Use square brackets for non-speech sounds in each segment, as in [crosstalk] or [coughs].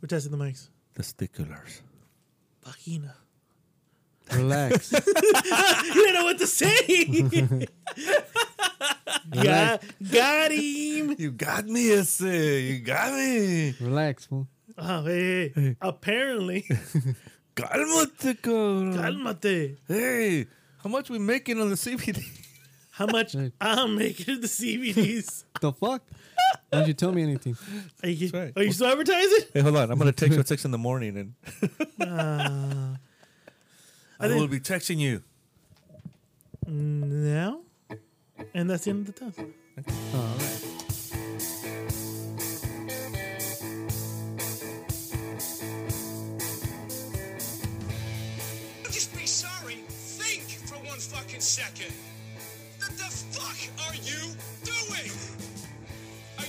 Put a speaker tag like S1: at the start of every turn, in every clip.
S1: We're testing the mics.
S2: Testiculars.
S1: Vagina. [laughs]
S3: Relax.
S1: You didn't know what to say. got, got him.
S2: You got me, ese. You got me.
S3: Relax, fool.
S1: Oh, hey, hey, hey. [laughs] Apparently,
S2: Cálmate, cabrón.
S1: cálmate.
S2: Hey, how much we making on the CBD?
S1: How much
S3: Right.
S1: I'm making the CBDs.
S3: [laughs] The fuck? Why don't you tell me anything?
S1: Are you,
S2: That's right.
S1: are you still advertising?
S2: Hey, hold on. I'm gonna text you at six in the morning, and [laughs]
S1: Uh,
S2: I,
S1: think-
S2: will be texting you.
S1: now? And that's the end of the test.
S3: Oh, all right.
S4: Just be sorry. Think for one fucking second. What the fuck are you doing? Are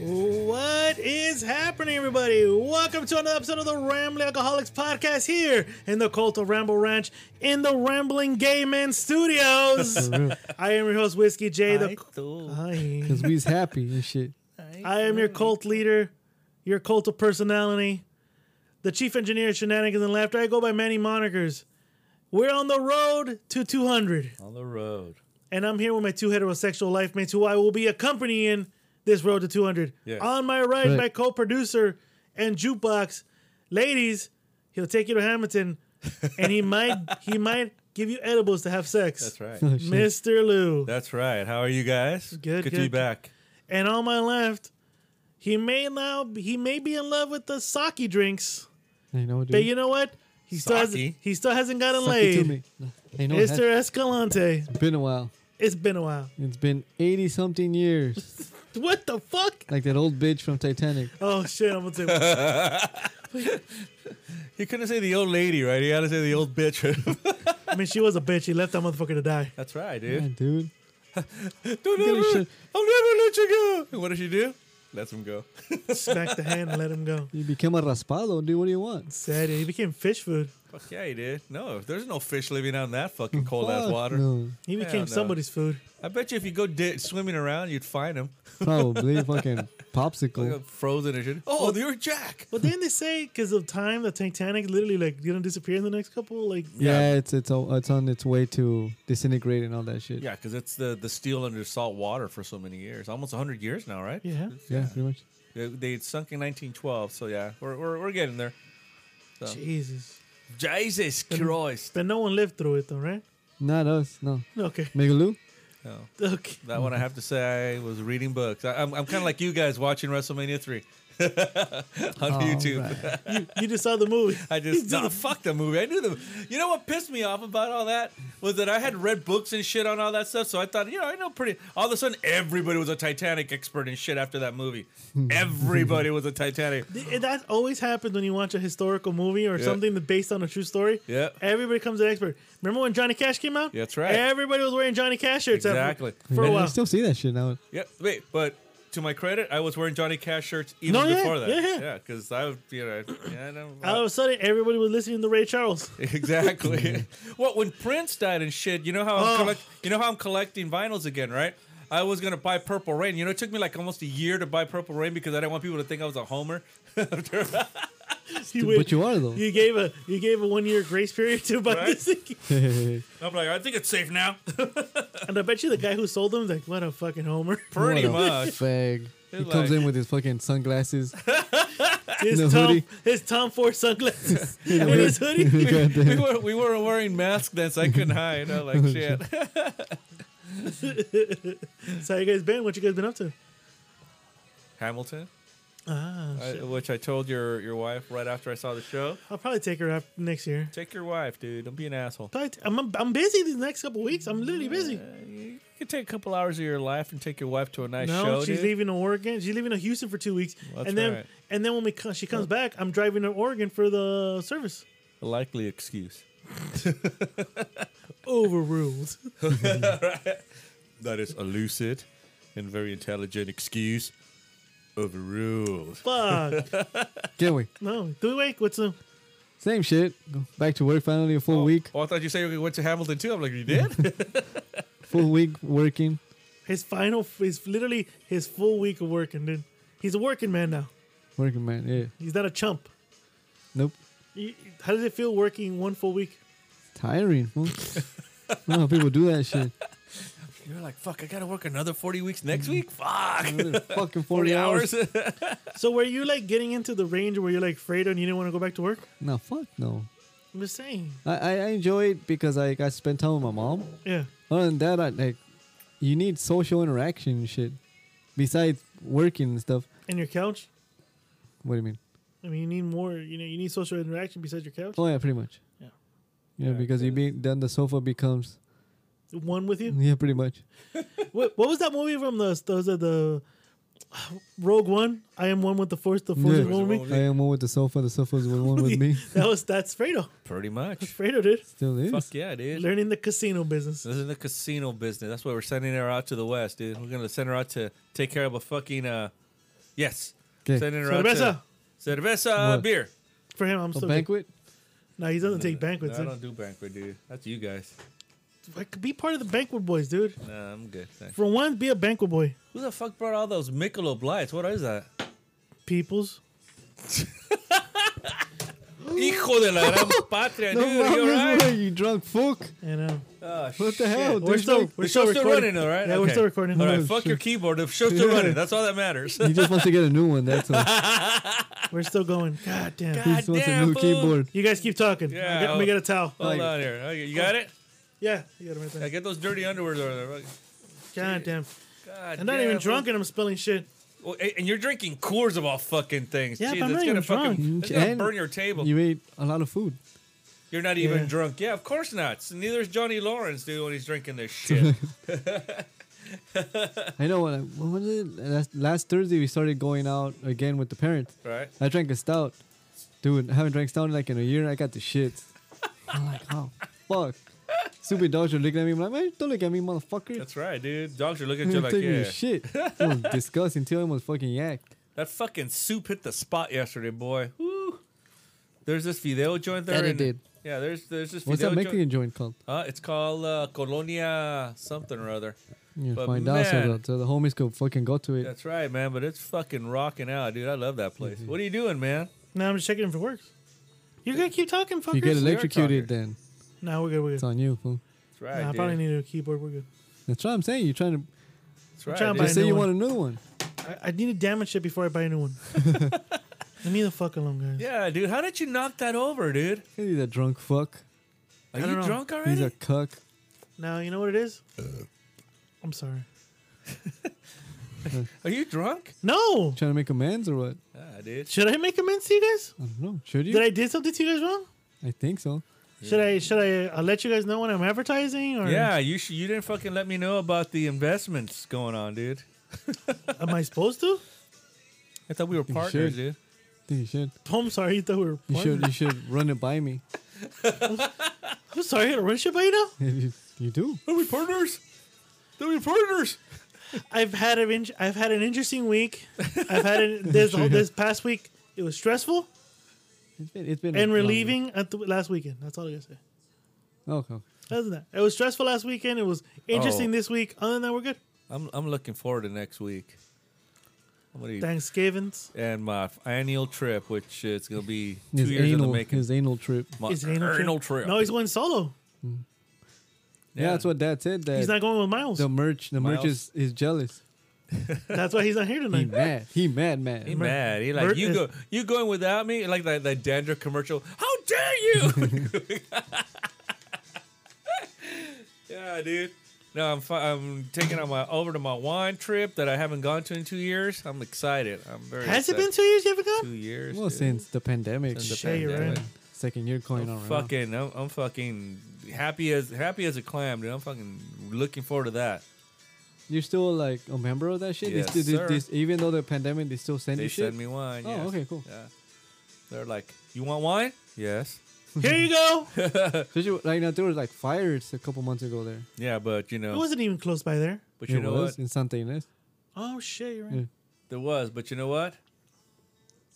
S1: What is happening, everybody? Welcome to another episode of the Rambling Alcoholics Podcast here in the cult of Ramble Ranch in the Rambling Gay Men Studios. I am your host, Whiskey J. The Hi.
S3: Uh-huh. Because we's happy and shit. [laughs]
S1: I am your cult leader, your cult of personality, the chief engineer of shenanigans and laughter. I go by many monikers. We're on the road to 200.
S2: On the road.
S1: and I'm here with my two heterosexual life mates who I will be accompanying this road to 200.
S2: Yes.
S1: On my right,
S3: Right.
S1: my co-producer and jukebox, ladies, he'll take you to Hamilton, and
S2: [laughs]
S1: he might he might give you edibles to have sex.
S2: That's right.
S3: Oh, shit.
S1: Mr. Lou.
S2: That's right. How are you guys?
S1: Good,
S2: to be
S1: good.
S2: back.
S1: and on my left, he may now he may be in love with the sake drinks,
S3: I know, dude.
S1: but you know what? He still
S2: Sake?
S1: hasn't he still hasn't gotten
S3: Suck it Hmm.
S1: laid.
S3: to me. I know. It has
S1: Mr. Escalante,
S3: been a while.
S1: it's been a while.
S3: It's been 80 something years.
S1: What the fuck?
S3: Like that old bitch from Titanic.
S1: Oh shit! I'm gonna say
S2: You couldn't say the old lady, right? You gotta say the old bitch. [laughs]
S1: I mean, she was a bitch. He left that motherfucker to die.
S2: That's right,
S3: Yeah,
S2: dude.
S3: dude.
S2: Don't
S3: gotta
S2: ever,
S3: shut-
S2: I'll never let you go. What does she do? Lets him go.
S1: Smack the hand and let him go.
S3: You became a raspado, dude. What do you want?
S1: Sad. He became fish food.
S2: Fuck yeah, he did. No, there's no fish living out in that fucking cold ass
S3: Fuck
S2: water.
S3: No.
S1: He
S2: Hell
S1: became
S2: no.
S1: somebody's food.
S2: I bet you if you go di- swimming around, you'd find him.
S3: Probably fucking
S2: Like,
S3: popsicle.
S2: frozen and shit. Oh, you're Jack.
S1: But then they say because of time, the Titanic literally like gonna disappear in the next couple. Like
S3: Yeah, it's it's o- it's on its way to disintegrate and all that shit.
S2: Yeah, because it's the, the steel under salt water for so many years. Almost 100 years now, right?
S1: yeah,
S3: yeah pretty much.
S2: They, they sunk in 1912, so yeah, we're, we're, we're getting there.
S1: Jesus.
S2: Jesus Christ.
S1: But no one lived through it though, right?
S3: Not us, no.
S1: Okay,
S3: Megaloo?
S1: okay.
S2: That one I have to say I was reading books. I, I'm, I'm kind of like you guys watching WrestleMania [laughs] 3 on
S3: Oh,
S2: YouTube.
S1: You, you just saw the movie.
S2: [laughs]
S1: [laughs]
S2: I just nah, fuck the movie. I knew the. You know what pissed me off about all that was that I had read books and shit on all that stuff. So I thought, you know, I know pretty. All of a sudden, everybody was a Titanic expert and shit after that
S1: [laughs]
S2: movie. everybody was a Titanic.
S1: Th- That always happens when you watch a historical movie or
S2: Yeah.
S1: something that's based on a true story.
S2: Yeah.
S1: Everybody comes an expert. Remember when Johnny Cash came out?
S2: That's right.
S1: Everybody was wearing Johnny Cash shirts. after-
S2: Exactly.
S1: For a
S3: Yeah, I
S1: while.
S3: still see that shit now.
S2: Yeah, wait, but to my credit, I was wearing Johnny Cash shirts even
S1: No, yeah,
S2: before that.
S1: yeah, yeah.
S2: because I, would, you know, yeah, I don't.
S1: All of a sudden, everybody was listening to Ray Charles.
S2: Exactly. [laughs] well, when Prince died and shit, you know how I'm
S1: Oh.
S2: collect- you know how I'm collecting vinyls again, right? I was gonna buy Purple Rain. You know, it took me like almost a year to buy Purple Rain because I didn't want people to think I was a homer.
S1: He
S3: But
S1: went-
S3: you are [laughs]
S1: [laughs]
S3: though.
S1: You gave a you gave a one year grace period to buy
S2: Right.
S1: this thing,
S2: I'm like, I think it's safe now. [laughs]
S1: and I bet you the guy who sold them is like, what a fucking
S2: [laughs]
S1: homer!
S2: Pretty
S3: What a [laughs]
S2: much.
S3: fag. He
S2: It's
S3: comes
S2: like-
S3: in with his fucking sunglasses.
S1: His
S3: In a
S1: Tom
S3: hoodie.
S1: his Tom Ford
S2: [laughs]
S1: sunglasses and his hoodie.
S2: we, were, we were wearing masks then, so I couldn't hide. I was like, shit.
S1: So how you guys been? What you guys been up to?
S2: Hamilton,
S1: Ah,
S2: I,
S1: shit.
S2: which I told your, your wife right after I saw the show.
S1: I'll probably take her up next year.
S2: Take your wife, dude. Don't be an asshole.
S1: Probably t- I'm I'm busy these next couple weeks. I'm literally busy.
S2: You can take a couple hours of your life and take your wife to a nice
S1: No,
S2: show.
S1: she's
S2: dude.
S1: leaving to Oregon. She's leaving to Houston for two weeks,
S2: That's
S1: and then
S2: right.
S1: and then when we co- she comes back, I'm
S2: [laughs]
S1: driving to Oregon for the service.
S2: A likely excuse.
S1: Overruled.
S2: That is a lucid and very intelligent excuse. Overruled.
S1: Fuck.
S3: Get away.
S1: No. Do we wake? What's the?
S3: Same shit. Go Back to work finally. A full week.
S2: Oh, I thought you said you went to Hamilton too. I'm like, you
S3: [laughs]
S2: did?
S3: Full week working.
S1: His final, his literally his full week of working, dude. He's a working man now.
S3: Working man. Yeah.
S1: He's not a chump.
S3: Nope.
S1: You- How does it feel working one full week?
S3: Tiring. Huh? I don't know how people do that shit.
S2: You're like, fuck, I gotta work another 40 weeks next week? Fuck. [laughs]
S3: Mm. Another Fucking 40,
S2: 40
S3: hours.
S2: hours? [laughs]
S1: So were you like getting into the range where you're like Fredo and you didn't want to go back to work?
S3: No, fuck no.
S1: I'm just saying.
S3: I, I I enjoy it because I got spent time with my mom.
S1: Yeah.
S3: Other than that, I like you need social interaction and shit. Besides working and stuff.
S1: And your couch?
S3: What do you mean?
S1: I mean, you need more. You know, you need social interaction besides your couch.
S3: Oh yeah, pretty much.
S1: Yeah.
S3: Yeah, because you be then the sofa becomes
S1: One with you.
S3: yeah, pretty much.
S1: what, what was that movie from the those are the Rogue One? I am one with the Force. The Force
S3: Yeah.
S1: is one with me.
S2: Rogue
S3: I am one with the sofa. The sofa's the one
S2: [laughs]
S3: with me.
S1: [laughs] That was that's Fredo.
S2: Pretty much.
S1: Fredo did
S3: Still is.
S2: Fuck yeah, dude.
S1: learning the casino business.
S2: This is the casino business. That's why we're sending her out to the West, dude. We're gonna send her out to take care of a fucking, uh, yes.
S3: 'Kay.
S2: Sending her
S1: Cerveza
S2: out to cerveza
S3: What?
S2: beer.
S1: for him. I'm
S3: A
S1: still
S3: banquet.
S1: No, he doesn't take banquets.
S2: No, I
S1: dude.
S2: don't do banquet, dude. That's you guys.
S1: I could be part of the banquet boys, dude.
S2: Nah, I'm good. Thanks.
S1: For one, be a banquet boy.
S2: Who the fuck brought all those Michelob lights? What is that?
S1: Peoples.
S2: Hijo de la gran patria,
S3: No
S2: dude.
S3: mames,
S2: you all
S3: bro,
S2: right?
S3: you drunk fuck.
S1: I know.
S2: Oh,
S3: What the
S2: shit.
S3: hell?
S1: We're
S3: There's
S1: still
S3: no-
S1: we're
S2: the
S1: still
S2: show's still
S1: recording.
S2: running, though, right?
S1: Yeah, we're
S2: Okay.
S1: still recording.
S2: All right,
S3: Oh,
S2: fuck
S3: shit.
S2: your keyboard. The show's still
S3: Yeah.
S2: running. That's all that matters.
S3: He just wants to get a new one.
S2: [laughs]
S3: That's all.
S1: We're still going. God damn.
S3: He
S2: God.
S3: just wants a
S2: damn,
S3: new
S2: fool.
S3: keyboard.
S1: You guys keep talking.
S2: Yeah,
S1: I got, we
S2: I'll-
S1: got a towel.
S2: [laughs] Hold
S3: Like-
S2: on here. Okay, you got it?
S1: Yeah, you got him right there.
S2: Yeah, get those dirty underwears over there. Okay.
S1: God damn.
S2: God
S1: I'm not
S2: damn,
S1: even
S2: fool.
S1: drunk and I'm spilling shit.
S2: Well, a- and you're drinking Coors of all fucking things.
S1: Yeah,
S2: Jeez,
S1: but I'm
S2: that's
S1: not
S2: gonna
S1: even
S2: fucking,
S1: drunk.
S2: That's gonna
S3: And
S2: burn your table.
S3: You ate a lot of food.
S2: You, are not even
S1: Yeah.
S2: drunk. Yeah, of course not. So neither is Johnny Lawrence, dude, when he's
S1: [laughs]
S2: drinking this shit.
S3: I know. When, I, when was it? Last, last Thursday we started going out again with the parents.
S2: right?
S3: I drank a stout, dude. I haven't drank stout in like in a year. I got the shits. I'm like, oh fuck. Stupid dogs are looking at me. I'm like, man, don't look at me, motherfucker.
S2: That's right, dude. Dogs are looking at
S3: I'm
S2: you like,
S3: taking
S2: yeah.
S3: a shit. It was disgusting too. I almost fucking yacked.
S2: That fucking soup hit the spot yesterday, boy. Woo. There's this video joint there.
S3: That it
S2: and-
S3: did.
S2: Yeah, there's there's this
S3: What's
S2: video
S3: that
S2: joint.
S3: Mexican joint called?
S2: Uh, it's called uh, Colonia something or other.
S3: Yeah,
S2: But
S3: find out so
S2: man-
S3: the, so the homies could fucking go to it.
S2: That's right, man. But it's fucking rocking out, dude. I love that place.
S3: Mm-hmm.
S2: What are you doing, man?
S1: Now I'm just checking if it works. You're gonna keep talking, fuckers.
S3: you get
S2: they are
S3: electrocuted,
S2: talking.
S3: then
S1: no, we're good. We're
S3: it's
S1: good.
S3: on you. Fool.
S2: That's right,
S1: nah, I
S2: dude.
S1: probably need a keyboard. We're good.
S3: That's what I'm saying. You're trying to
S2: That's right,
S1: trying to
S2: dude.
S1: buy
S3: just
S1: a
S3: say
S1: new
S3: you
S1: one.
S3: want a new one.
S1: I, I need to damage shit before I buy a new
S3: [laughs]
S1: one. Leave me the fuck alone, guys.
S2: Yeah, dude. How did you knock that over, dude?
S3: He's a drunk fuck.
S2: Are
S1: don't
S2: you
S1: know.
S2: drunk
S3: He's
S2: already?
S3: a cuck.
S1: Now you know what it is.
S3: Uh.
S1: I'm sorry.
S2: Are you drunk?
S1: No.
S3: Trying to make amends or what?
S2: Ah, dude.
S1: Should I make amends to you guys?
S3: I don't know. Should you?
S1: Did I did something to you guys wrong?
S3: I think so.
S1: Should I should I uh, let you guys know when I'm advertising or
S2: Yeah, you sh- you didn't fucking let me know about the investments going on, dude.
S1: [laughs] am I supposed to?
S2: I thought we were
S3: should.
S2: partners, dude.
S3: think you should.
S1: Oh, I'm sorry. You thought we were.
S3: You should. You should run it by me. [laughs]
S1: I'm sorry. I gotta run shit by you now.
S3: you, you do.
S2: Are we partners? Are we partners?
S1: I've had an in- I've had an interesting week. I've had
S3: [laughs]
S1: an, this whole, this past week. It was stressful
S3: It's been. It's been. a long
S1: and
S3: week.
S1: relieving at the last weekend. That's all I gotta say.
S3: Oh, Okay.
S1: Other than that, it was stressful last weekend. It was
S2: Oh.
S1: interesting this week. Other than that, we're good.
S2: I'm I'm looking forward to next week. I'm gonna eat-
S1: Thanksgivings.
S2: and my annual trip, which is gonna be two
S3: His
S2: years in
S3: anal.
S2: the making.
S3: His anal trip.
S2: my
S1: Is it anal trip?
S2: trip.
S1: No, he's going solo.
S3: Yeah, that's what Dad said. That
S1: He's not going with Miles.
S3: the merch. The merch is, is jealous.
S1: That's why he's not here
S3: He
S1: [laughs] tonight.
S3: [laughs] mad. He mad. Mad.
S2: He mad. He like
S1: Bert
S2: you
S1: is-
S2: go. You going without me? Like that that dandruff commercial. How
S1: [laughs]
S2: dare you? [laughs] yeah, dude. No, I'm fi- I'm taking on my over to my wine trip that I haven't gone to in two years. I'm excited. I'm very.
S1: Has it been
S2: excited.
S1: two years you haven't gone?
S2: two years?
S3: Well,
S2: dude.
S3: since the pandemic,
S2: Since the
S1: Shit, you're
S2: pandemic.
S1: right.
S3: second year going on. Right now.
S2: Fucking, I'm, I'm fucking happy as happy as a clam, dude. I'm fucking looking forward to that.
S3: You're still like a member of that shit.
S2: Yes,
S3: they still,
S2: sir.
S3: They, they, even though the pandemic, they still send
S2: They
S3: you shit.
S2: send me wine.
S3: Oh,
S2: yes.
S3: okay, cool.
S2: Yeah. They're like, you want wine? Yes.
S1: [laughs] Here you go. It
S3: Especially, like now there was like fires a couple months ago there.
S2: [laughs] Yeah, but you know,
S1: wasn't even close by there.
S2: but you
S3: it
S2: know
S3: was
S2: what?
S3: in Santa Ynez.
S1: Oh shit, you're right.
S3: Yeah.
S2: There was, but you know what?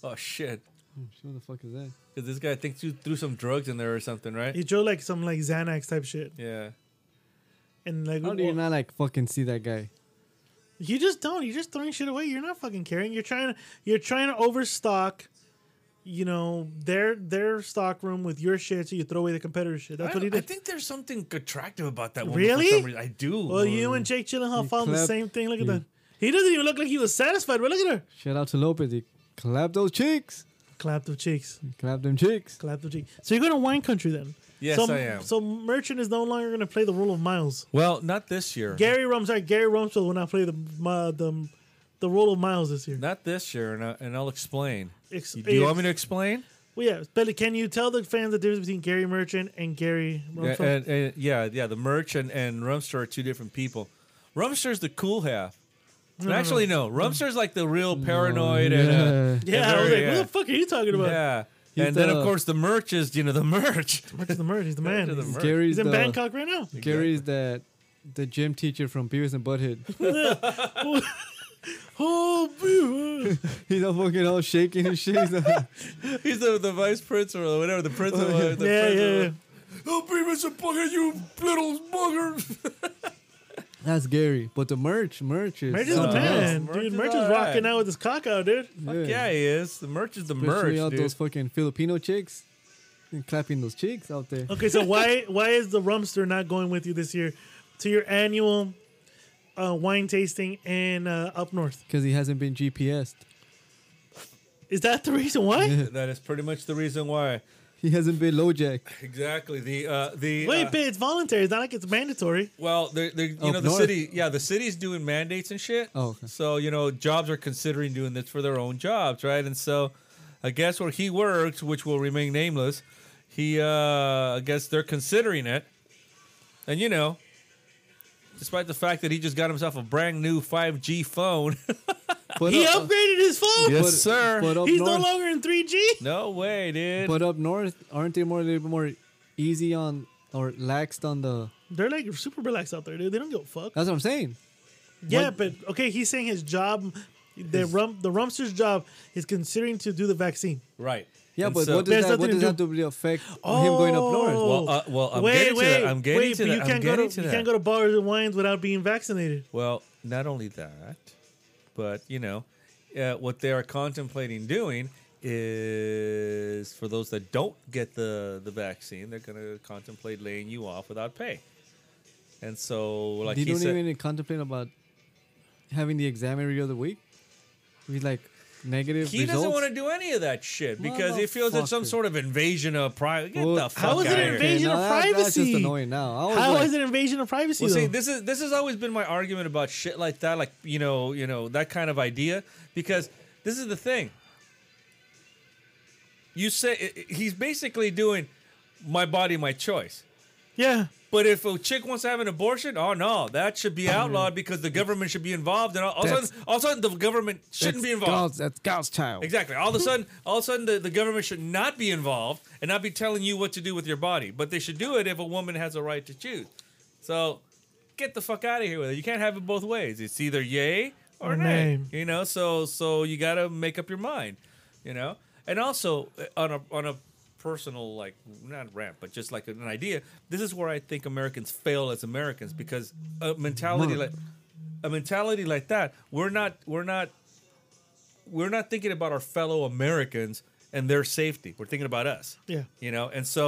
S2: Oh shit!
S3: What the fuck is that?
S2: Because this guy thinks you threw some drugs in there or something, right?
S1: He drew like some like Xanax type shit,
S2: yeah.
S1: and like
S3: How do you
S1: well,
S3: not like fucking see that guy?
S1: you just don't. You're just throwing shit away. You're not fucking caring. You're trying to you're trying to overstock. You know their their stock room with your shit, so you throw away the competitor shit. That's
S2: I,
S1: what he
S2: I
S1: did.
S2: think there's something attractive about that woman.
S1: Really?
S2: For some reason. I do.
S1: well, you and Jake Gyllenhaal found the
S3: clapped.
S1: same thing. Look at
S3: You-
S1: that. He doesn't even look like he was satisfied. But look at her.
S3: Shout out to Lopez. He clapped those cheeks.
S1: Clap the cheeks.
S3: Clap them cheeks.
S1: Clap the cheeks. So you're going to wine country then?
S2: Yes,
S1: so,
S2: I am.
S1: So Merchant is no longer going to play the role of Miles.
S2: well, not this year.
S1: Gary Rum, sorry, Gary Rumsfeld will not play the my, the the role of Miles this year.
S2: not this year, and, I, and I'll explain.
S1: Ex-
S2: You- do you
S1: ex-
S2: want me to explain?
S1: Well, yeah, but can you tell the fans the difference between Gary Merchant and Gary
S2: Yeah,
S1: Rumsfeld?
S2: and, and- yeah, yeah. The merch and, and Rumster are two different people. Rumster's the cool half. And actually, no. Rumster's like the real paranoid and uh,
S1: yeah,
S2: and
S1: I was
S2: very,
S1: like,
S2: uh,
S1: who the fuck are you talking about?
S2: yeah.
S3: He's
S2: and then
S3: the-
S2: of course the merch is you know the merch.
S1: Merchant's the merch, he's the uh, [laughs] man.
S2: to the
S1: He's-
S2: merch.
S3: Gary's
S1: He's in
S3: the
S1: Bangkok right now.
S3: Gary's that the gym teacher from Beavis and Butthead. [laughs]
S1: Oh, boo.
S3: He's all fucking all shaking and shit. [laughs] He's like,
S2: He's the, the vice principal or whatever the principal. the
S1: yeah, yeah,
S2: principal.
S1: yeah.
S2: Oh, Beavis and Bugger, you little bugger.
S3: That's Gary. But the merch, merch is
S1: Merchant's the
S3: something else.
S1: man,
S2: Merchant's
S1: dude. Merchant's
S2: all right.
S1: rocking out with his cock out, dude.
S2: Yeah. he is. The merch is the
S3: Especially
S2: merch,
S3: out
S2: dude.
S3: those fucking Filipino chicks and clapping those cheeks out there.
S1: Okay, so why why is the Rumster not going with you this year to your annual uh, wine tasting in uh, up north?
S3: Because he hasn't been GPSed.
S1: Is that the reason why?
S2: That is pretty much the reason why.
S3: He hasn't been LoJack.
S2: Exactly. The uh, the
S1: Wait,
S2: uh,
S1: but it's voluntary. It's not like it's mandatory.
S2: well, they they you
S3: Up
S2: know the
S3: Oh, north.
S2: city. Yeah, the city's doing mandates and shit.
S3: Oh, okay.
S2: so you know jobs are considering doing this for their own jobs, right? And so, I guess where he works, which will remain nameless, he uh, I guess they're considering it, and you know. Despite the fact that he just got himself a brand new 5G phone, [laughs]
S3: But
S1: He
S3: up-
S1: upgraded his phone.
S2: Yes,
S3: but-
S2: sir.
S3: But up
S1: He's
S3: north,
S1: no longer in 3G.
S2: no way, dude.
S3: But up north, aren't they more a little bit more easy on or laxed on the?
S1: They're like super relaxed out there, dude. They don't give a fuck.
S3: That's what I'm saying.
S1: yeah, but okay, he's saying his job, the rum, the Rumster's job is considering to do the vaccine.
S2: Right.
S3: Yeah,
S2: And
S3: but
S2: so-
S3: what
S1: There's
S3: does that what
S1: nothing to
S3: does that
S1: do- Oh,
S3: do to affect him going up north?
S2: Well, uh, well, I'm
S1: wait,
S2: getting to
S1: wait,
S2: that. I'm getting
S1: wait,
S2: to
S1: but
S2: that.
S1: You
S2: I'm
S1: can't go
S2: getting
S1: to,
S2: to
S1: you
S2: that.
S1: can't go to bars and wines without being vaccinated.
S2: Well, not only that, but you know, uh, what they are contemplating doing is for those that don't get the the vaccine, they're going to contemplate laying you off without pay. And so, like
S3: they
S2: he
S3: don't
S2: said,
S3: even contemplate about having the exam every other week. He's like negative
S2: he
S3: results.
S2: doesn't want to do any of that shit because he feels it's some
S3: Motherfucker.
S2: sort of invasion of private. Get
S3: Well,
S2: the fuck
S1: how is it
S2: outta
S1: an
S2: here.
S1: invasion?
S3: now
S1: of
S3: that- That's just
S1: privacy.
S3: annoying. Now I was
S1: How
S3: like,
S1: is it invasion of privacy?
S2: Well, see,
S1: though?
S2: this is this has always been my argument about shit like that, like you know, you know that kind of idea, because this is the thing. You say i- i- he's basically doing my body, my choice.
S1: yeah,
S2: But if a chick wants to have an abortion, oh no, that should be outlawed because the government should be involved, and all, all, of a
S3: That's-
S2: sudden, all of a sudden the government shouldn't be
S3: that's
S2: involved.
S3: God's, that's God's child.
S2: Exactly. All of a sudden, all of a sudden, the, the government should not be involved and not be telling you what to do with your body. But they should do it if a woman has a right to choose. So get the fuck out of here with it. You can't have it both ways. It's either yay or
S1: Or
S2: nay.
S1: nay.
S2: You know. So so you gotta make up your mind. You know. And also uh, on a on a personal like not rant but just like an idea. This is where I think Americans fail as Americans because a mentality like a mentality like that, we're not we're not we're not thinking about our fellow Americans and their safety. We're thinking about us.
S1: Yeah.
S2: You know, and so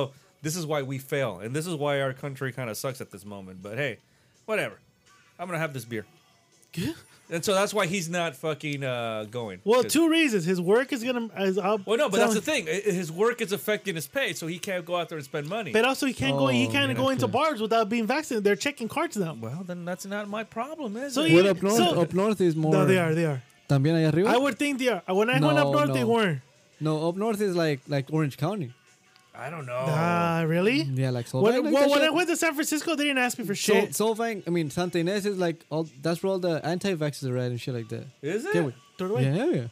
S2: this is why we fail. And this is why our country kind of sucks at this moment. But hey, whatever. I'm going to have this beer. and so that's why he's not fucking uh, going.
S1: well,
S2: 'Cause-
S1: two reasons. His work is gonna. Is up,
S2: Well, no, but that's the thing. I- I- His work is affecting his pay, so he can't go out there and spend money.
S1: But also, he can't go. He
S3: Oh,
S1: can't
S3: yeah,
S1: go into
S3: okay.
S1: bars without being vaccinated. They're checking cards now.
S2: well, then that's not my problem, is
S1: So
S2: it?
S1: you-
S3: What up north?
S1: So-
S3: up north is more.
S1: No, they are. They are.
S3: También allá arriba.
S1: I would think they are. When I went up
S3: No,
S1: north, they
S3: no.
S1: weren't.
S3: no, up north is like like Orange County.
S2: I don't know.
S1: Ah, really?
S3: Yeah, like so.
S1: When,
S3: like, like
S1: well,
S3: that
S1: when I
S3: shit.
S1: went to San Francisco, they didn't ask me for
S3: So,
S1: shit.
S3: so fine. I mean, Santa Ynez is like all. That's where all the anti-vaxxers are at and shit like that.
S2: Is it?
S3: Yeah, we-
S1: Throw it away.
S3: yeah, hell yeah.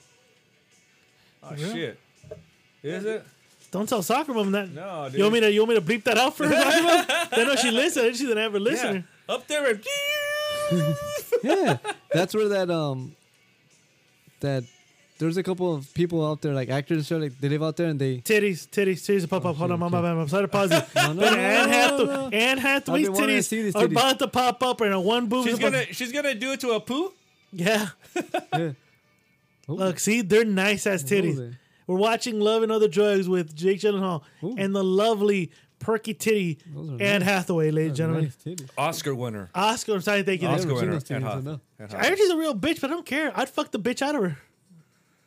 S2: Oh, shit. Is it?
S1: Don't tell soccer mom that.
S2: No, dude.
S1: You want me to you want me to bleep that out for her? soccer
S2: [laughs]
S1: mom? They know she listened. She's an avid
S2: Yeah.
S1: listener.
S2: Up there. and-
S3: yeah, that's where that um, that there's a couple of people out there like actors. and stuff, Like they live out there
S1: [laughs]
S3: and they.
S1: Titties, titties, titties to pop up. Hold on, my bad, my bad. I'm sorry to
S3: [laughs]
S1: pause you.
S3: No, no,
S1: But
S3: Oh, no, no,
S1: Anne
S3: no,
S1: Hathaway, Anne Hathaway's
S3: I've been wanting to see
S1: titties,
S3: these
S1: are
S3: titties.
S1: about to pop up, and a one boob.
S2: She's
S1: is about-
S2: gonna she's gonna do it to a poo.
S1: yeah.
S3: yeah. Ooh,
S1: Look, see, they're nice ass titties.
S3: they?
S1: We're watching Love and Other Drugs with Jake Gyllenhaal
S3: Ooh.
S1: and the lovely perky titty
S3: Those are
S1: Anne
S3: nice.
S1: Hathaway, ladies and gentlemen.
S3: Nice titties.
S2: Oscar winner.
S1: Oscar, I'm sorry, thank you.
S3: Oscar.
S2: Oscar
S3: seen
S2: winner.
S3: those
S2: Anne
S3: titties, I
S2: Hathaway.
S3: know.
S2: Anne
S1: I
S2: Hathaway.
S1: heard she's a real bitch, but I don't care. I'd fuck the bitch out of her.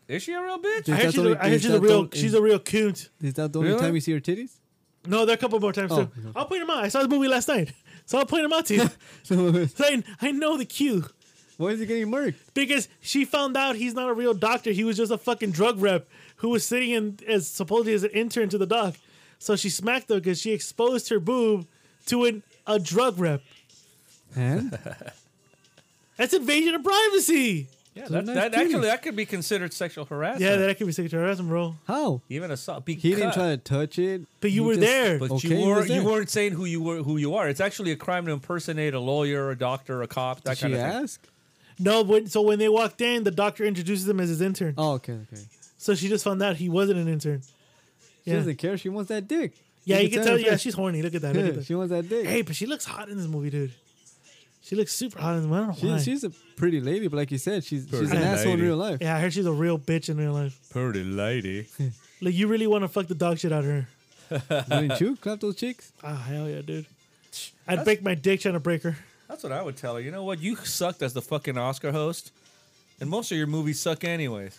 S2: Is she a real
S1: I
S2: bitch?
S3: Is
S1: heard
S3: that
S1: she's
S3: the
S1: a,
S3: only-
S1: I heard
S3: is
S1: she's
S3: that
S1: a
S3: the
S1: real
S3: only-
S1: she's a real coont.
S3: Is that the only
S2: Really?
S3: time you see her titties? [laughs]
S1: No, there are a couple more times
S3: Oh,
S1: too.
S3: okay.
S1: I'll point them out. I saw this movie last night, so I'll point them out to
S3: [laughs]
S1: you.
S3: So
S1: Saying I know the cue
S3: why is he getting murked?
S1: because she found out he's not a real doctor. He was just a fucking drug rep who was sitting in as supposedly as an intern to the doc. So she smacked her because she exposed her boob to an, a drug rep.
S3: [laughs] And
S1: That's invasion of privacy.
S2: Yeah,
S3: Those are
S2: that,
S3: nice
S2: that
S3: titties.
S2: actually that could be considered sexual harassment.
S1: Yeah, that could be sexual harassment, bro.
S3: how?
S2: even assault. Because,
S3: He didn't try to touch it.
S1: But you
S3: He
S1: were
S3: just-
S1: there.
S2: But
S3: Okay,
S2: you
S3: he
S2: were
S3: was
S2: you
S3: there.
S2: weren't saying who you were who you are. It's actually a crime to impersonate a lawyer, a doctor, a cop, that
S3: Did
S2: kind
S3: she
S2: of thing.
S3: ask?
S1: No, when, so when they walked in, the doctor introduces him as his intern.
S3: Oh, okay, okay.
S1: So she just found out he wasn't an intern.
S3: She
S1: Yeah.
S3: doesn't care. She wants that dick.
S1: Yeah, you can tell.
S3: her
S1: Yeah,
S3: [laughs] face.
S1: she's horny. Look at that. Look at
S3: Yeah,
S1: that.
S3: she wants that dick.
S1: Hey, but she looks hot in this movie, dude. She looks super hot in this movie. I don't know
S3: She,
S1: why.
S3: she's a pretty lady, but like you said, she's she's an
S2: Pretty
S3: asshole in
S2: lady.
S3: real life.
S1: yeah, I heard she's a real bitch in real life.
S2: Pretty lady.
S1: Like, you really want to fuck the dog shit out of her.
S3: Wouldn't you clap those cheeks?
S1: Ah, hell yeah, dude. I'd break my dick trying to break her.
S2: That's what I would tell her. You know what? You sucked as the fucking Oscar host, and most of your movies suck anyways.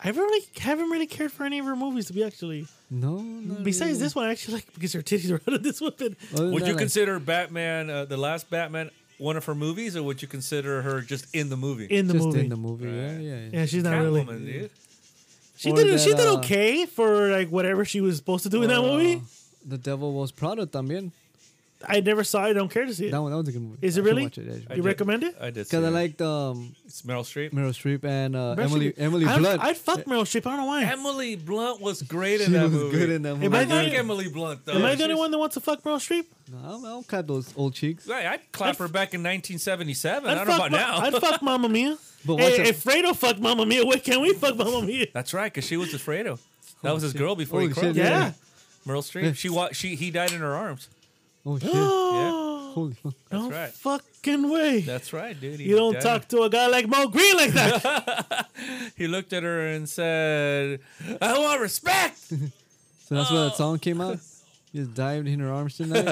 S1: I really haven't really cared for any of her movies, to be actually.
S3: No, no.
S1: Besides this one, I actually like because her titties are [laughs] out of this weapon.
S2: Would you consider Batman, uh, the last Batman, one of her movies, or would you consider her just in the movie?
S1: In the
S3: just
S1: movie.
S3: in the movie? Yeah, yeah. yeah.
S1: yeah, she's not really.
S2: Catwoman, dude.
S1: She
S3: Or
S1: did. she
S3: that,
S1: did
S3: uh,
S1: okay for like whatever she was supposed to do in that
S3: Or, uh,
S1: movie.
S3: The Devil Was Prada también.
S1: I never saw it. I don't care to see it.
S3: That one, that was a good movie.
S1: Is it
S3: I should
S1: really?
S3: watch it,
S1: you
S2: did.
S1: recommend it?
S2: I did.
S3: Because
S2: see
S3: I
S2: it.
S3: liked um,
S2: It's Meryl Streep.
S3: Meryl Streep and uh,
S1: Meryl
S3: Emily
S1: Streep-
S3: Emily
S1: I'd,
S3: Blunt.
S1: I'd fuck Meryl Streep. I don't know why. Am,
S2: Emily Blunt was great
S3: She
S2: in that
S3: was
S2: movie.
S3: good in that
S2: I
S1: I
S3: movie.
S1: the-
S2: like Emily Blunt though.
S1: I the only
S2: She's-
S1: one that wants to fuck Meryl Streep?
S3: No, I'll, I'll clap those old cheeks.
S2: Hey, I'd clap her back in 1977. I
S1: I'd
S2: don't know
S1: fuck
S2: about
S1: Ma-
S2: now.
S1: I'd fuck Mamma Mia.
S3: [laughs] But watch
S1: hey,
S3: out.
S1: if Fredo fucked Mamma Mia, what can we fuck Mamma Mia?
S2: [laughs] That's right, because she was the Fredo. That was his
S3: shit.
S2: girl before he
S3: Holy
S2: crossed.
S3: shit,
S1: Yeah.
S3: [laughs] Yeah.
S2: Meryl Streep. She wa- she he died in her arms.
S1: [gasps]
S3: Oh shit!
S1: Oh,
S3: Holy fuck!
S1: no
S2: right.
S1: fucking way.
S2: That's right, dude. He
S1: you don't
S2: died.
S1: talk to a guy like Mo Green like
S2: [laughs]
S1: that. [laughs]
S2: He looked at her and said, "I want respect."
S3: So that's
S2: Oh.
S3: where that song
S2: [laughs]
S3: came out. Just dived in her arms tonight.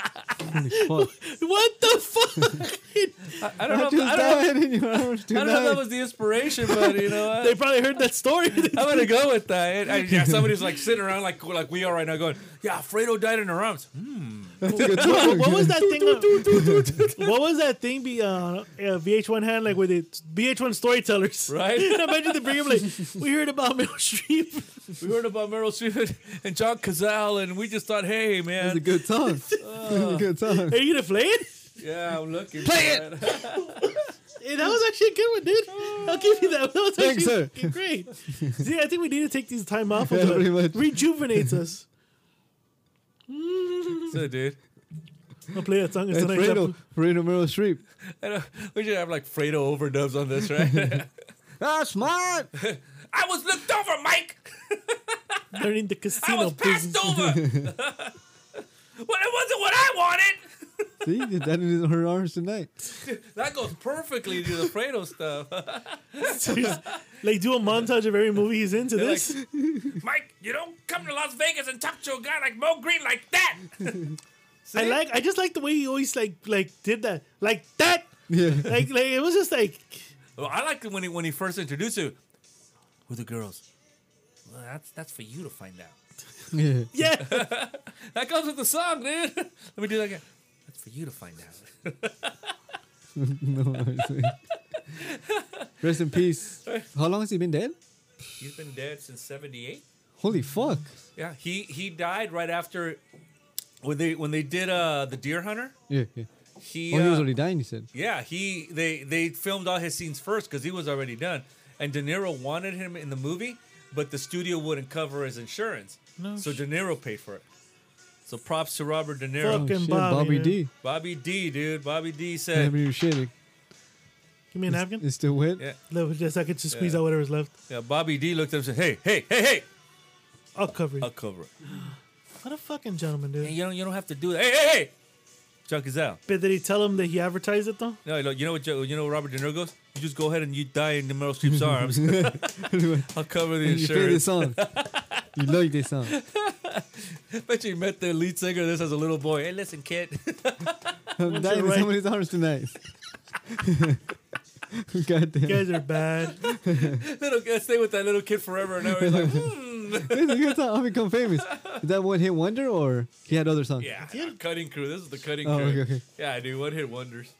S3: Holy fuck!
S1: what the fuck? [laughs]
S2: I, I don't
S3: I
S2: know.
S3: just
S2: If, I don't know.
S3: dived in your arms
S2: I
S3: tonight.
S2: don't know if that was the inspiration, but you know,
S1: they
S2: I,
S1: probably heard that
S2: [laughs]
S1: story. [laughs]
S2: I'm gonna go with that. I, I- yeah, somebody's like sitting around like like we are right now, going, "Yeah, Fredo died in her arms." Hmm?
S1: what, what was that thing? [laughs] what was that thing? Be uh, uh, VH1 hand like with it. VH1 storytellers,
S2: Right.
S1: [laughs] Imagine the bring up
S2: [laughs]
S1: like we heard about Meryl Streep. [laughs]
S2: We heard about Meryl Streep and John Cazale, and we just thought, "Hey,
S3: It's a
S2: man, [laughs]
S3: good song. It's a good song.
S1: Are you gonna play it?
S2: yeah, I'm looking." Play it.
S1: Hey, that was actually a good one, dude. I'll give you that. That was actually
S3: Thanks, sir.
S1: fucking great. See, I think we need to take these time off.
S3: Yeah,
S1: of
S3: pretty much.
S1: Rejuvenates us.
S2: [laughs] So, dude,
S1: I'll play that song. It's
S3: It's
S1: the next
S3: Fredo,
S1: episode.
S3: Fredo Meryl Streep.
S2: I don't- we should have like Fredo overdubs on this, right? [laughs]
S3: That's Ah, smart.
S2: I was looked over, Mike.
S1: Learning the
S2: I
S1: casino
S2: was passed
S1: business.
S2: over. [laughs] well, it wasn't what I wanted.
S3: See, you dived in her arms tonight.
S2: That goes perfectly to the Fredo stuff. [laughs]
S1: Like, do a montage of every movie he's into.
S2: They're
S1: This.
S2: Mike, you don't come to Las Vegas and talk to a guy like Mo Green like that. [laughs]
S1: I like. I just like the way he always like like did that like that.
S3: Yeah.
S1: Like like it was just like
S2: Well, I liked it when he when he first introduced you. Who the girls? Well, that's that's for you to find out.
S3: [laughs] yeah.
S1: yeah.
S2: That comes with the song, dude. [laughs] Let me do that again. That's for you to find out.
S3: [laughs] No, I see. Rest in peace. How long has he been dead?
S2: [laughs] He's been dead since '78.
S3: Holy fuck.
S2: Yeah, he he died right after when they when they did uh the Deer Hunter.
S3: Yeah, yeah.
S2: He,
S3: Oh, he
S2: uh,
S3: was already dying, you said.
S2: Yeah, he they they filmed all his scenes first because he was already done, and De Niro wanted him in the movie, but the studio wouldn't cover his insurance.
S1: No
S2: so
S1: sh-
S2: De Niro paid for it. So props to Robert De
S1: Fuck
S2: Niro.
S3: Oh,
S1: Fucking
S3: shit,
S1: Bobby,
S3: Bobby
S1: dude.
S3: D.
S2: Bobby D, dude. Bobby D
S3: Damn,
S2: said,
S3: you shitting.
S1: Give me a napkin.
S3: It's still wet. [laughs]
S2: yeah,
S1: Look, just I could just squeeze
S2: Yeah.
S1: out whatever's left.
S2: yeah, Bobby D looked up and said, hey, hey, hey, hey,
S1: I'll cover it.
S2: I'll cover it.
S1: What a fucking gentleman, dude.
S2: Hey, you don't, you don't have to do that. Hey, hey, hey. Chuck is out.
S1: But did he tell him that he advertised it though?
S2: No, look, you know what? Joe- You know what Robert De Niro goes. You just go ahead and you die in the Meryl Streep's
S1: [laughs]
S2: arms. I'll cover the
S3: you play
S2: insurance.
S3: this song. you like this
S1: [laughs]
S3: song.
S2: [laughs] Bet you met the lead singer. of This as a little boy. Hey, listen, kid. [laughs]
S3: I'm dying in
S1: right.
S3: somebody's arms tonight. [laughs] Goddamn.
S1: You
S3: [laughs]
S1: guys are bad.
S2: little kid, stay with that little kid forever. And now he's like, hmm.
S3: It's a good song. I'll become famous. Is that one hit wonder or he had other songs?
S2: yeah, cutting crew. This is the cutting
S3: Oh,
S2: crew.
S3: okay, okay.
S2: Yeah, dude, one hit wonders.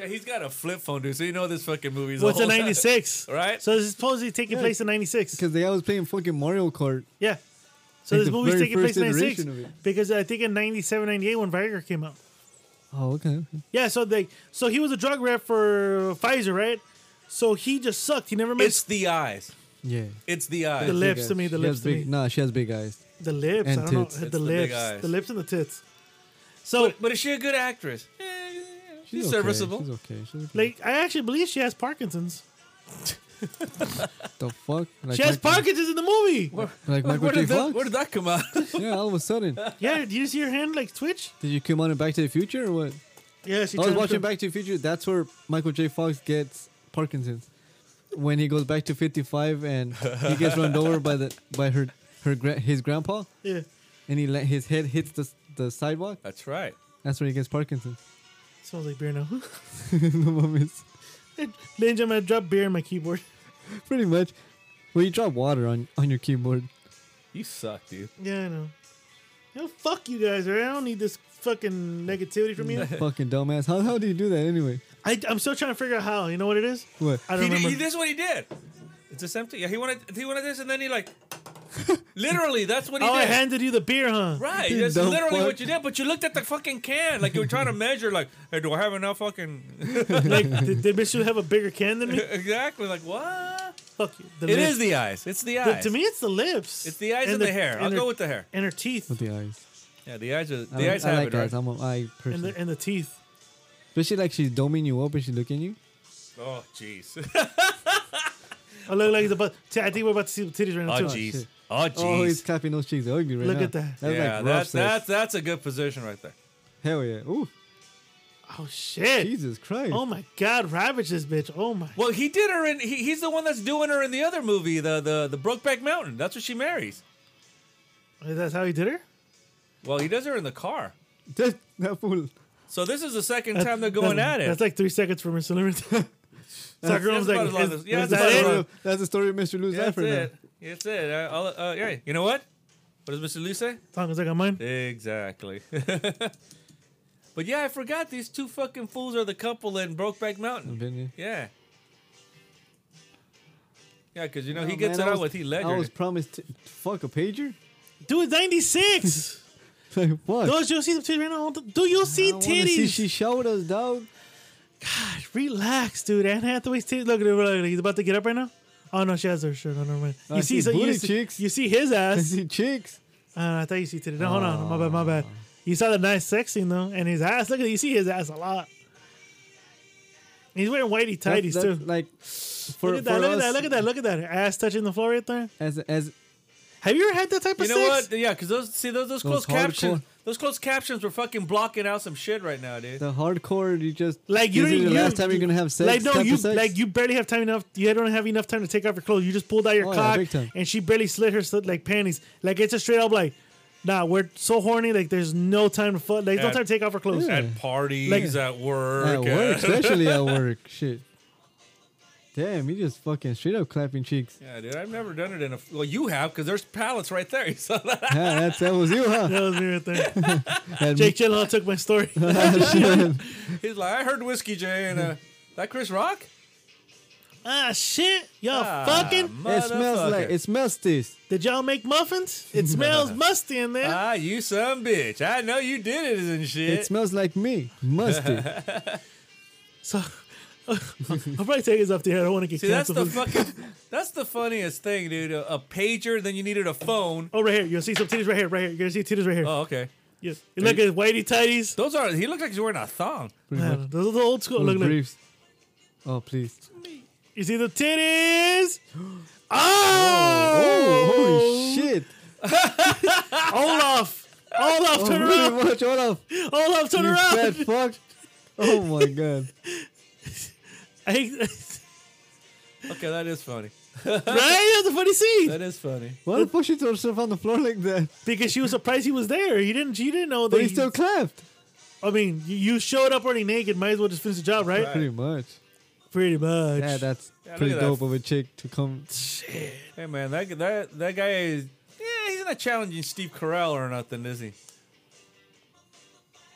S2: Yeah, he's got a flip phone, dude. So you know this fucking movie's.
S1: What's
S2: a
S1: in '96?
S2: Right?
S1: So this is supposedly taking
S3: Yeah.
S1: place in '96.
S3: Because the guy was playing fucking Mario Kart.
S1: Yeah. So
S3: Like
S1: this
S3: the
S1: movie's
S3: very
S1: taking place
S3: first
S1: in 96
S3: iteration of it.
S1: because I think in 97, 98 when Viagra came out.
S3: Oh, okay. okay.
S1: Yeah, so they so he was a drug rep for Pfizer, right? So he just sucked. He never made
S2: It's the eyes.
S3: Yeah.
S2: It's the eyes.
S1: the
S3: Big
S1: lips to
S3: eyes.
S1: me, the
S3: She
S1: lips
S3: has
S1: to
S3: big,
S1: me.
S3: Nah, she has big eyes.
S1: the lips.
S3: and
S1: I don't
S3: tits.
S1: know. The
S2: It's the big
S1: lips,
S2: eyes.
S1: the lips and the tits. So
S2: But, but is she a good actress? Eh,
S3: She's,
S2: She's,
S3: okay.
S2: serviceable.
S3: She's okay. She's okay.
S1: like I actually believe she has Parkinson's.
S3: the fuck? Like
S1: She has
S3: Michael-
S1: Parkinson's in the movie. [laughs]
S3: Like
S2: Where-
S3: Michael
S2: where,
S3: J.
S2: did that,
S3: Fox?
S2: where did that come out? [laughs]
S3: Yeah, all of a sudden.
S1: Yeah, did you see her hand like twitch?
S3: Did you come on in Back to the Future or what?
S1: Yeah, she.
S3: I was
S1: turned
S3: watching
S1: from-
S3: Back to the Future. That's where Michael J. Fox gets Parkinson's when he goes back to 55 and he gets run over by the by her her gra- his grandpa
S1: Yeah.
S3: and he let his head hits the the sidewalk.
S2: That's right.
S3: That's where he gets Parkinson's. [laughs]
S1: Smells like beer now. [laughs]
S3: the moments,
S1: Ninja, I'm gonna drop beer in my keyboard.
S3: pretty much. Well, you drop water on on your keyboard.
S2: You suck, dude.
S1: Yeah, I know. You know, fuck you guys, right? I don't need this fucking negativity from
S2: [laughs]
S1: you.
S3: Fucking dumbass. How how do you do that anyway?
S1: I, I'm still trying to figure out how. You know what it is?
S3: What?
S1: I don't
S2: He, did,
S1: remember.
S2: he this is what he did. It's just empty. Yeah, he wanted he wanted this, and then he like, [laughs] literally, that's what he
S1: oh,
S2: did.
S1: I handed you the beer, huh?
S2: right,
S3: You
S2: that's
S3: dumb
S2: literally
S3: fuck.
S2: what you did. But you looked at the fucking can, like you were trying to measure, like, hey, do I have enough fucking? [laughs]
S1: Like, did, did Mitchell have a bigger can than me?
S2: exactly, like what?
S1: Fuck you. The
S2: It
S1: lips.
S2: is the eyes. It's the
S1: The-
S2: eyes.
S1: to me, it's the lips.
S2: it's the eyes and, the, hair. I'll
S1: and
S2: go
S1: her-
S2: with the hair.
S1: And her teeth.
S3: With the eyes.
S2: Yeah, the eyes. Are,
S3: I
S2: the
S3: like-
S2: eyes
S3: I
S2: have
S3: like
S2: it, right?
S3: eyes. I'm a eye
S1: And
S3: person.
S1: the, and the teeth.
S3: Especially like she's doming you up and she's looking at you.
S2: Oh, jeez.
S1: I look like the butt. I think we're about to see the titties right now,
S2: [laughs] Oh,
S1: too.
S2: jeez.
S3: shit.
S2: Oh,
S3: Oh, he's
S2: jeez.
S3: clapping those cheeks. They're ugly right
S1: Look
S3: now.
S1: at that.
S3: That's
S2: yeah,
S3: like rough
S2: that's
S3: sex.
S2: that's that's a good position right there.
S3: Hell yeah. Ooh,
S1: Oh, shit.
S3: Jesus Christ.
S1: Oh, my God. Ravage this bitch. Oh, my.
S2: Well, he did her in. He, he's the one that's doing her in the other movie, the the the Brokeback Mountain. That's what she marries.
S1: That's how he did her?
S2: Well, he does her in the car.
S3: That, that fool.
S2: So this is the second time they're going
S1: That's-
S2: at it.
S1: That's like three seconds for Mr. [laughs] Limit. Soccer
S2: that's
S1: Mom's
S2: about
S1: like,
S2: as long
S1: is,
S2: as- yeah,
S1: is
S2: that's
S1: that
S2: about as
S1: it?
S2: long
S3: That's the story of Mr. Lou's
S2: Yeah,
S3: life
S2: that's
S3: right now.
S2: it. That's it. I- I'll, uh, yeah, you know what? What does Mr. Lee say?
S1: Song is like on mine.
S2: Exactly. [laughs] but yeah, I forgot these two fucking fools are the couple in Brokeback Mountain.
S3: Didn't you?
S2: Yeah. Yeah, because you know
S3: Oh,
S2: he gets
S3: man,
S2: it
S3: I
S2: out
S3: was-
S2: with Heath
S3: I
S2: Ledger.
S3: was promised to, fuck a pager. [laughs]
S1: Dude, 96.
S3: Like what?
S1: Those you see the titties right now? Do you see
S3: I wanna See,
S1: titties?
S3: she showed us, dog. [laughs]
S1: Relax, dude. Anne Hathaway's titties. Look at her. Look, he's about to get up right now. Oh no, she has her shirt on. Never mind.
S3: I
S1: You see,
S3: see
S1: so you
S3: Ah, booty
S1: see,
S3: cheeks.
S1: you see his
S3: I
S1: ass.
S3: [laughs] see chicks.
S1: Uh, I thought you see titties. No, hold on. My bad. My
S3: Ah.
S1: bad. You saw the nice sex scene though, and his ass. Look at you see his ass a lot. He's wearing whitey
S3: That-
S1: tighties
S3: that-
S1: too.
S3: Like for,
S1: look at that.
S3: for
S1: Look at
S3: us,
S1: that. Look at that. Look at that. Ass touching the floor right there.
S3: As as
S1: Have you ever had that type
S2: You
S1: of
S2: know
S1: sex?
S2: what? Yeah, because those see those those,
S3: Those
S2: closed captions
S3: hardcore-
S2: those closed captions were fucking blocking out some shit right now, dude.
S3: the hardcore, you just
S1: Like you
S3: Is
S1: don't
S3: it the
S1: you-
S3: last time you're gonna have sex.
S1: Like no,
S3: type
S1: you
S3: of sex?
S1: like you barely have time enough. You don't have enough time to take off your clothes. You just pulled out your
S3: Oh, yeah,
S1: cock,
S3: big time.
S1: and she barely slid her slit, like panties. Like it's a straight up like, nah, we're so horny. Like there's no time to fuck. Like no
S2: Yeah.
S1: time to take off her clothes.
S3: Yeah.
S2: At parties,
S1: Like-
S2: at work,
S3: at
S1: [laughs]
S2: uh,
S3: work, especially at work. Shit. Damn, you just fucking straight up
S1: [laughs]
S3: clapping cheeks.
S2: [laughs] Yeah, dude, I've never done it in a. Well, you have because there's pallets right there. [laughs] You saw that?
S3: Yeah, that's, that was you, huh?
S1: That was me right there.
S3: [laughs] That-
S1: Jake Gyllenhaal took my
S3: [laughs]
S1: story. [laughs]
S2: He's like, I heard Whiskey J and uh, that Chris Rock.
S1: ah shit, y'all
S2: Ah,
S1: fucking.
S3: it smells like
S2: motherfucker.
S3: it smells this.
S1: Did y'all make muffins? It
S3: [laughs]
S1: smells musty in there.
S2: Ah, you some bitch. I
S1: Eh.
S2: know you did it and
S1: [laughs]
S2: shit.
S3: It smells like me, musty.
S1: so. [laughs] I'll probably take this off the air. I don't want to get
S2: See, that's
S1: canceled.
S2: the fucking. That's the funniest thing, dude. A, a pager, then you needed a phone.
S1: [laughs] oh, right here. You'll see some titties right here. Right here. You're gonna see titties right here.
S2: Oh, okay.
S1: yeah. You look at whitey
S3: [laughs]
S1: tighties.
S2: Those are. He looks like he's wearing a thong.
S3: Pretty
S1: [laughs]
S3: much.
S1: Man, those are the old school.
S3: Those
S1: Look, look.
S3: briefs. Oh please.
S1: You see the
S3: [gasps]
S1: titties? Ah! Oh,
S3: Oh holy shit!
S1: Olaf. Olaf, turn
S3: Pretty
S1: around.
S3: Oh, much Olaf.
S1: [laughs] Olaf, turn
S3: You fat
S1: [laughs] around.
S3: fuck. Oh my god.
S1: I hate,
S2: Okay, that is funny.
S1: right? That's a funny scene.
S2: That is funny.
S3: Why the fuck she threw herself on the floor like that?
S1: Because she was surprised he was there. He didn't. She didn't know that.
S3: But he
S1: he-
S3: still clapped.
S1: I mean, you- you showed up already naked. Might as well just finish the job, right?
S3: Pretty much.
S1: Pretty much.
S3: Yeah, that's
S2: look
S3: pretty
S2: at that.
S3: dope of a chick to come.
S2: Hey man, that that that guy is. Yeah, he's not challenging Steve Carell or nothing, is he?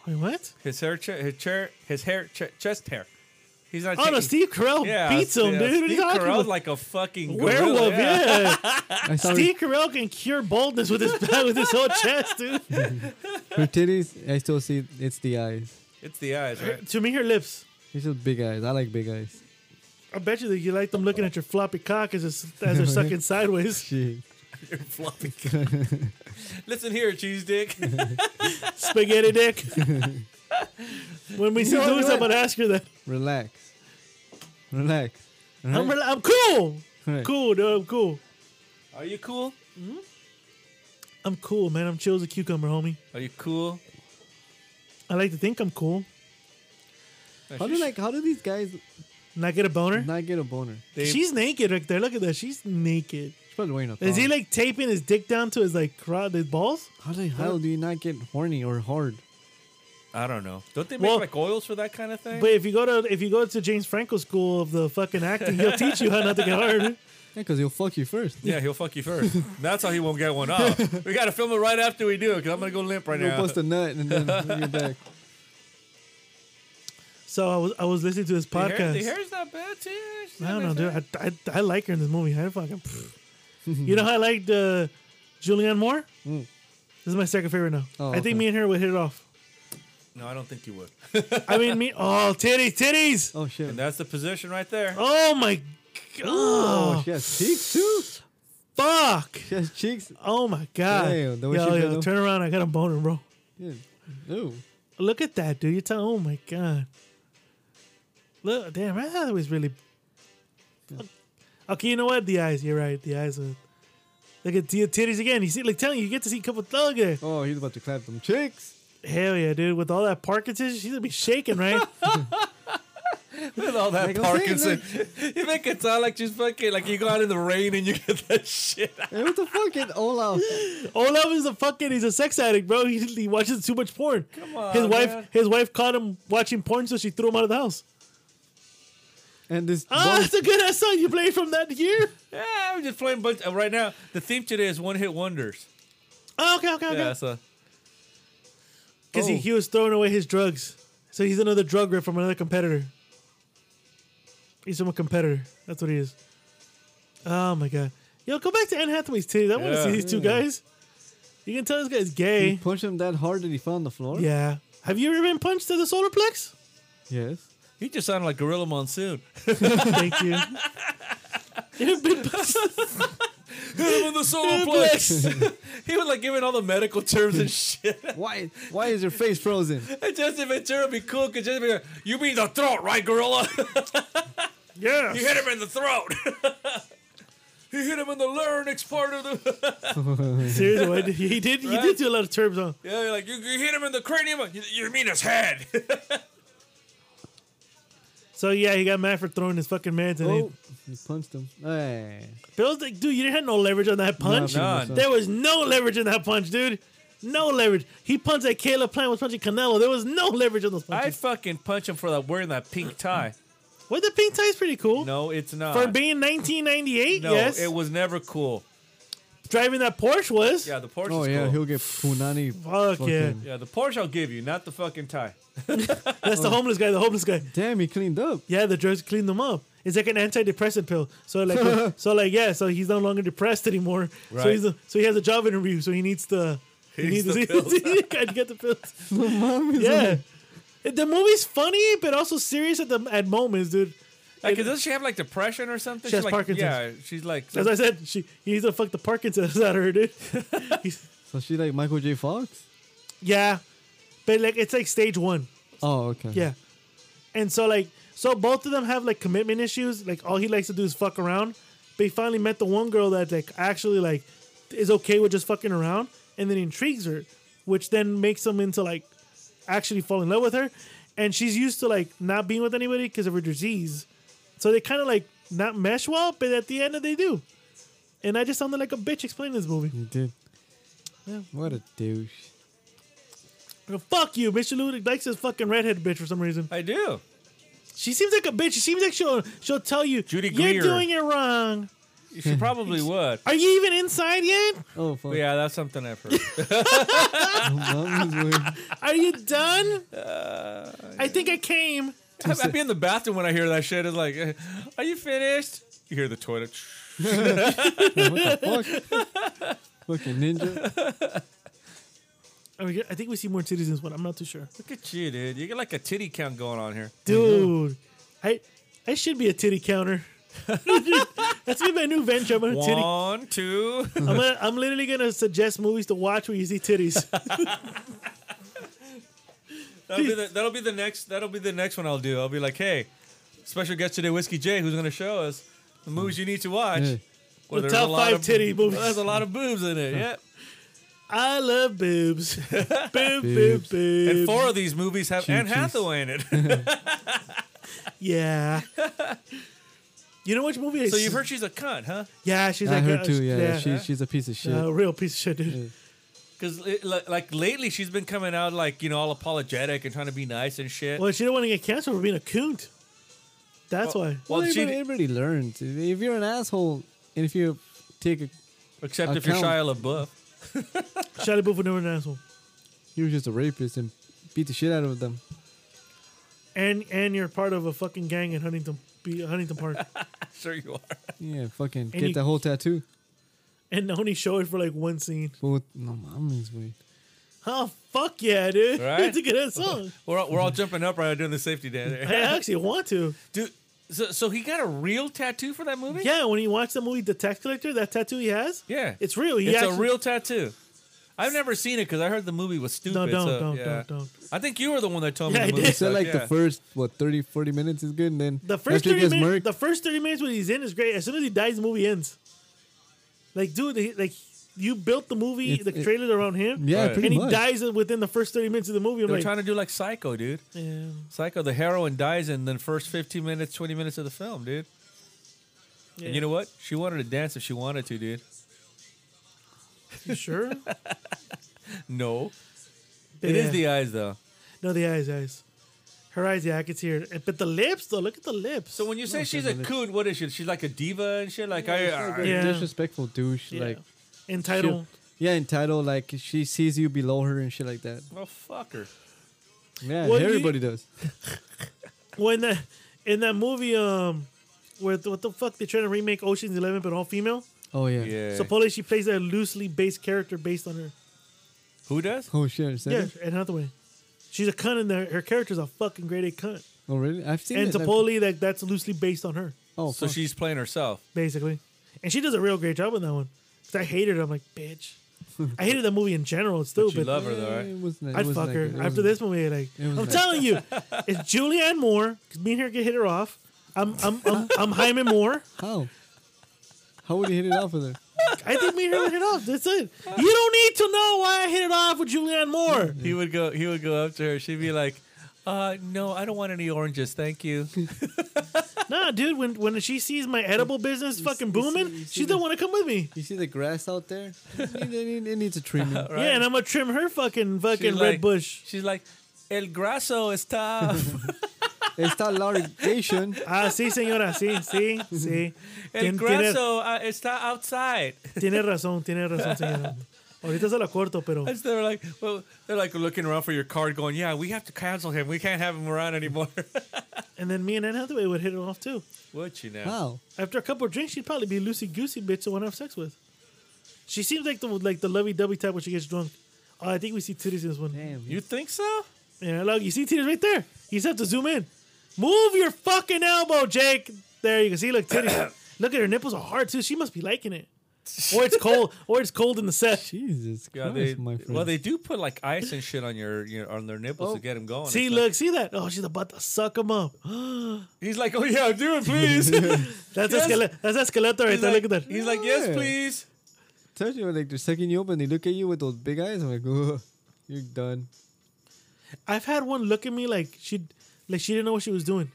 S1: Wait, what?
S2: His hair, che- his chair, his hair, che- chest hair. He's not.
S1: Oh no,
S2: taking-
S1: Steve Carell
S2: Yeah,
S1: beats him,
S2: yeah,
S1: dude. what are you
S2: Steve
S1: talking
S2: Carell's
S1: about?
S2: like a fucking gorilla,
S1: Werewolf, yeah.
S3: [laughs] I saw her,
S1: Steve Carell can cure baldness with his [laughs] with his whole chest, dude.
S3: her titties. I still see it's the eyes.
S2: It's the
S1: [laughs]
S2: eyes, right?
S1: to me, her lips.
S3: It's just big eyes. I like big eyes.
S1: I bet you that you like them looking at your floppy cock as it's,
S3: [laughs]
S1: as they're sucking sideways.
S3: Shit.
S2: Floppy. Listen here,
S1: [laughs]
S2: cheese dick.
S1: Spaghetti dick. when we see
S3: know
S1: Louis,
S3: what?
S1: I'm gonna ask her that.
S3: Relax. Relax.
S1: I'm rela- I'm cool.
S3: Right.
S1: Cool, dude. I'm cool.
S2: Are you cool?
S1: I'm cool, man. I'm chill as a cucumber, homie.
S2: Are you cool?
S1: I like to think I'm cool.
S3: How do like how do these guys
S1: Not get a boner.
S3: not get a boner?
S2: They-
S1: She's naked right there. Look at that. She's naked.
S3: She's probably wearing a thong.
S1: Is he like taping his dick down to his like crowd, his balls?
S3: how the hell do you not get horny or hard?
S2: I don't know. Don't they make
S1: Well-
S2: like oils for that kind of thing?
S1: But if you go to if you go to James Franco School of the fucking acting, he'll teach you how not to get hard.
S3: Yeah, because he'll fuck you first.
S2: yeah, he'll fuck
S1: [laughs]
S2: you first. That's how he won't get one off. we gotta film it right after we do it, cause I'm gonna go limp right
S3: He'll
S2: now.
S3: bust a nut and then
S1: [laughs]
S3: you're back.
S1: So I was I was listening to his
S2: The hair-
S1: podcast.
S2: the hair's not bad too. She's
S1: I
S2: not
S1: don't know,
S2: that
S1: dude.
S2: bad.
S1: I, I, I like her in this movie. I fucking.
S3: [laughs]
S1: you know how I liked uh, Julianne Moore. This is my second favorite now.
S3: Mm. Oh,
S1: I think
S3: okay.
S1: me and her would hit it off.
S2: No, I don't think you would. [laughs]
S1: I mean, me. Oh, titties, titties.
S3: Oh shit.
S2: And that's the position right there.
S1: Oh my god.
S3: Oh, she has cheeks too.
S1: fuck.
S3: She has cheeks.
S1: Oh my god.
S3: Damn, the way
S1: yo,
S3: she
S1: yo,
S3: fell.
S1: turn around. I got a boner, bro.
S3: Yeah. Ooh.
S1: Look at that, dude. You're telling. Oh my god. Look, damn. Anne Hathaway's really. Okay, you know what? The eyes. You're right. The eyes. Are... Look at the titties again. You see, like telling you, you get to see a couple. Look at it.
S3: Oh, he's about to clap them cheeks.
S1: Hell yeah, dude! With all that Parkinson, she's gonna be shaking,
S2: [laughs]
S1: right?
S2: With all that
S3: Like I'm saying,
S2: Parkinson, [laughs] you make it sound like she's fucking like you go out in the rain and you get that [laughs] shit. out.
S3: Hey, what the fuck is Olaf?
S1: Olaf is a fucking he's a sex addict, bro. He, he watches too much porn. Come
S2: on,
S1: his wife
S2: man.
S1: his wife caught him watching porn, so she threw him out of the house.
S3: And this
S1: Ah,
S3: bald-
S1: that's a good ass song you played from that year.
S2: Yeah, I'm just playing. But right now, the theme today is one hit wonders.
S1: Oh, okay, okay,
S2: Yeah,
S1: okay.
S2: so
S1: Because
S3: Oh.
S1: he, he was throwing away his drugs, so he's another drug rep from another competitor. He's from a competitor. That's what he is. Oh my god, yo, go back to Anne Hathaway's titties. I want to
S2: Yeah.
S1: see these two guys. You can tell this guy's
S3: he
S1: gay.
S3: punched him that hard that he fell on the floor.
S1: Yeah. Have you ever been punched to the solar plex?
S3: Yes.
S2: you just sound like Gorilla [laughs] Monsoon.
S1: Thank you. [laughs] You've been punched.
S2: Hit him in the [laughs] solar plex. he was like giving all the medical terms and shit. [laughs]
S3: Why? Why is your face frozen?
S2: And Justin Ventura would be cool because Justin Ventura, you mean the throat, right, Gorilla?
S1: Yeah.
S2: [laughs] you hit him in the [laughs] throat. you hit him in the larynx part of
S1: [laughs]
S2: the. [laughs]
S1: Seriously, what? he did. He did do a lot of terms on.
S2: Yeah, you're like you, you hit him in the cranium. You, you mean his [laughs] head?
S1: So yeah, he got mad for throwing his fucking meds, [laughs] and
S3: Oh, he punched him. Hey.
S1: he, Bill's like, dude, you didn't have no leverage on that punch.
S2: none.
S1: There was no leverage in that punch, dude. No leverage. He punched at Caleb Plant was punching Canelo. There was no leverage on those
S2: I'd
S1: punches.
S2: fucking punch him for that wearing that pink tie.
S1: Well, the pink tie's pretty cool
S2: No, it's not.
S1: for being 1998.
S2: no,
S1: yes,
S2: it was never cool.
S1: driving that Porsche was.
S2: Yeah, the Porsche.
S3: Oh yeah, he'll get punani.
S1: Fuck yeah.
S2: Yeah, the Porsche I'll give you, not the fucking tie.
S1: [laughs] That's the homeless guy. The homeless guy.
S3: Damn, he
S1: [laughs]
S3: cleaned up.
S1: Yeah, the drugs clean them up. It's like an antidepressant pill. So
S2: [laughs]
S1: like, so like, yeah. So he's no longer depressed anymore. So
S2: Right.
S1: he's a, so he has a job interview. So he needs the he,
S2: needs
S1: [laughs] needs
S2: the [laughs]
S1: to see- gotta get the pills. yeah, The movie's funny, but also serious at the at moments, dude.
S2: Like, doesn't she have like depression or something?
S1: She has
S2: like,
S1: Parkinson's.
S2: Yeah, she's like.
S1: As I said, she he needs to fuck the Parkinson's [laughs] out of her, dude. He's-
S3: So she like Michael J. Fox?
S1: yeah, but like it's like stage one.
S3: Oh, okay.
S1: Yeah, and so like so both of them have like commitment issues. Like all he likes to do is fuck around. But he finally met the one girl that like actually like is okay with just fucking around, and then intrigues her, which then makes him into like actually fall in love with her. And she's used to like not being with anybody because of her disease, so they kind of like not mesh well. But at the end, they do. And I just sounded like a bitch explaining this movie.
S3: You did. Yeah, what a douche.
S1: Fuck you, Mister Ludic likes this fucking redhead bitch for some reason.
S2: I do.
S1: She seems like a bitch. She seems like she'll she'll tell you
S2: Judy
S1: you're
S2: Greer.
S1: doing it wrong. Hmm.
S2: She probably would.
S1: Are you even inside yet?
S3: Oh fuck.
S2: Yeah, that's something
S1: [laughs]
S2: I've heard.
S3: That was weird.
S1: Are you done?
S2: Uh,
S1: I think I came.
S2: I'd, I'd be in the bathroom when I hear that shit. It's like, eh, are you finished? You hear the toilet.
S3: [laughs] What the fuck?
S1: [laughs]
S3: Fucking ninja.
S1: I mean, Oh, I think we see more titties in this one. I'm not too sure,
S2: Look at you, dude. You got like a titty count going on here.
S1: dude. I I should be a titty counter. [laughs] That's gonna be my new venture. I'm gonna titty.
S2: One,
S1: [laughs]
S2: two.
S1: I'm gonna, I'm literally gonna suggest movies to watch where you see
S2: [laughs]
S1: titties.
S2: That'll be, the, that'll be the next. That'll be the next one I'll do. I'll be like, hey, special guest today, Whiskey J, who's gonna show us the movies you need to watch.
S3: Yeah.
S1: Hmm. The
S2: Well, there's a
S1: top
S2: lot
S1: five
S2: of-
S1: titty movies.
S2: There's a lot of boobs in it.
S1: [laughs]
S2: Yeah.
S1: I love
S2: [laughs]
S1: boobs. boob, boob, boob.
S2: And four of these movies have Anne
S3: Choo-choos.
S2: Hathaway in
S1: [laughs]
S2: it. [laughs]
S1: Yeah. you know which movie? I
S2: so
S1: s-
S2: you've heard she's a cunt, huh?
S1: Yeah, she's
S3: I
S1: like
S3: heard
S1: uh,
S3: too. Yeah, she
S1: yeah.
S3: she's a piece of shit.
S1: Uh, real piece of shit, dude.
S2: Because like lately, she's been coming out like you know all apologetic and trying to be nice and shit.
S1: Well, she didn't want to get canceled for being a coont. That's why.
S3: well,
S2: Well, she
S3: everybody,
S2: did-
S3: everybody learns. If if you're an asshole, and if you take, a,
S2: Except if you're Shia
S3: Account.
S2: LaBeouf. [laughs]
S1: Shia LaBeouf was never an asshole.
S3: you're just a rapist and beat the shit out of them.
S1: And and you're part of a fucking gang in Huntington be- Huntington
S2: [laughs]
S1: Park.
S2: Sure you are. [laughs]
S3: Yeah, fucking get
S1: you-
S3: that whole tattoo.
S1: and only show it for like one scene.
S3: But no,
S1: [laughs]
S3: mommy's way.
S1: Oh fuck yeah, dude. [laughs]
S2: Right?
S1: it's a good ass song.
S2: We're all, we're all jumping up right now doing the safety dance.
S1: I [laughs] actually want
S2: [laughs]
S1: to.
S2: Dude, so, so he got a real tattoo for that movie?
S1: Yeah, when you watch the movie The Tax Collector, that tattoo he has,
S2: Yeah.
S1: it's real. He
S2: It's
S1: actually,
S2: a real tattoo. I've never seen it because I heard the movie was stupid.
S1: No, don't,
S2: so,
S1: don't,
S2: yeah.
S1: don't, don't.
S2: I think you were the one that told
S1: Yeah, I
S2: me the movie.
S1: did.
S3: You said
S2: sucked,
S3: like
S2: yeah.
S3: the first what 30, 40 minutes is good, and then
S1: The first
S3: after he
S1: thirty
S3: gets
S1: minutes,
S3: murked-
S1: the first thirty minutes when he's in is great. As soon as he dies, the movie ends. Like, dude, he- like you built the movie,
S3: It-
S1: the
S3: it-
S1: trailer around him,
S3: yeah,
S2: Right.
S3: pretty
S1: and he
S3: much.
S1: dies within the first thirty minutes of the movie. I'm
S2: They were
S1: like,
S2: trying to do like Psycho, dude.
S1: yeah.
S2: Psycho, the heroine dies in the first 15 minutes, 20 minutes of the film, dude.
S1: Yeah.
S2: And you know what? She wanted to dance if she wanted to, dude. [laughs]
S1: You sure?
S2: No. It is
S1: Yeah.
S2: the eyes, though.
S1: no, the eyes, eyes. Her eyes, yeah, I can see her. But the lips, though, look at the lips.
S2: So when you say she's a coon, what is she? She's like a diva and shit? Like, I. I
S1: Yeah.
S3: disrespectful douche.
S1: yeah.
S3: Like she-
S1: entitled,
S3: yeah, entitled. Like she sees you below her and shit like that.
S2: oh, fuck her.
S3: Yeah,
S1: Well, you-
S3: everybody does.
S1: well, in that in that movie, um, with what the fuck they trying to remake Ocean's Eleven, but all female.
S3: Oh yeah.
S2: Yeah.
S1: So Polly, she plays a loosely based character based on her.
S2: Who does?
S3: Oh shit. is that
S1: Yeah,
S3: it?
S1: Anne Hathaway. She's a cunt in there. Her character's a fucking grade A cunt.
S3: Oh really? I've seen
S1: And
S3: it. like-
S1: Topoli, that that's loosely based on her,
S3: oh,
S2: So
S3: fuck.
S2: she's playing herself.
S1: basically. And she does a real great job in that one. 'Cause I hated her. I'm like, bitch. I hated that movie in general. It's
S2: But
S1: stupid.
S2: you love her, though,
S3: Yeah,
S2: right?
S3: it wasn't- it
S1: I'd
S3: wasn't
S1: fuck
S3: that
S1: her
S3: good. It
S1: after
S3: wasn't-
S1: this movie. Like I'm
S3: wasn't that
S1: telling
S3: [laughs]
S1: you, it's Julianne Moore. 'cause me and her get hit her off. I'm I'm I'm, I'm Hyman Moore.
S3: How? How would he hit it off with her?
S1: I think me and her hit it off. That's it. You don't need to know why I hit it off with Julianne
S3: [laughs]
S1: Moore.
S2: He would go. He would go up to her. She'd be like, uh, "No, I don't want any oranges, thank you."
S1: [laughs] Nah, dude. When when she sees my edible business fucking booming, she don't want to come with me.
S3: You see the grass out there? It, need- it need- it needs a treatment.
S2: [laughs] Right?
S1: Yeah, and I'm gonna trim her fucking fucking
S2: She's
S1: red
S2: like-
S1: bush.
S2: She's like, "El grasso
S1: [laughs]
S2: is tough.
S3: It's not
S2: [laughs]
S3: largation.
S1: Ah, sí, señora, sí, sí, sí.
S2: El
S1: Tien- tiene,
S2: grasso uh, está outside." [laughs]
S1: tiene razón, tiene razón, señora. Ahorita se la corto, pero
S2: And so they're like, well, they're like looking around for your card, going, "Yeah, we have to cancel him. We can't have him around anymore." [laughs]
S1: and then me and Anne Hathaway would hit it off too.
S2: Would you know?
S3: How?
S1: After a couple of drinks, she'd probably be a loosey goosey bitch to want to have sex with. She seems like the like the lovey dovey type when she gets drunk. Oh, I think we see titties in this one.
S3: Damn.
S2: You think so?
S1: Yeah, look, you see titties right there. You just have to zoom in. Move your fucking elbow, Jake. There you can see. Look,
S2: [coughs]
S1: titties. look at her nipples are hard too. She must be liking it. Or it's cold. or it's cold in the set.
S3: Jesus
S2: Yeah,
S3: Christ,
S2: they,
S3: my friend.
S2: well, they do put like ice and shit on your, you know, on their nipples
S3: Oh.
S2: to get them going.
S1: See,
S2: It's
S1: look, see that? Oh, she's about to suck him up. [gasps]
S2: like- he's like, oh yeah, do
S1: [laughs]
S2: it, please.
S1: That's
S2: Yes.
S1: that skeleton. That's that skeleton right
S2: [laughs] he's,
S1: there.
S2: like,
S1: look at that.
S2: he's like, yes,
S3: Yeah.
S2: please.
S3: Tell you, like they're sucking you up and they look at you with those big eyes. I'm like, Ugh, you're done.
S1: I've had one look at me like she, like she didn't know what she was doing.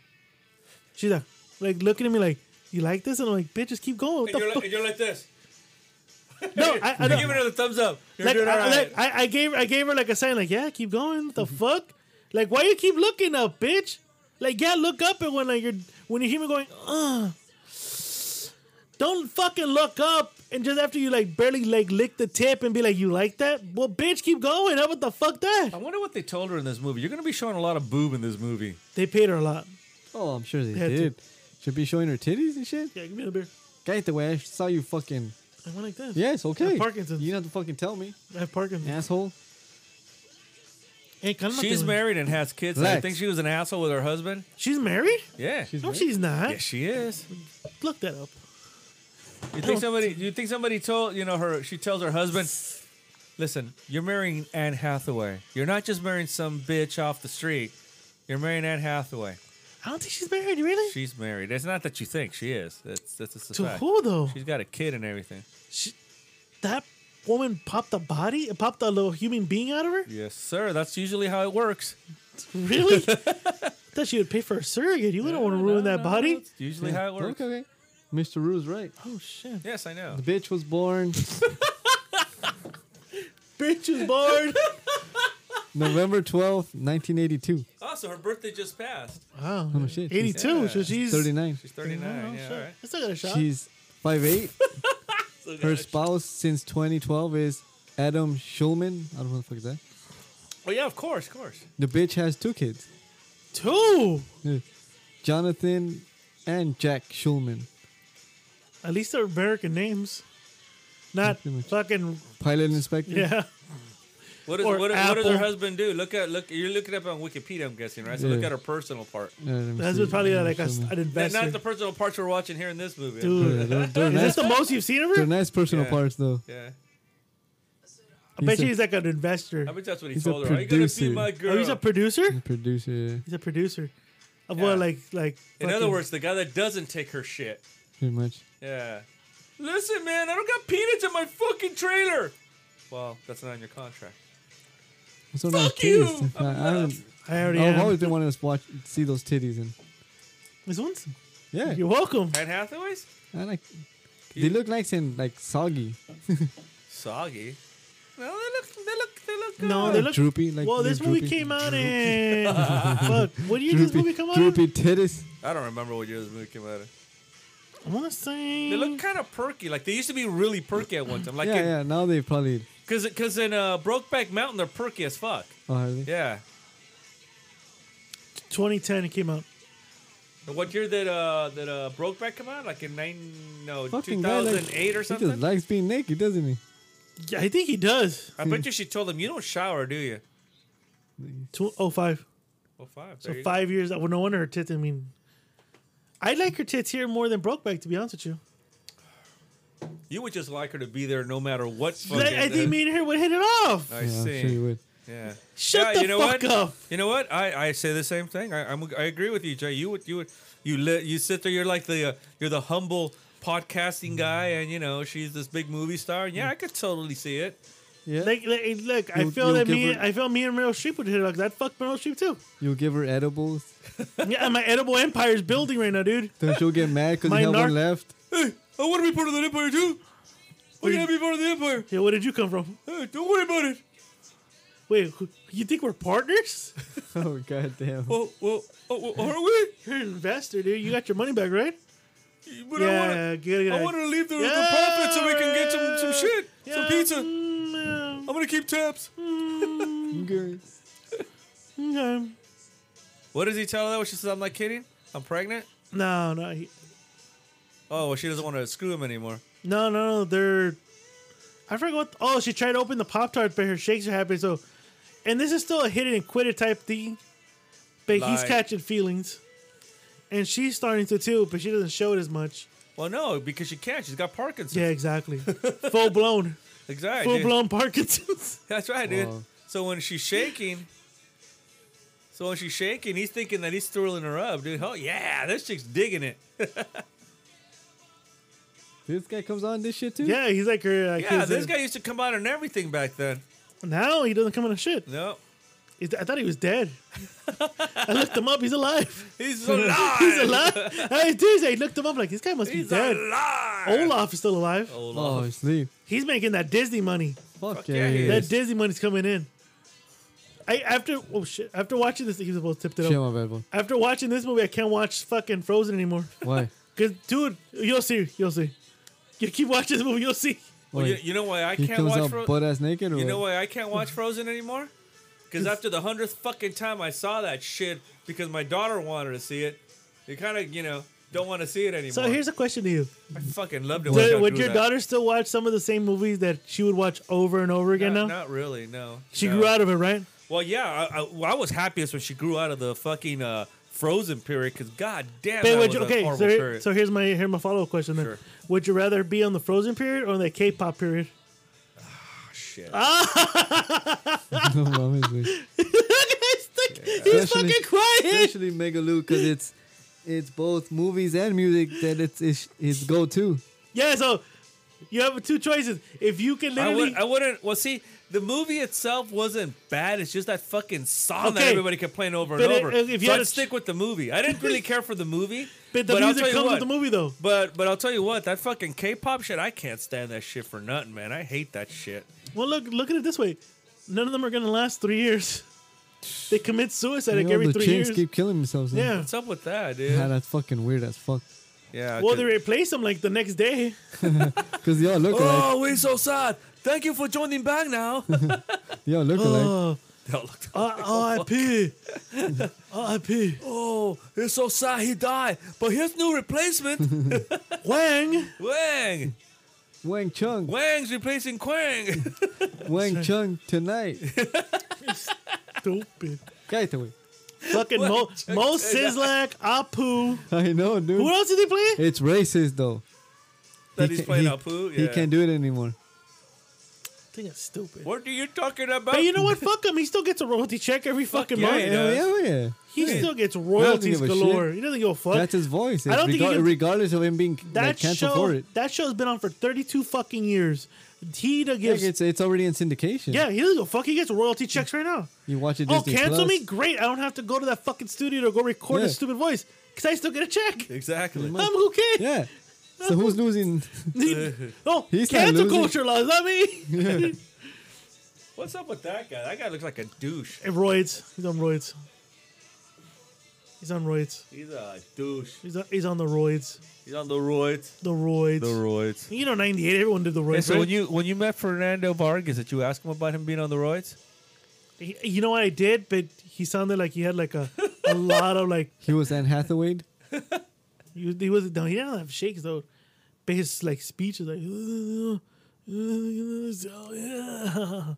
S1: She's like, like looking at me like, you like this? And I'm like, bitch, just keep going. What
S2: And you're,
S1: the
S2: like, and you're like this.
S1: fuck? [laughs] No, I, I
S2: You're
S1: don't.
S2: giving her the thumbs up. You're
S1: like,
S2: doing all
S1: I,
S2: right. Mm-hmm.
S1: like I, I gave I gave her like a sign like yeah keep going the fuck like why you keep looking up bitch like yeah look up and when like you're when you hear me going uh don't fucking look up and just after you like barely like lick the tip and be like you like that well bitch keep going how about the fuck
S2: I
S1: that
S2: wonder what they told her in this movie. You're gonna be showing a lot of boob in this movie.
S1: they paid her a lot
S3: Oh, I'm sure they
S1: They had to.
S3: did. Should be showing her titties and shit.
S1: yeah give me the beer
S3: Guys, the way I saw you fucking.
S1: I went like this
S3: Yes,
S1: I
S3: okay.
S1: have Parkinson's
S3: You don't have to fucking tell me,
S1: I have Parkinson's
S3: asshole.
S1: Hey, cálmate,
S2: She's
S1: güey.
S2: married and has kids. and I
S3: Lex.
S2: think she was an asshole with her husband.
S1: she's married
S2: Yeah.
S3: She's
S1: no
S3: married?
S1: she's not
S2: yeah, she is.
S1: look that up
S2: You think somebody? You think somebody told you know her? She tells her husband, "Listen, you're marrying Anne Hathaway. You're not just marrying some bitch off the street. You're marrying Anne Hathaway.
S1: I don't think she's married really
S2: She's married. It's not that you think she is. That's that's just a
S1: to
S2: fact.
S1: who though
S2: She's got a kid and everything.
S1: she, that woman popped a body, popped a little human being out of her.
S2: Yes, sir. That's usually how it works. [laughs]
S1: Really? I thought she would pay for a surrogate. You wouldn't want to ruin
S2: No,
S1: that
S2: no,
S1: body.
S2: no, it's usually how it works.
S3: Okay, okay. Mr. Rue's right.
S1: Oh shit!
S2: Yes, I know.
S3: The bitch was born
S1: Bitch is born.
S2: [laughs]
S3: November 12th, 1982.
S2: Also, her birthday just passed.
S1: wow,
S3: Oh, shit. She's
S1: eighty-two.
S2: Yeah.
S1: So she's
S3: 39.
S2: She's 39. Yeah, all right.
S1: I still got a shot.
S3: She's 5'8. Her spouse since 2012 is Adam Schulman. I don't know what the fuck is that.
S2: Oh yeah, of course, of course.
S3: The bitch has two kids
S1: two.
S3: Yeah. Jonathan and Jack Schulman.
S1: At least they're American names, not
S3: Pretty much.
S1: fucking
S3: Pilot inspector.
S1: yeah.
S2: What, is,
S1: Or
S2: what, what does her
S1: Apple.
S2: husband do? Look at look. You're looking up on Wikipedia, I'm guessing, right? So look
S3: Yeah.
S2: at her personal part.
S3: Yeah, Uh, let me
S1: That's
S3: see.
S1: just probably
S3: Adam
S1: like a,
S3: Schulman.
S1: an
S2: Not,
S1: investor.
S2: not the personal parts we're watching here in this movie.
S3: Yeah,
S1: Dude,
S3: they're, they're
S1: is this
S3: nice,
S1: the most you've seen of
S3: they're
S1: her?
S3: nice personal
S2: Yeah.
S3: parts, though.
S2: Yeah,
S1: I bet
S3: He's a-
S1: you he's like an investor.
S2: I bet that's what he
S3: He's a
S2: told her. Are you gonna be
S3: producer.
S2: my girl?
S1: Oh, he's a producer.
S3: Producer. yeah,
S1: He's a producer. Of
S2: Yeah.
S1: what, like, like.
S2: in other
S1: fucking-
S2: words, the guy that doesn't take her shit.
S3: Pretty much.
S2: Yeah. Listen, man, I don't got peanuts in my fucking trailer. Well, that's not in your contract.
S3: What's so nice
S2: Fuck you!
S3: titties? I, I haven't-
S1: I
S2: oh,
S1: already.
S3: I've
S1: am.
S3: always been wanting to watch, see those titties, and
S1: Miss Woods,
S3: yeah,
S1: You're welcome.
S2: Anne Hathaway's
S3: I like.
S2: You-
S3: They look nice and like soggy,
S2: soggy. No, they look. They look. They look. Good.
S1: No, they look
S3: droopy. Like
S1: well, this
S3: they're
S1: movie
S3: droopy.
S1: came out
S3: [laughs]
S1: in. Fuck, what year did this
S3: droopy,
S1: movie come out?
S3: droopy titties.
S2: I don't remember what year this movie came out. Of.
S1: I want to say.
S2: They look kind of perky. Like they used to be really perky at one time. Like
S3: yeah,
S2: in,
S3: yeah. Now they probably.
S2: Cause, cause in uh, Brokeback Mountain they're perky as fuck.
S3: Oh, are they?
S2: Yeah.
S1: 2010 it came out.
S2: And What year did uh that uh Brokeback come out? Like in nine no two
S3: Fucking guy, like,
S2: thousand eight or
S3: He
S2: something.
S3: just likes being naked, doesn't he?
S1: Yeah, I think he does.
S2: I bet you she told him you don't shower, do you?
S1: Tw- oh five.
S2: Well, five.
S1: So
S2: there you go.
S1: five years. Well, no wonder her tits. I mean, I like her tits here more than Brokeback, to be honest with you.
S2: You would just like her to be there no matter what.
S1: Like,
S2: fucking-
S1: I think me and her would hit it off.
S2: I
S3: yeah,
S2: see.
S3: I'm sure you would.
S2: Yeah.
S1: Shut
S2: Yeah,
S1: the
S2: you know
S1: fuck
S2: what?
S1: up.
S2: You know what? I, I say the same thing. I I'm, I agree with you, Jay. You would you would you li- you sit there. You're like the uh, you're the humble podcasting guy, and you know she's this big movie star. And yeah, I could totally see it.
S3: Yeah,
S1: Like, like, hey, look, I
S3: You'll-
S1: feel
S3: you'll
S1: that
S3: give
S1: me,
S3: her-
S1: I feel me and Meryl Streep would hit it like that. Fuck Meryl Streep too.
S3: you'll give her edibles.
S1: yeah, my edible empire's building right now, dude.
S3: Then she'll get mad because
S1: My
S3: you have
S1: narc-
S3: one left. [laughs]
S2: Hey, I want to be part of the empire too. I
S1: gotta
S2: be part of the empire.
S1: Yeah, where did you come from?
S2: Hey, don't worry about it.
S1: Wait, who, you think we're partners? [laughs]
S3: Oh goddamn!
S2: Well, well, oh, well are we?
S1: You're an investor, dude. You got your money back, right?
S2: But
S1: yeah, good.
S2: I want to. I want to leave the, the
S1: Yeah.
S2: profit so we can get some some shit, some pizza.
S1: Mm,
S2: I'm gonna keep tabs.
S1: yeah.
S3: Good.
S1: [laughs] Okay.
S2: What does he tell her? When she says, "I'm not kidding. I'm pregnant."
S1: No, no, he-
S2: Oh, well, she doesn't want to screw him anymore.
S1: no, no, no. They're. I forgot what. Oh, she tried to open the Pop Tart, but her shakes are happening. So And this is still a hit it and quit it type thing. But he's
S2: Like-
S1: catching feelings. And she's starting to too, but she doesn't show it as much.
S2: Well, no, because she can't. She's got Parkinson's.
S1: Yeah,
S2: [laughs]
S1: exactly. Full blown.
S2: exactly.
S1: Full
S2: dude.
S1: blown Parkinson's. [laughs]
S2: That's right, dude.
S3: Wow.
S2: So when she's shaking, so when she's shaking, he's thinking that he's thrilling her up, dude. Oh yeah, this chick's digging it.
S3: This guy comes on this shit too.
S1: yeah, he's like her. Like
S2: Yeah,
S1: his,
S2: this
S1: uh,
S2: guy used to come out on everything back then.
S1: Now he doesn't come on a shit.
S2: No,
S1: He- I thought he was dead. I looked him up. He's alive. [laughs]
S2: he's alive.
S1: He's alive. I did. I looked him up. Like this guy must
S2: He's
S1: be dead.
S2: alive.
S1: Olaf is still alive.
S2: Olaf.
S3: Oh, it's sleep.
S1: He's making that Disney money.
S3: Fuck,
S2: Fuck yeah,
S3: yeah.
S2: he
S3: yeah,
S2: is.
S3: yeah.
S1: That Disney money's coming in. I after oh shit after watching this he was supposed to tip it
S3: Shit,
S1: up.
S3: my bad one.
S1: After watching this movie, I can't watch fucking Frozen anymore. [laughs]
S3: Why?
S1: Cause dude, you'll see, you'll see. You keep watching this movie, you'll see.
S2: Well, Oh, you,
S3: Wait,
S2: you know why I
S3: he
S2: can't
S3: comes
S2: watch
S3: out
S2: Frozen?
S3: butt ass naked, or
S2: You
S3: what? [laughs]
S2: know why I can't watch Frozen anymore? Because after the hundredth fucking time I saw that shit, because my daughter wanted to see it. You kind of, you know, don't want to see it anymore.
S1: So here's a question to you:
S2: I fucking loved it. when I
S1: Does,
S2: got
S1: Would
S2: through
S1: your
S2: that.
S1: daughter still watch some of the same movies that she would watch over and over again?
S2: Not,
S1: now
S2: not really. No.
S1: she
S2: no.
S1: grew out of it, right?
S2: Well, yeah, I, I, well, I was happiest when she grew out of the fucking uh, Frozen period because god damn,
S1: But
S2: that
S1: would
S2: was
S1: you,
S2: a
S1: okay, so,
S2: horrible
S1: here-
S2: period.
S1: so here's my here's my follow up question then.
S2: Sure.
S1: Would you rather be on the Frozen period or on the K-pop
S2: [laughs]
S1: period?
S2: Shit.
S3: obviously.
S1: He's like- he's
S3: Especially-
S1: fucking crying.
S3: Especially Mega Luke, because it's it's both movies and music that it's it's, it's go to.
S1: Yeah, so you have two choices. If you can
S2: I,
S1: literally,
S2: would, I wouldn't. Well, see, the movie itself wasn't bad. It's just that fucking song that
S1: Okay.
S2: everybody complained over
S1: But
S2: and
S1: i-
S2: over.
S1: if you
S2: so
S1: had
S2: I'd
S1: a ch-
S2: stick with the movie. I didn't
S1: [laughs]
S2: really care for the movie,
S1: but the
S2: I'll
S1: music
S2: tell you
S1: comes
S2: what,
S1: with the movie though.
S2: But but I'll tell you what, that fucking K-pop shit, I can't stand that shit for nothing, man. I hate that shit.
S1: Well, look, look at it this way. None of them are gonna last three years. [laughs] They commit suicide like
S3: You know,
S1: every
S3: the
S1: three
S3: chicks
S1: years.
S3: keep killing themselves. huh?
S1: yeah.
S2: What's up with that,
S3: Yeah,
S2: dude?
S3: that's fucking weird as fuck.
S2: Yeah.
S1: Well,
S2: 'cause-
S1: they replace them like the next day.
S3: Cause y'all look alike.
S2: oh, we're so sad. Thank you for joining back
S1: [laughs]
S2: now. [laughs]
S3: Y'all look alike.
S1: Oh,
S2: That looked- [laughs]
S1: R.I.P. R.I.P.
S2: Oh, it's so sad he died. But here's new
S3: [laughs]
S2: replacement. [laughs]
S1: Wang.
S2: Wang.
S3: Wang Chung,
S2: Wang's replacing Quang. [laughs]
S3: Wang Chung
S1: [laughs]
S3: tonight.
S1: Stupid.
S3: Gaitaway.
S1: Fucking Mo, Mo Sizlak, Apu.
S3: I know,
S1: Who
S3: dude.
S1: else is he playing?
S3: It's racist though.
S2: that
S3: He
S2: he's
S3: can't-
S2: playing
S3: he,
S2: Apu. Yeah.
S3: He can't do it anymore.
S1: I think it's stupid.
S2: What are you talking about?
S1: But you know what? Fuck him. He still gets a royalty check every fucking
S2: yeah,
S1: month.
S2: he
S3: Yeah,
S2: does.
S3: yeah, yeah.
S1: He
S3: Yeah.
S1: still gets royalties
S3: give a
S1: galore. He doesn't give a fuck.
S3: That's his voice.
S1: I don't think he
S3: Regar-
S1: can-
S3: regardless of him being
S1: that
S3: like, canceled
S1: show
S3: for it.
S1: that show's been on for 32 fucking years. He da-
S3: Like,
S1: gives
S3: it's it's already in syndication.
S1: yeah, he doesn't go fuck. He gets royalty checks right now.
S3: You watch it.
S1: Oh,
S3: Disney
S1: cancel
S3: Plus.
S1: me? Great. I don't have to go to that fucking studio to go record
S3: Yeah.
S1: a stupid voice because I still get a check.
S2: Exactly.
S1: I'm okay.
S3: Yeah. So who's losing?
S1: [laughs] Oh,
S3: He's not
S1: cancel
S3: losing.
S1: culture laws. Not me.
S2: What's up with that guy? That guy looks like a douche.
S1: And roids. He's on roids. He's on roids.
S2: He's a douche.
S1: He's on, he's on the roids.
S2: He's on the roids.
S1: The roids.
S2: roids.
S1: you know, 98. Everyone did the roids.
S2: And so
S1: right?
S2: when you when you met Fernando Vargas, did you ask him about him being on the roids?
S1: He- you know what I did, but he sounded like he had like a,
S2: [laughs]
S1: a lot of like
S3: He was Anne Hathaway.
S1: He was, he was no, he didn't have shakes though. But his like speech is like [laughs] "Uh, uh, uh, uh, uh."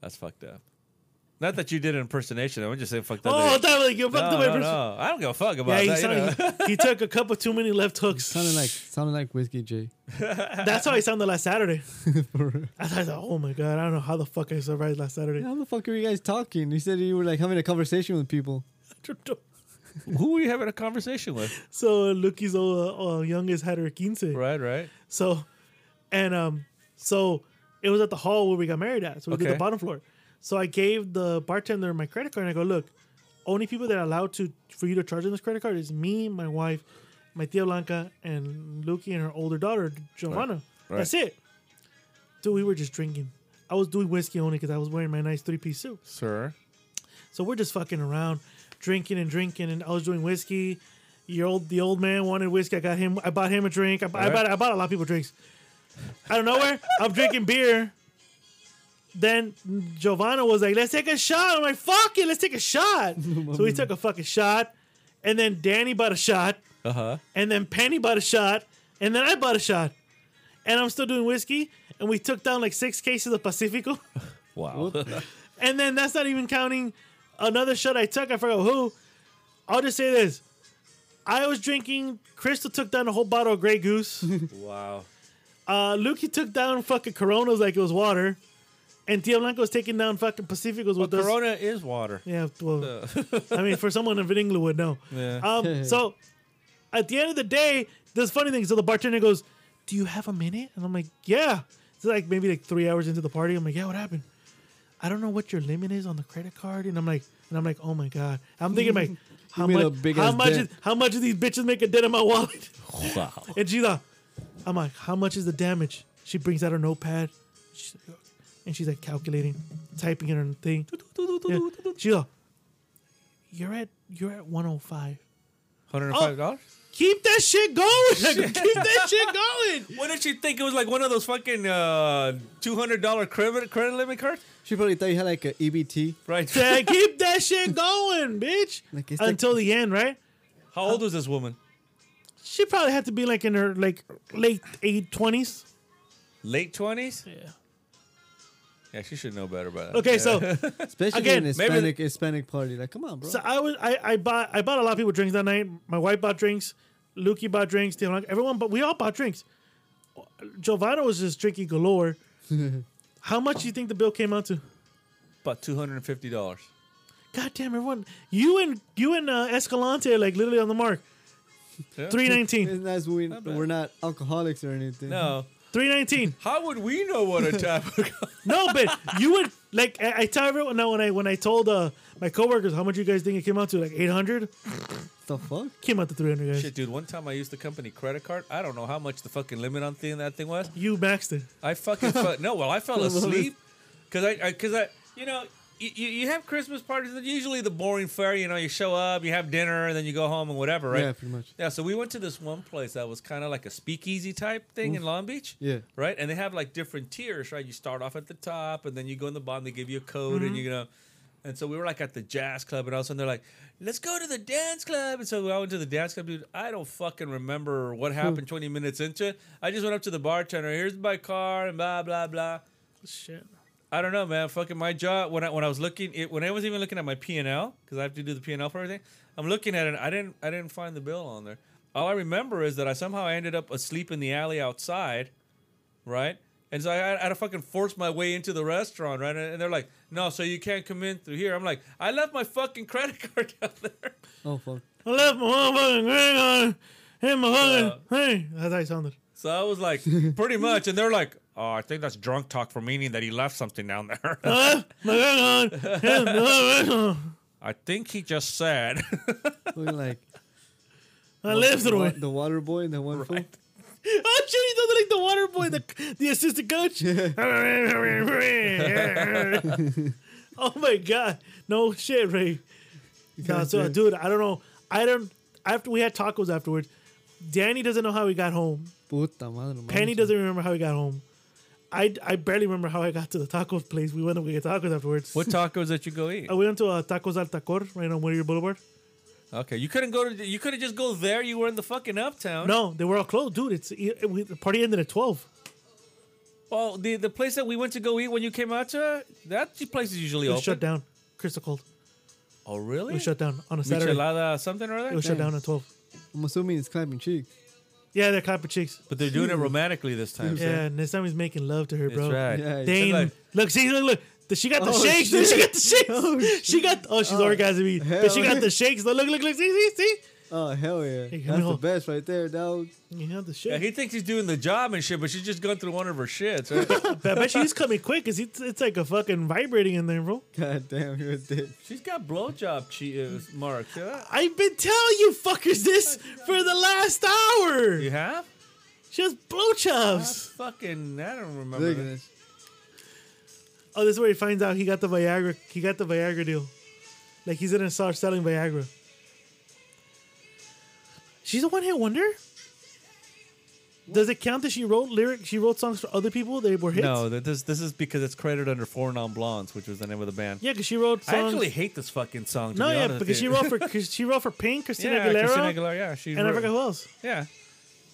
S2: That's fucked up. Not that you did an impersonation. I would just say fucked up.
S1: Oh,
S2: that
S1: that was like you fucked up
S2: no,
S1: my
S2: no,
S1: person.
S2: no. I don't give a fuck
S1: Yeah,
S2: about
S1: he,
S2: that. you know.
S1: sounded, he, he took a couple too many left
S2: [laughs]
S1: hooks.
S3: Sounded like sounded like Whiskey J.
S1: That's how he sounded last
S2: [laughs]
S1: Saturday. I thought, oh my god, I don't know how the fuck I survived last [laughs] Saturday.
S3: How the fuck are you guys talking? You said you were like having a conversation with people.
S2: [laughs] Who were you having a conversation with?
S1: So Lucky's uh, uh, youngest had her quince.
S2: Right, right.
S1: So, and um, so it was at the hall where we got married at. So we did
S2: Okay.
S1: the bottom floor. So I gave the bartender my credit card and I go, look, only people that are allowed to for you to charge on this credit card is me, my wife, my tia Blanca, and Luki and her older daughter Giovanna.
S2: Right.
S1: That's it. Dude, we were just drinking. I was doing whiskey only because I was wearing my nice three piece suit.
S2: Sir.
S1: So we're just fucking around, drinking and drinking. And I was doing whiskey. Your old the old man wanted whiskey. I got him. I bought him a drink. I, bu- I
S2: Alright.
S1: bought I bought a lot of people drinks. Out of nowhere, I'm drinking beer. Then Giovanna was like, "Let's take a shot." I'm like, "Fuck it, let's take a shot." so we took a fucking shot, and then Danny bought a shot,
S2: Uh huh.
S1: and then Penny bought a shot, and then I bought a shot, [laughs] and I'm still doing whiskey. And we took down like six cases of Pacifico.
S2: Wow.
S1: And then that's not even counting another shot I took. I forgot who. I'll just say this. I was drinking. Crystal took down a whole bottle of Grey Goose.
S2: [laughs] Wow.
S1: Uh, Lukey took down fucking Coronas like it was water, and Tio Blanco was taking down fucking Pacificos with those.
S2: Corona is water.
S1: yeah, well, I mean, for someone in England would know.
S2: Yeah.
S3: [laughs]
S1: Um, so at the end of the day, this funny thing. So the bartender goes, "Do you have a minute?" And I'm like, "Yeah." It's like maybe like three hours into the party. I'm like, "Yeah, what happened?" I don't know what your limit is on the credit card, and I'm like, and I'm like, "Oh my god!" I'm thinking
S3: [laughs]
S1: like, how
S3: made a
S1: much?
S3: big
S1: How
S3: ass
S1: much?
S3: dent.
S1: Is, how much do these bitches make a dent in my
S3: [laughs]
S1: wallet?
S2: [laughs] [laughs] Wow.
S1: And she's like, I'm like, how much is the damage? She brings out her notepad, she's like, and she's like calculating, typing in her thing. Yeah.
S2: Oh.
S1: She's like, you're at you're at 105.
S2: Hundred and five dollars.
S1: Keep that shit [laughs] going. Keep that shit [laughs] going.
S2: What did she think? It was like one of those fucking uh, two hundred dollar credit credit limit cards,
S3: She probably thought you had like E an EBT.
S2: right?
S1: Say, keep that shit going, bitch.
S3: Like, it's like-
S1: Until the end, right?
S2: How old was this woman?
S1: She probably had to be like in her like late eight twenties.
S2: Late twenties.
S1: Yeah.
S2: Yeah, she should know better by that.
S1: Okay,
S2: Yeah.
S1: so
S3: Especially
S1: Again,
S3: in
S1: maybe
S3: Hispanic Hispanic party. Like, come on, bro.
S1: So I was I, I bought I bought a lot of people drinks that night. My wife bought drinks, Lukey bought drinks, Tio Blanco- everyone but we all bought drinks. Giovanna was just drinking
S3: [laughs]
S1: galore. How much do you think the bill came out to?
S2: about two hundred and fifty dollars.
S1: God damn everyone. You and you and uh, Escalante are like literally on the mark.
S2: Yeah.
S1: 319.
S3: It's nice we,
S2: bad.
S3: we're not alcoholics or anything.
S2: No,
S1: 319.
S2: how would we know what a tap?
S1: No, but you would like I, I tell everyone now when I when I told uh, my coworkers how much you guys think it came out to like 800
S3: The fuck?
S1: came out to 300 guys.
S2: [laughs] Shit, dude. One time I used the company credit card. I don't know how much the fucking limit on thing that thing was.
S1: You maxed it.
S2: I fucking fu- no. Well, I fell
S3: love it.
S2: asleep because I because I, you know you, you you have Christmas parties and usually the boring fare. You know, you show up, you have dinner, and then you go home and whatever, right?
S3: Yeah, pretty much.
S2: Yeah, so we went to this one place that was kind of like a speakeasy type thing in Long Beach.
S3: Yeah.
S2: Right? And they have like different tiers, right? You start off at the top and then you go in the bottom, they give you a code and you're going to. And so we were like at the jazz club and all of a sudden they're like, let's go to the dance club. And so we all went to the dance club, dude. I don't fucking remember what happened 20 minutes into it. I just went up to the bartender, here's my car and blah, blah, blah.
S1: Shit.
S2: I don't know, man. Fucking my job when I when I was looking it, when I was even looking at my P and L because I have to do the P and L for everything. I'm looking at it. I didn't I didn't find the bill on there. All I remember is that I somehow ended up asleep in the alley outside, right? And so I had, I had to fucking force my way into the restaurant, right? And, and they're like, "No, so you can't come in through here." I'm like, "I left my fucking credit [laughs] card down there."
S3: Oh, fuck.
S1: I left my motherfucking ring on. Hey, my fucking hey. That's how he sounded.
S2: So I was [laughs] like, pretty much. And they're like, "Oh, I think that's drunk talk for meaning that he left something down there." [laughs]
S1: I left my ring on. Hey, my ring on.
S2: I think he just said. [laughs]
S3: Looking
S1: [laughs]
S3: like
S1: I left it
S3: the, wa-
S1: [laughs] away.
S3: the water boy and the one fool.
S1: Oh shit! He sounded like the water boy, the the assistant coach. [laughs] oh my god! No shit, Ray. No,
S3: can't
S1: so,
S3: do it.
S1: dude, I don't know. I don't. After we had tacos afterwards, Danny doesn't know how he got home.
S3: [laughs] Puta madre. no
S1: Penny
S3: manches.
S1: doesn't remember how he got home. I, I barely remember how I got to the taco place. We went and we get tacos afterwards.
S2: what tacos that you go eat?
S1: I went to uh, Tacos Al Tacor right on Whittier Boulevard.
S2: Okay, you couldn't go to. You could have just go there. You were in the fucking uptown.
S1: No, they were all closed, dude. It's e, it, we, the party ended at twelve.
S2: Well, the the place that we went to go eat when you came out to that place is usually
S1: It was
S2: open.
S1: shut down. Crystal cold.
S2: Oh, really?
S1: It was shut down on a Saturday.
S2: Michelada something or
S1: It
S2: other.
S1: was shut down at twelve.
S3: I'm assuming it's clapping cheeks.
S1: Yeah, they're clapping cheeks.
S2: But they're doing it romantically this time. so-
S1: Yeah, and this time he's making love to her,
S2: that's
S1: bro.
S2: right.
S3: Yeah, it's
S1: Dane,
S2: like-
S1: look, see, look, look. The- She got the
S3: Oh,
S1: shakes. dude. She
S3: shit.
S1: got the shakes. [laughs] she got. Oh, she's orgasming. But she
S3: hell.
S1: got the shakes. Though. Look, look, look. See, see, see.
S3: Oh, hell yeah.
S1: Hey,
S3: That's
S1: no.
S3: the best right there, dog.
S1: You know the shakes.
S2: Yeah, he thinks he's doing the job and shit, but she's just going through one of her shits.
S1: [laughs]
S2: right?
S1: I bet she's coming quick because it's, it's like a fucking vibrating in there, bro.
S3: God damn, he was dead.
S2: she's got blowjob che- uh, marks. Yeah.
S1: I've been telling you fuckers this for the last hour.
S2: You have?
S1: She has
S2: I
S1: blowjobs.
S2: fucking, I don't remember.
S3: Look
S2: that.
S3: at this.
S1: Oh, this is where he finds out he got the Viagra. He got the Viagra deal. Like he's gonna start selling Viagra. She's a one-hit wonder. Does it count that she wrote lyric? She wrote songs for other people. They were hits.
S2: No, that this this is because it's credited under Four Non Blondes, which was the name of the band.
S1: Yeah, because she wrote
S2: I
S1: songs.
S2: actually hate this fucking song. To
S1: no,
S2: be
S1: yeah,
S2: honest with
S1: because she
S2: you. [laughs]
S1: wrote for 'cause she wrote for Pink, Christina
S2: yeah,
S1: Aguilera,
S2: Christina Aguilera. Yeah, she
S1: and I
S2: wrote-
S1: forgot who else.
S2: Yeah.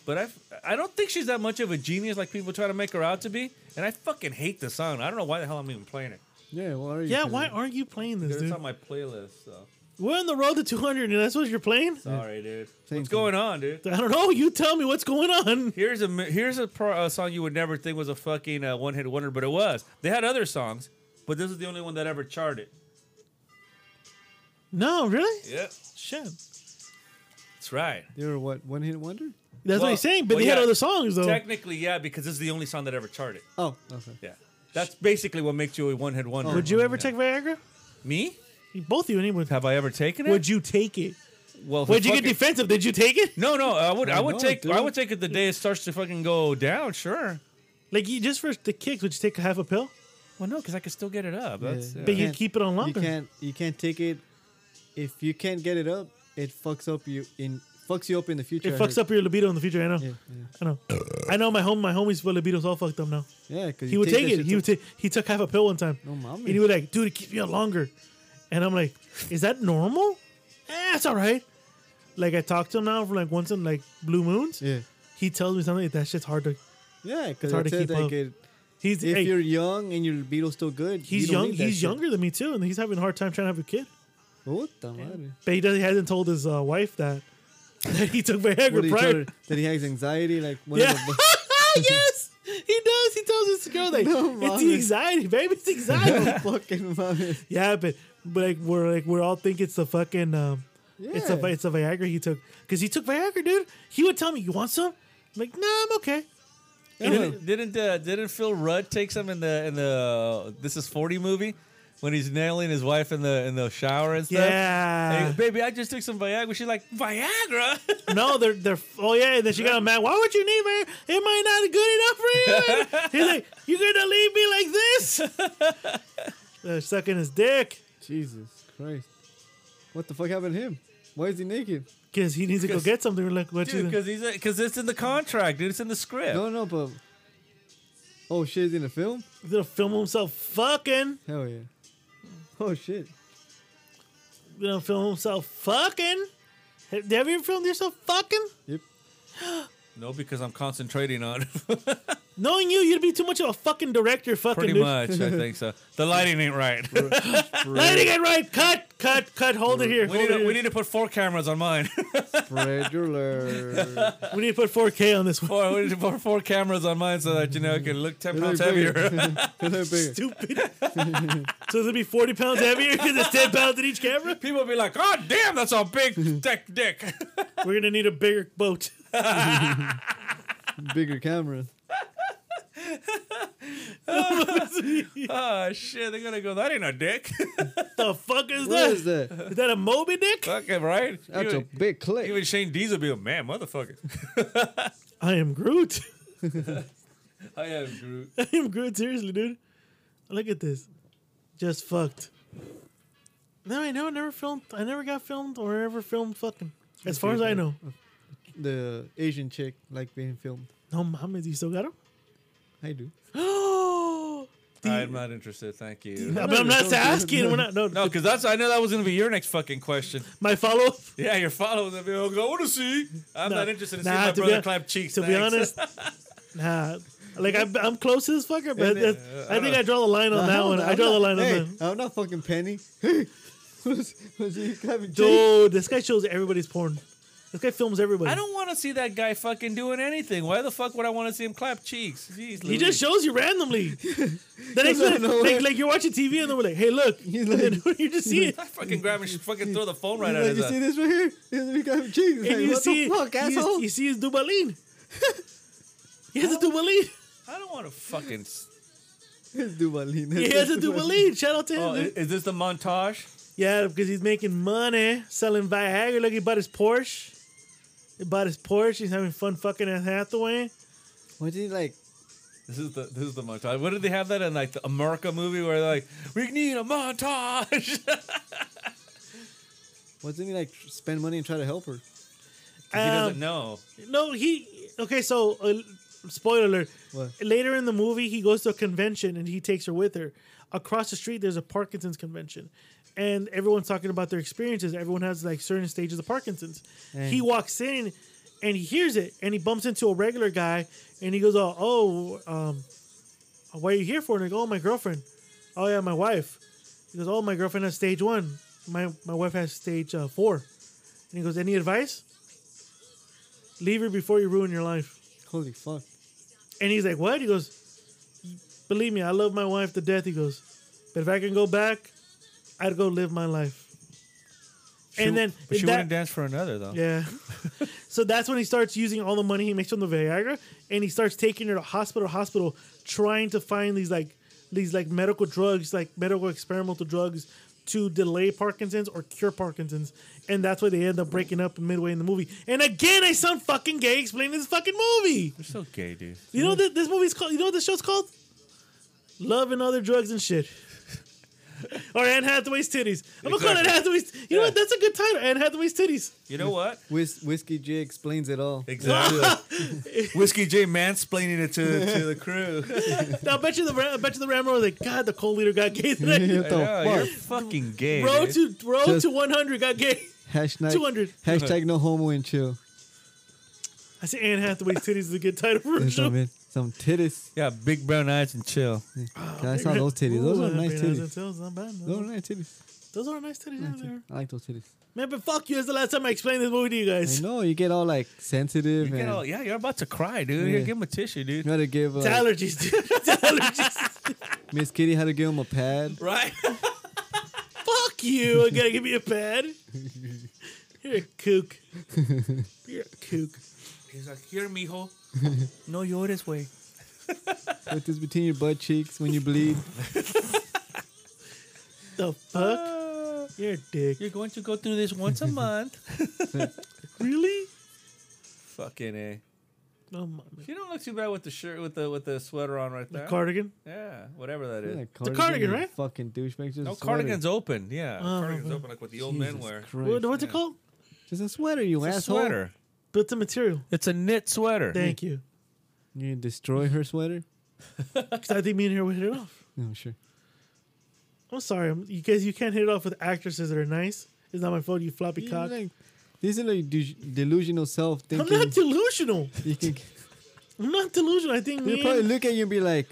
S2: But I, I don't think she's that much of a genius like people try to make her out to be. And I fucking hate the song. I don't know why the hell I'm even playing it.
S3: Yeah, why are you?
S1: Yeah,
S3: playing
S1: why
S3: it?
S1: aren't you playing this,
S2: Dude, it's
S1: dude?
S2: on my playlist, so
S1: We're on the road to 200, and that's what you're playing?
S2: sorry, dude.
S3: Same
S2: What's
S3: thing.
S2: going on, dude?
S1: I don't know. You tell me what's going on.
S2: Here's a mi- here's a, pro, a song you would never think was a fucking uh, one hit wonder, but it was. They had other songs, but this is the only one that ever charted.
S1: No, really?
S2: Yeah,
S1: Shit.
S2: that's right.
S3: They were what one hit wonder?
S1: That's what
S2: Well-
S1: he's saying, but
S2: well,
S1: they had
S2: yeah.
S1: other songs, though.
S2: Technically, yeah, because this is the only song that ever charted.
S3: Oh, okay.
S2: Yeah, that's basically what makes you a one hit wonder.
S1: Would you ever
S2: Yeah.
S1: take Viagra?
S2: me?
S1: Both of you, anyone.
S2: Have I ever taken it?
S1: Would you take it?
S2: Well,
S1: Would you get
S2: fucking-
S1: defensive? Did you take it?
S2: No, no, I would. I,
S3: I
S2: would
S3: know,
S2: take. I
S3: dude.
S2: would take it the day it starts to fucking go down. Sure.
S1: Like, you, just for the kicks, would you take half a pill?
S2: Well, no, because I could still get it up. That's
S3: Yeah.
S1: But you
S3: Can't-
S1: keep it on
S3: You
S1: longer.
S3: can't. You can't take it. If you can't get it up, it fucks up you in fucks you up in the future.
S1: It
S3: I
S1: fucks
S3: heard.
S1: up your libido in the future. I know.
S3: Yeah, yeah.
S1: I know. I know my home. My homies' libido's all fucked up now.
S3: Yeah, because
S1: He would take, it. He would take. He took half a pill one time.
S3: No, mommy.
S1: And he would like, dude, it keeps me on longer. And I'm like, is that normal? Eh, it's all right. Like I talked to him now for like once in like blue moons.
S3: Yeah,
S1: He tells me something that shit's hard to.
S3: yeah, because
S1: It's hard
S3: it
S1: to
S3: says
S1: keep
S3: like
S1: up.
S3: it,
S1: He's
S3: if
S1: hey,
S3: you're young and your libido's still good,
S1: he's
S3: you don't
S1: young.
S3: need that
S1: He's
S3: shit.
S1: younger than me too, and he's having a hard time trying to have a kid.
S3: Puta madre.
S1: But he does. He hasn't told his uh, wife that [laughs] that he took
S3: What
S1: Viagra
S3: he
S1: prior.
S3: told her that he has anxiety, like
S1: [laughs]
S3: one
S1: Yeah.
S3: of
S1: [laughs]
S3: [laughs] the
S1: yes, he does. He tells his girl that
S3: No,
S1: it's
S3: mommy.
S1: the anxiety, baby. It's
S3: [laughs]
S1: anxiety.
S3: bu- fucking mommy.
S1: yeah, but but like we're like we're all think it's the fucking um, it's a
S3: Yeah.
S1: it's a Viagra he took because he took Viagra, dude. He would tell me, "You want some?" I'm like, "Nah, I'm okay."
S3: Yeah.
S2: Didn't didn't, uh, didn't Phil Rudd take some in the in the uh, This Is Forty movie when he's nailing his wife in the in the shower and stuff?
S1: Yeah.
S2: Hey, baby, I just took some Viagra. She's like Viagra. [laughs]
S1: no, they're they're. Oh yeah. And then she got mad. Why would you need Viagra? Am I not good enough for you? He's like, "You're gonna leave me like this?" They're Uh, sucking his dick
S3: Jesus Christ. What the fuck happened to him? Why is he naked?
S1: because he needs to go
S2: 'Cause-
S1: get something. We're like, what
S2: dude,
S1: you?
S2: because he's because it's in the contract, dude. It's in the script.
S3: No, no, but. Oh shit, he's in a film?
S1: He's gonna film himself fucking.
S3: Hell yeah. Oh shit.
S1: He's gonna film himself fucking. Have have you ever filmed yourself fucking?
S3: Yep.
S2: No, because I'm concentrating on
S1: Knowing you, you'd be too much of a fucking director. Fucking
S2: [laughs] pretty
S1: dude.
S2: much. I think so. The lighting ain't right.
S1: Lighting it right. Cut, cut, cut. Hold it here. Hold
S2: we, need
S1: it
S2: to,
S1: here.
S2: we need to put four cameras on mine.
S1: [laughs]
S3: Fred Euler.
S1: We need to put 4K on this one. [laughs]
S2: four, we need to put four cameras on mine so that you know it can look ten pounds
S3: bigger.
S1: [laughs]
S2: heavier.
S3: [laughs] They're bigger.
S1: Stupid. [laughs] so it'll be 40 pounds heavier because it's 10 pounds in each camera.
S2: People be like, "Oh damn, that's a
S1: [laughs]
S2: big thick dick." [laughs]
S1: We're gonna need a bigger boat. [laughs]
S3: Bigger camera.
S2: Oh shit, they're gonna go. That ain't a dick. [laughs]
S1: the fuck is
S3: What
S1: that?
S3: is that?
S1: Is that a Moby Dick?
S2: Fucking right.
S3: That's a
S2: even,
S3: big clip.
S2: even Shane Dees will be a man, motherfucker.
S1: I am Groot.
S2: [laughs]
S1: [laughs]
S2: I am [laughs] Groot.
S1: I am Groot. Seriously, dude. Look at this. Just fucked. No, I know. I never filmed. I never got filmed or ever filmed fucking. As far as I know.
S3: The Asian chick like being filmed.
S1: No, Mohammed, you still got [gasps] him?
S3: I do.
S1: Oh.
S2: I'm not interested. Thank you.
S1: No, but I'm not asking. We're not. No,
S2: No, because that's. I know that was gonna be your next fucking question.
S1: My follow up.
S2: Yeah, your followers will be like, I want to see. I'm
S1: No.
S2: not interested in
S1: Nah,
S2: seeing my
S1: to be
S2: brother
S1: hon-
S2: clap cheeks.
S1: To be honest,
S2: thanks. [laughs]
S1: nah. Like I'm, I'm close to this fucker, but
S3: Yeah,
S1: that's- I think I draw the line on that
S3: I'm
S1: one.
S3: not-
S1: I
S3: I'm
S1: draw the
S3: not-
S1: line
S3: hey,
S1: on that.
S3: I'm not fucking Penny. [laughs] Hey, was, was he having Dude.
S1: Dude, this guy shows everybody's porn. This guy films everybody.
S2: I don't want to see that guy fucking doing anything. Why the fuck would I want to see him clap cheeks? Jeez,
S1: He just shows you [laughs] randomly. the next
S3: out
S1: minute,
S3: of
S1: like,
S3: nowhere.
S1: like you're watching TV and then we're like, "Hey, [laughs] look!"
S3: He's
S1: And
S3: like-
S1: then you just see it.
S2: I fucking grab and fucking throw the phone right
S3: Like,
S2: at his
S3: you
S2: ass.
S3: see this right here? This big having cheeks. Like,
S1: And you
S3: what
S1: see,
S3: the fuck,
S1: you,
S3: asshole?
S1: you see his [laughs] Dubalin. he has a Dubalin.
S2: I don't want to fucking. s-
S3: It's Duvalin.
S1: He
S3: [laughs]
S1: has a Dubalin. Shout out to him.
S2: Oh, i-
S1: dude.
S2: is, this the montage?
S1: Yeah, because he's making money selling Viagra. Look, he bought his Porsche. He bought his Porsche. He's having fun fucking at Hathaway.
S3: What did he like?
S2: This is the this is the montage. What did they have that in like the America movie where they're like we need a montage? [laughs]
S3: Wasn't he like spend money and try to help her?
S2: he doesn't
S1: Um,
S2: know.
S1: No, he. Okay, so uh, spoiler alert.
S3: What?
S1: Later in the movie, he goes to a convention and he takes her with her. Across the street, there's a Parkinson's convention, and everyone's talking about their experiences. Everyone has like certain stages of Parkinson's. He walks in, and he hears it, and he bumps into a regular guy, and he goes, "Oh, oh um, why are you here for?" And they go, "Oh, my girlfriend." oh yeah, my wife. He goes, oh, my girlfriend has stage one. My my wife has stage uh, four. And he goes, any advice? Leave her before you ruin your life.
S3: Holy fuck.
S1: And he's like, what? He goes, believe me, I love my wife to death. He goes, but if I can go back, I'd go live my life. and then
S2: but she
S1: that-
S2: wouldn't dance for another though.
S1: yeah. [laughs] so that's when he starts using all the money he makes from the Viagra, and he starts taking her to hospital, hospital, trying to find these like these like medical drugs, like medical experimental drugs to delay Parkinson's or cure Parkinson's, and that's why they end up breaking up midway in the movie. And again, I sound fucking gay explaining this fucking movie.
S2: You're so gay, dude.
S1: You know that this movie's called. You know what this show's called? Love and other drugs and
S3: [laughs]
S1: shit. or Anne Hathaway's titties. I'm gonna call it
S2: Exactly.
S1: Anne Hathaway's. You know
S2: Yeah.
S1: what? That's a good title. Anne Hathaway's titties.
S2: You know [laughs] what?
S3: Whis- Whiskey J explains it
S1: [laughs]
S3: all. [laughs]
S2: Exactly. [laughs] Whiskey J mansplaining it to, to the [laughs] crew.
S1: Now, I bet you the Ra- I bet you the Rambo was like, God, the cold leader got gay
S3: [laughs]
S1: today.
S3: What the
S2: Yeah,
S3: fuck?
S2: you're fucking gay.
S1: road
S2: dude.
S1: to road
S3: Just-
S1: to 100 got gay.
S3: Hashtag
S1: 200.
S3: Hashtag no homo and chill.
S1: I say Anne Hathaway's titties is a good title for a
S3: That's what I
S1: show.
S3: mean. Some titties.
S2: yeah, big brown eyes and chill.
S3: God, I saw those titties. Those are
S1: Ooh,
S3: nice
S1: Happy Hours
S3: titties.
S1: and Tales, not bad,
S3: Those are
S1: no.
S3: nice titties.
S1: Those are nice titties. yeah, they are.
S3: I like those titties.
S1: Man, but fuck you. That's the last time I explained this movie to you
S3: I
S1: guys.
S3: know you get all like sensitive
S2: You get
S3: and
S2: all- yeah, you're about to cry, dude. Here,
S3: Yeah.
S2: give him a tissue, dude.
S3: you had to give
S1: It's
S3: like,
S1: allergies, [laughs] dude. It's allergies.
S3: Miss Kitty had to give him a pad.
S2: Right? [laughs]
S1: fuck you. I gotta give me a pad. You're a kook. You're a kook.
S2: He's like, here, mijo. No llores, way.
S3: Put this between your butt cheeks when you bleed.
S1: The fuck? You're a dick.
S2: You're going to go through this once a [laughs] month.
S1: Really?
S2: Fucking a.
S1: No, my-
S2: You don't look too bad with the shirt with the with the sweater on right
S1: the
S2: there.
S1: cardigan.
S2: yeah, whatever that is.
S3: That
S1: cardigan,
S3: you
S1: right?
S3: Fucking douchebag. Just
S2: No
S3: a sweater.
S2: cardigan's open. Yeah,
S1: Oh,
S2: cardigan's
S1: okay.
S2: open like what the old men
S3: Jesus
S2: wear.
S3: Christ.
S1: What, what's it called?
S3: Just a sweater, you
S2: It's a
S3: asshole.
S2: sweater.
S1: Built in material.
S2: It's a knit sweater.
S1: Thank you.
S3: You destroy her sweater?
S1: Because I think me and her would hit it off.
S3: No, sure.
S1: I'm sorry, I'm- you guys. You can't hit it off with actresses that are nice. It's not my fault. You floppy
S3: You
S1: cock.
S3: Like, this is like de- delusional self
S1: I'm
S3: thinking.
S1: not delusional.
S3: [laughs] you can,
S1: I'm not delusional. I think
S3: they
S1: me.
S3: probably
S1: and-
S3: look at you and be like,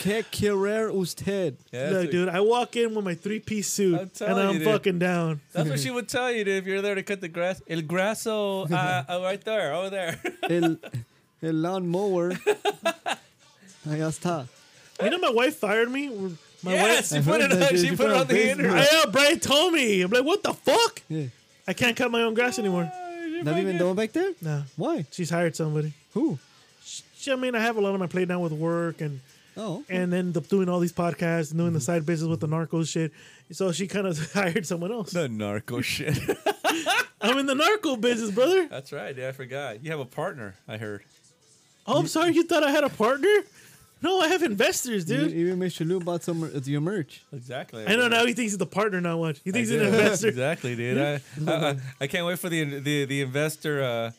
S3: "Que querer usted?"
S2: Yeah,
S1: Look,
S2: that's,
S1: dude. I walk in with my three piece suit
S2: I'm
S1: and
S2: telling you,
S1: I'm
S2: dude.
S1: fucking down.
S2: that's what she would tell you dude, if you're there to cut the grass. El grasso, [laughs] uh, uh, right there, over there.
S3: El, el lawnmower. [laughs] Ahí está.
S1: You know, my wife fired me. My
S2: yes,
S1: wife.
S2: she [laughs]
S3: I
S2: put
S3: heard
S2: it
S3: that,
S2: on.
S3: dude.
S2: She
S3: You
S2: put it on the
S3: Facebook.
S2: [laughs] internet.
S1: I know, Brian told me. I'm like, what the fuck?
S3: Yeah.
S1: I can't cut my own grass anymore.
S3: Not even the one back there.
S1: No,
S3: Why?
S1: she's hired somebody.
S3: Who?
S1: She, I mean, I have a lot on my plate now with work and
S3: Oh.
S1: and then the, doing all these podcasts and doing the side business with the narco shit. So she kind of [laughs] hired someone else.
S2: [laughs] The narco shit. [laughs]
S1: I'm in the narco business, brother.
S2: That's right, dude. I forgot. You have a partner, I heard.
S1: Oh, I'm sorry. You thought I had a partner? No, I have investors,
S3: Even-
S1: dude.
S3: Even Mr. Lou bought some of your merch.
S2: Exactly.
S1: I know
S2: did.
S1: now he thinks he's the partner, not what. He
S2: I
S1: thinks he's an
S2: [laughs] did.
S1: investor.
S2: Exactly, dude. I, I, I, I can't wait for the the the investor. Uh,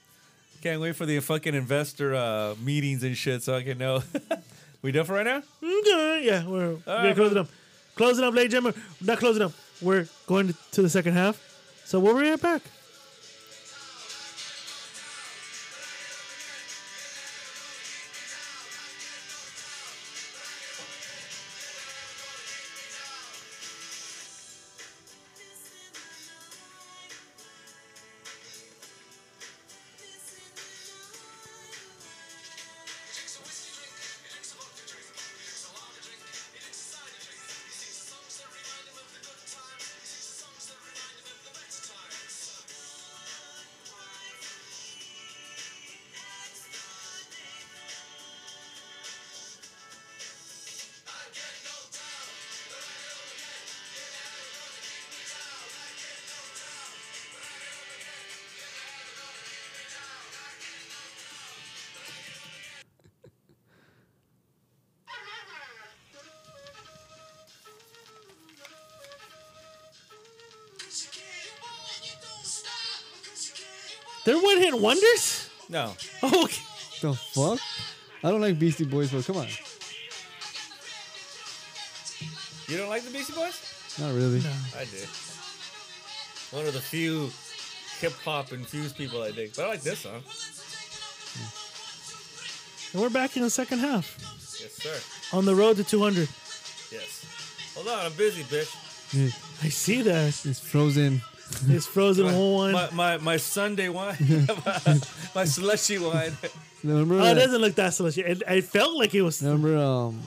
S2: can't wait for the fucking investor uh, meetings and shit, so I can know. [laughs] we done for right now?
S1: Okay, yeah, we're, we're gonna
S2: right,
S1: close it up. Close it up, ladies and gentlemen. Not closing up. We're going to the second half. So we'll be right back. They're one hit wonders? [laughs]
S2: No.
S1: Oh, okay.
S3: The fuck? I don't like Beastie Boys, but come on.
S2: You don't like the Beastie Boys?
S3: Not really.
S2: I do. One of the few hip hop infused people I dig, but I like this song.
S1: And we're back in the second half
S2: Yes, sir.
S1: on the road to 200.
S2: Yes. Hold on, I'm busy, bitch.
S1: I see that.
S3: It's frozen.
S1: It's frozen one.
S2: My my, my Sunday
S1: [laughs]
S2: wine, [laughs] my, slushy wine.
S3: Remember?
S1: Oh, it
S3: that-
S1: doesn't look that slushy. It, it felt like it was.
S3: remember? Um,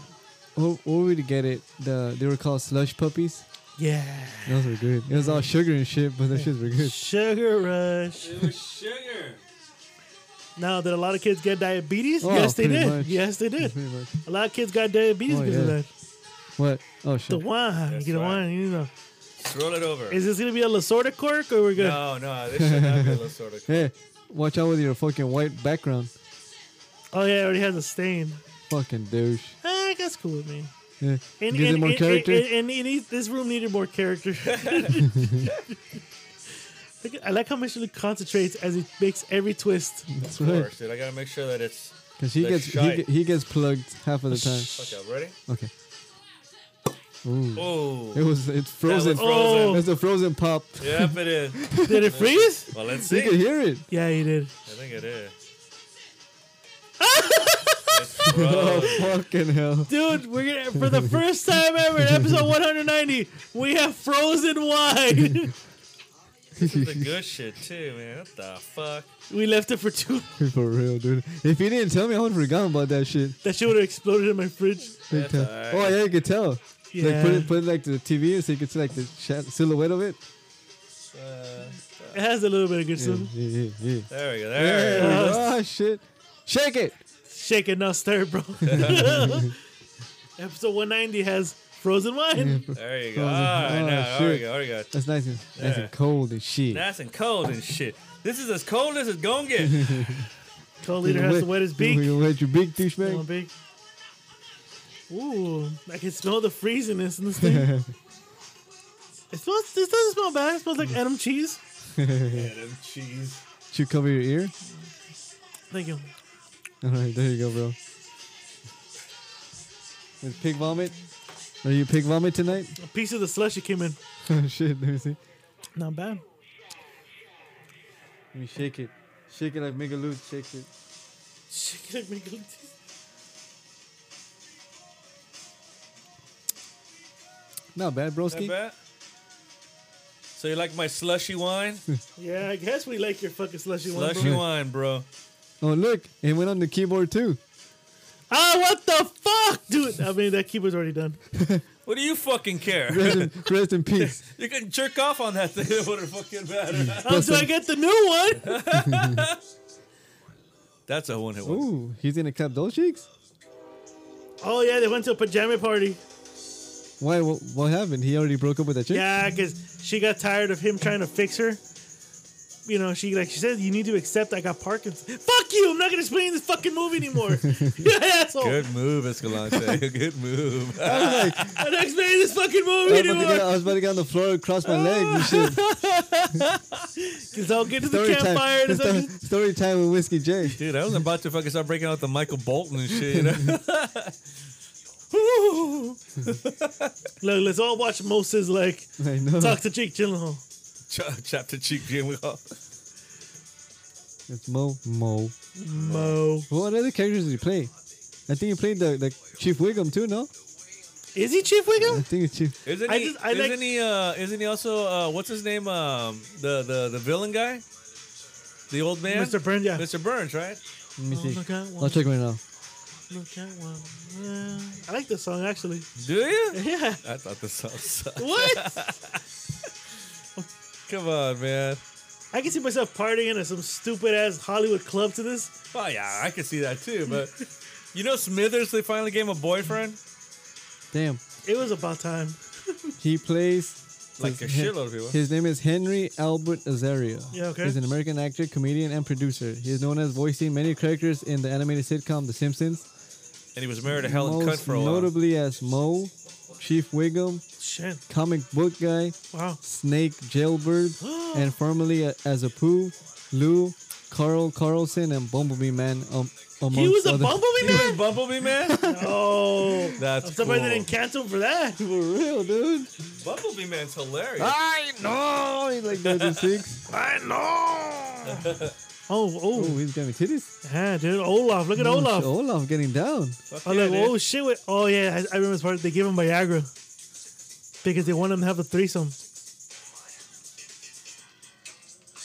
S3: what, what would we get it? The they were called slush puppies.
S1: Yeah.
S3: Those were good. It was all sugar and shit, but those shits were good.
S1: Sugar rush.
S2: It was sugar.
S1: Now, did a lot of kids get diabetes?
S3: Oh,
S1: yes, they
S3: pretty
S1: did.
S3: much.
S1: Yes, they did.
S3: Pretty much.
S1: A lot of kids got diabetes
S3: Oh,
S1: because
S3: yeah.
S1: of that.
S3: What? Oh
S1: The
S3: shit!
S1: wine.
S2: That's
S1: you know,
S2: right.
S1: wine. You know.
S2: Scroll it over.
S1: Is this going to be a Lasorda cork or we're good?
S2: no, no, this should not be a little sort of.
S3: Hey, watch out with your fucking white background.
S1: Oh, yeah, it already has a stain.
S3: Fucking douche.
S1: Ah, that's cool with me.
S3: Yeah.
S1: And,
S3: Gives
S1: and,
S3: it more
S1: and-
S3: character.
S1: And, and it needs- this room needed more character. [laughs] Look, I like how much it concentrates as it makes every
S3: [laughs]
S1: twist.
S3: That's
S2: Of
S3: right.
S2: course, dude. I gotta make sure that it's.
S3: Because he
S2: They're
S3: gets he,
S2: shy.
S3: ge- he gets plugged half of the time.
S2: Fuck up, ready?
S3: Okay. Ooh.
S2: Oh.
S3: Hmm. It was it's frozen.
S2: was frozen.
S3: [laughs] It's a frozen pop.
S2: Yep, it is.
S1: Did it freeze?
S2: Well, let's
S3: You
S2: see.
S3: can hear it. [laughs]
S1: Yeah, you did.
S2: I think it is. It's
S3: Oh,
S2: frozen.
S3: Fucking hell. [laughs]
S1: Dude, we're gonna for the first time ever in episode 190, we have frozen wine. [laughs]
S2: This is the good shit too, man. What the fuck?
S1: we left it for two.
S3: For real, dude. If you didn't tell me, I would have forgotten about that shit.
S1: That shit would have exploded in my fridge.
S3: Big
S2: That's
S3: time.
S2: alright.
S3: Oh yeah, you could tell. Like
S1: Yeah.
S3: put it put it like to the TV so you could see like the sh- silhouette of it.
S2: Uh,
S1: It has a little bit of good
S3: Yeah,
S1: stuff.
S3: yeah, yeah, yeah.
S2: there we go. There.
S3: There we go. Oh shit. Shake it.
S1: Shake it, not stir,
S3: [laughs]
S1: bro. [laughs] episode 190 has frozen wine.
S2: There you go. All right,
S3: Frozen. Oh,
S2: now, there we
S3: shoot.
S2: go. There we go.
S3: That's nice and nice
S2: Yeah.
S3: and cold and shit.
S2: Nice and cold and shit. This is as cold as it's gonna get.
S3: [laughs]
S1: Cold
S3: You
S1: leader
S3: can
S1: has to wet his
S3: You
S1: beak.
S3: can wet your beak,
S1: Come on,
S3: douchebag.
S1: big. Ooh, I can smell the freezingness in this
S3: [laughs]
S1: thing. it smells. This doesn't smell bad. It smells like Adam cheese.
S2: Adam cheese.
S3: [laughs] Should cover your ear.
S1: Thank you.
S3: All right, there you go, bro. With pig vomit. Are you pig vomit tonight? [laughs]
S1: A piece of the slushy came in.
S3: oh shit, let me see.
S1: Not bad.
S3: Let me shake it. Shake it like make a loose. Shake it.
S1: Shake it, make it look tasty.
S3: Not bad,
S2: Not
S3: broski.
S2: bad. So you like my slushy wine?
S3: [laughs]
S1: Yeah, I guess we like your fucking slushy one.
S2: Slushy
S1: bro.
S2: wine, bro.
S3: Oh look, it went on the keyboard too.
S1: Ah, what the fuck, dude? I mean, that keyboard's already done.
S2: What do you fucking care? [laughs]
S3: [laughs]
S1: [laughs]
S3: Rest in, rest in peace.
S2: You can jerk off on that thing. [laughs] It wouldn't fucking
S3: [laughs]
S2: matter.
S1: Until Um, I get the new one.
S2: That's a one hit one.
S3: Ooh, he's gonna clap those cheeks.
S1: Oh yeah, they went to a pajama party.
S3: Why? What, what happened? He already broke up with that chick.
S1: Yeah, because she got tired of him trying to fix her. You know, she like she says, "You need to accept I got Parkinson's." Fuck you! I'm not gonna explain this fucking movie [laughs] anymore. you asshole!
S2: Good
S1: [laughs]
S2: move, Escalante. Good move.
S1: I'm not explaining this fucking movie
S3: I was, about to get,
S1: anymore.
S3: I was about to get on the floor, cross my legs and shit.
S1: Because I'll get to [laughs] the
S3: Story
S1: campfire.
S3: time.
S1: And
S3: [laughs] Story,
S1: I'll just-
S3: story time with
S1: [laughs]
S3: Whiskey J.
S2: Dude, I was about to fucking start breaking out the Michael Bolton and shit, you know? [laughs]
S1: [laughs] Look, let's all watch Moses like
S3: I know.
S1: talk to Jake Gyllenhaal.
S2: Ch- Chop the cheek, Jim.
S3: It's Mo. Mo.
S1: Mo,
S3: What other characters did he play? I think he played the, the Chief Wiggum too. No,
S1: is he Chief
S3: I
S1: Wiggum?
S3: think it's Chief.
S2: Isn't
S1: I
S2: he?
S1: just- I
S2: isn't
S1: like-
S2: he? Uh, isn't he also? Uh, what's his name? Um, the the the villain guy, the old man,
S1: Mr. Burns, yeah.
S2: Mr. Burns, right?
S3: Let me see.
S1: Look at one,
S3: I'll check right now.
S1: look at one. Yeah. I like this song actually. [laughs]
S2: Do you?
S1: Yeah.
S2: I thought this song
S1: [laughs]
S2: sucked.
S1: What?
S2: Come on, man.
S1: I can see myself partying at some stupid ass Hollywood club to this.
S2: Oh yeah, I could see that too. But you know, Smithers, they finally gave him a boyfriend,
S3: Damn.
S1: It was about time.
S3: He plays
S2: like a
S3: his-
S2: shitload of people.
S3: His name is Henry Albert Azaria.
S1: Yeah, okay.
S3: He's an American actor, comedian, and producer. He is known as voicing many characters in the animated sitcom The Simpsons,
S2: And he was married to Helen Cunt
S3: most
S2: for a while.
S3: notably as Mo, Chief Wiggum,
S1: Shit.
S3: comic book guy,
S1: Wow.
S3: Snake
S1: [gasps]
S3: Jailbird, and formerly a- as a Pooh, Lou, Carl Carlson, and Bumblebee Man. Um,
S1: He was
S3: amongst
S1: a
S3: other-
S1: bumblebee
S2: He [laughs]
S1: man?
S2: was
S1: [laughs]
S2: Bumblebee man.
S1: Oh.
S2: That's
S1: I'm surprised
S2: cool.
S1: they didn't cancel him for that.
S3: For real, dude.
S2: Bumblebee man's
S1: Ah!
S2: hilarious.
S1: Oh,
S3: I know. He's like does the six.
S1: I know. Oh,
S3: Oh,
S1: oh,
S3: he's grabbing titties.
S1: yeah, dude. Olaf, look at
S3: Oh,
S1: Olaf.
S3: shit, Olaf getting down.
S2: Fuck
S1: I'm
S2: yeah,
S1: like,
S2: dude.
S1: oh shit! Wait. Oh yeah, I, I remember this part. They gave him Viagra because they wanted him to have a threesome.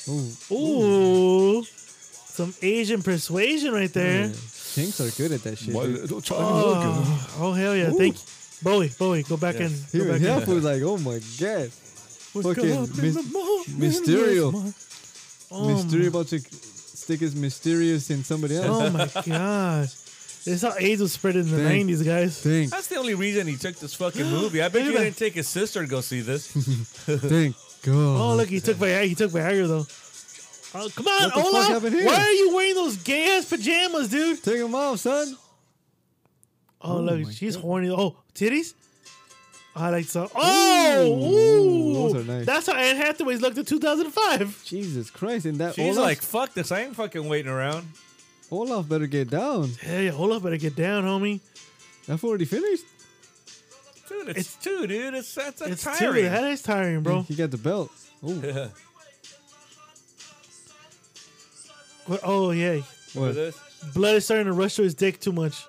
S3: Oh,
S1: Ooh, some Asian persuasion right there.
S3: yeah. Kinks are good at that shit.
S5: My
S3: dude.
S5: little child.
S1: Oh, oh hell yeah! Thank you, Bowie. Bowie, go back
S2: Yeah.
S1: in.
S3: He
S1: Go
S3: was
S1: back
S3: yeah,
S1: in.
S3: fool, like, oh my god. Fucking
S1: [laughs]
S3: mis- Mysterio.
S1: Oh,
S3: Mysterio about to stick his mysterious in somebody
S1: My,
S3: else.
S1: oh
S3: [laughs]
S1: my gosh! This is how AIDS was spread in the
S3: Thank-
S1: nineties, guys.
S3: Think,
S2: That's the only reason he took
S1: [gasps]
S2: this fucking movie. I bet you
S1: Look at
S2: didn't take his sister to go see this.
S3: think, God.
S1: Oh look, he took Viagra. He took Viagra though. Oh, come on,
S3: What the fuck
S1: Olaf!
S3: happened here?
S1: Why are you wearing those gay ass pajamas, dude?
S3: Take him off, son.
S1: Oh,
S3: my
S1: look, she's horny. Oh, titties. I like so. Oh,
S3: those
S1: ooh.
S3: are nice.
S1: that's how Anne Hathaway's looked in 2005.
S3: Jesus Christ. And that
S2: She's
S3: Olaf,
S2: like, fuck this. I ain't fucking waiting around.
S3: Olaf better get down.
S1: Hey, hold up, better get down, homie.
S3: I've already finished.
S2: Dude, it's, two, dude. It's that's a
S1: It's
S2: tiring.
S1: tiring. That is tiring, bro.
S3: He got the belt.
S1: [laughs]
S3: Oh,
S2: [laughs]
S1: What- Oh yeah,
S2: For
S3: what?
S2: this.
S1: blood is starting to rush through his dick too much.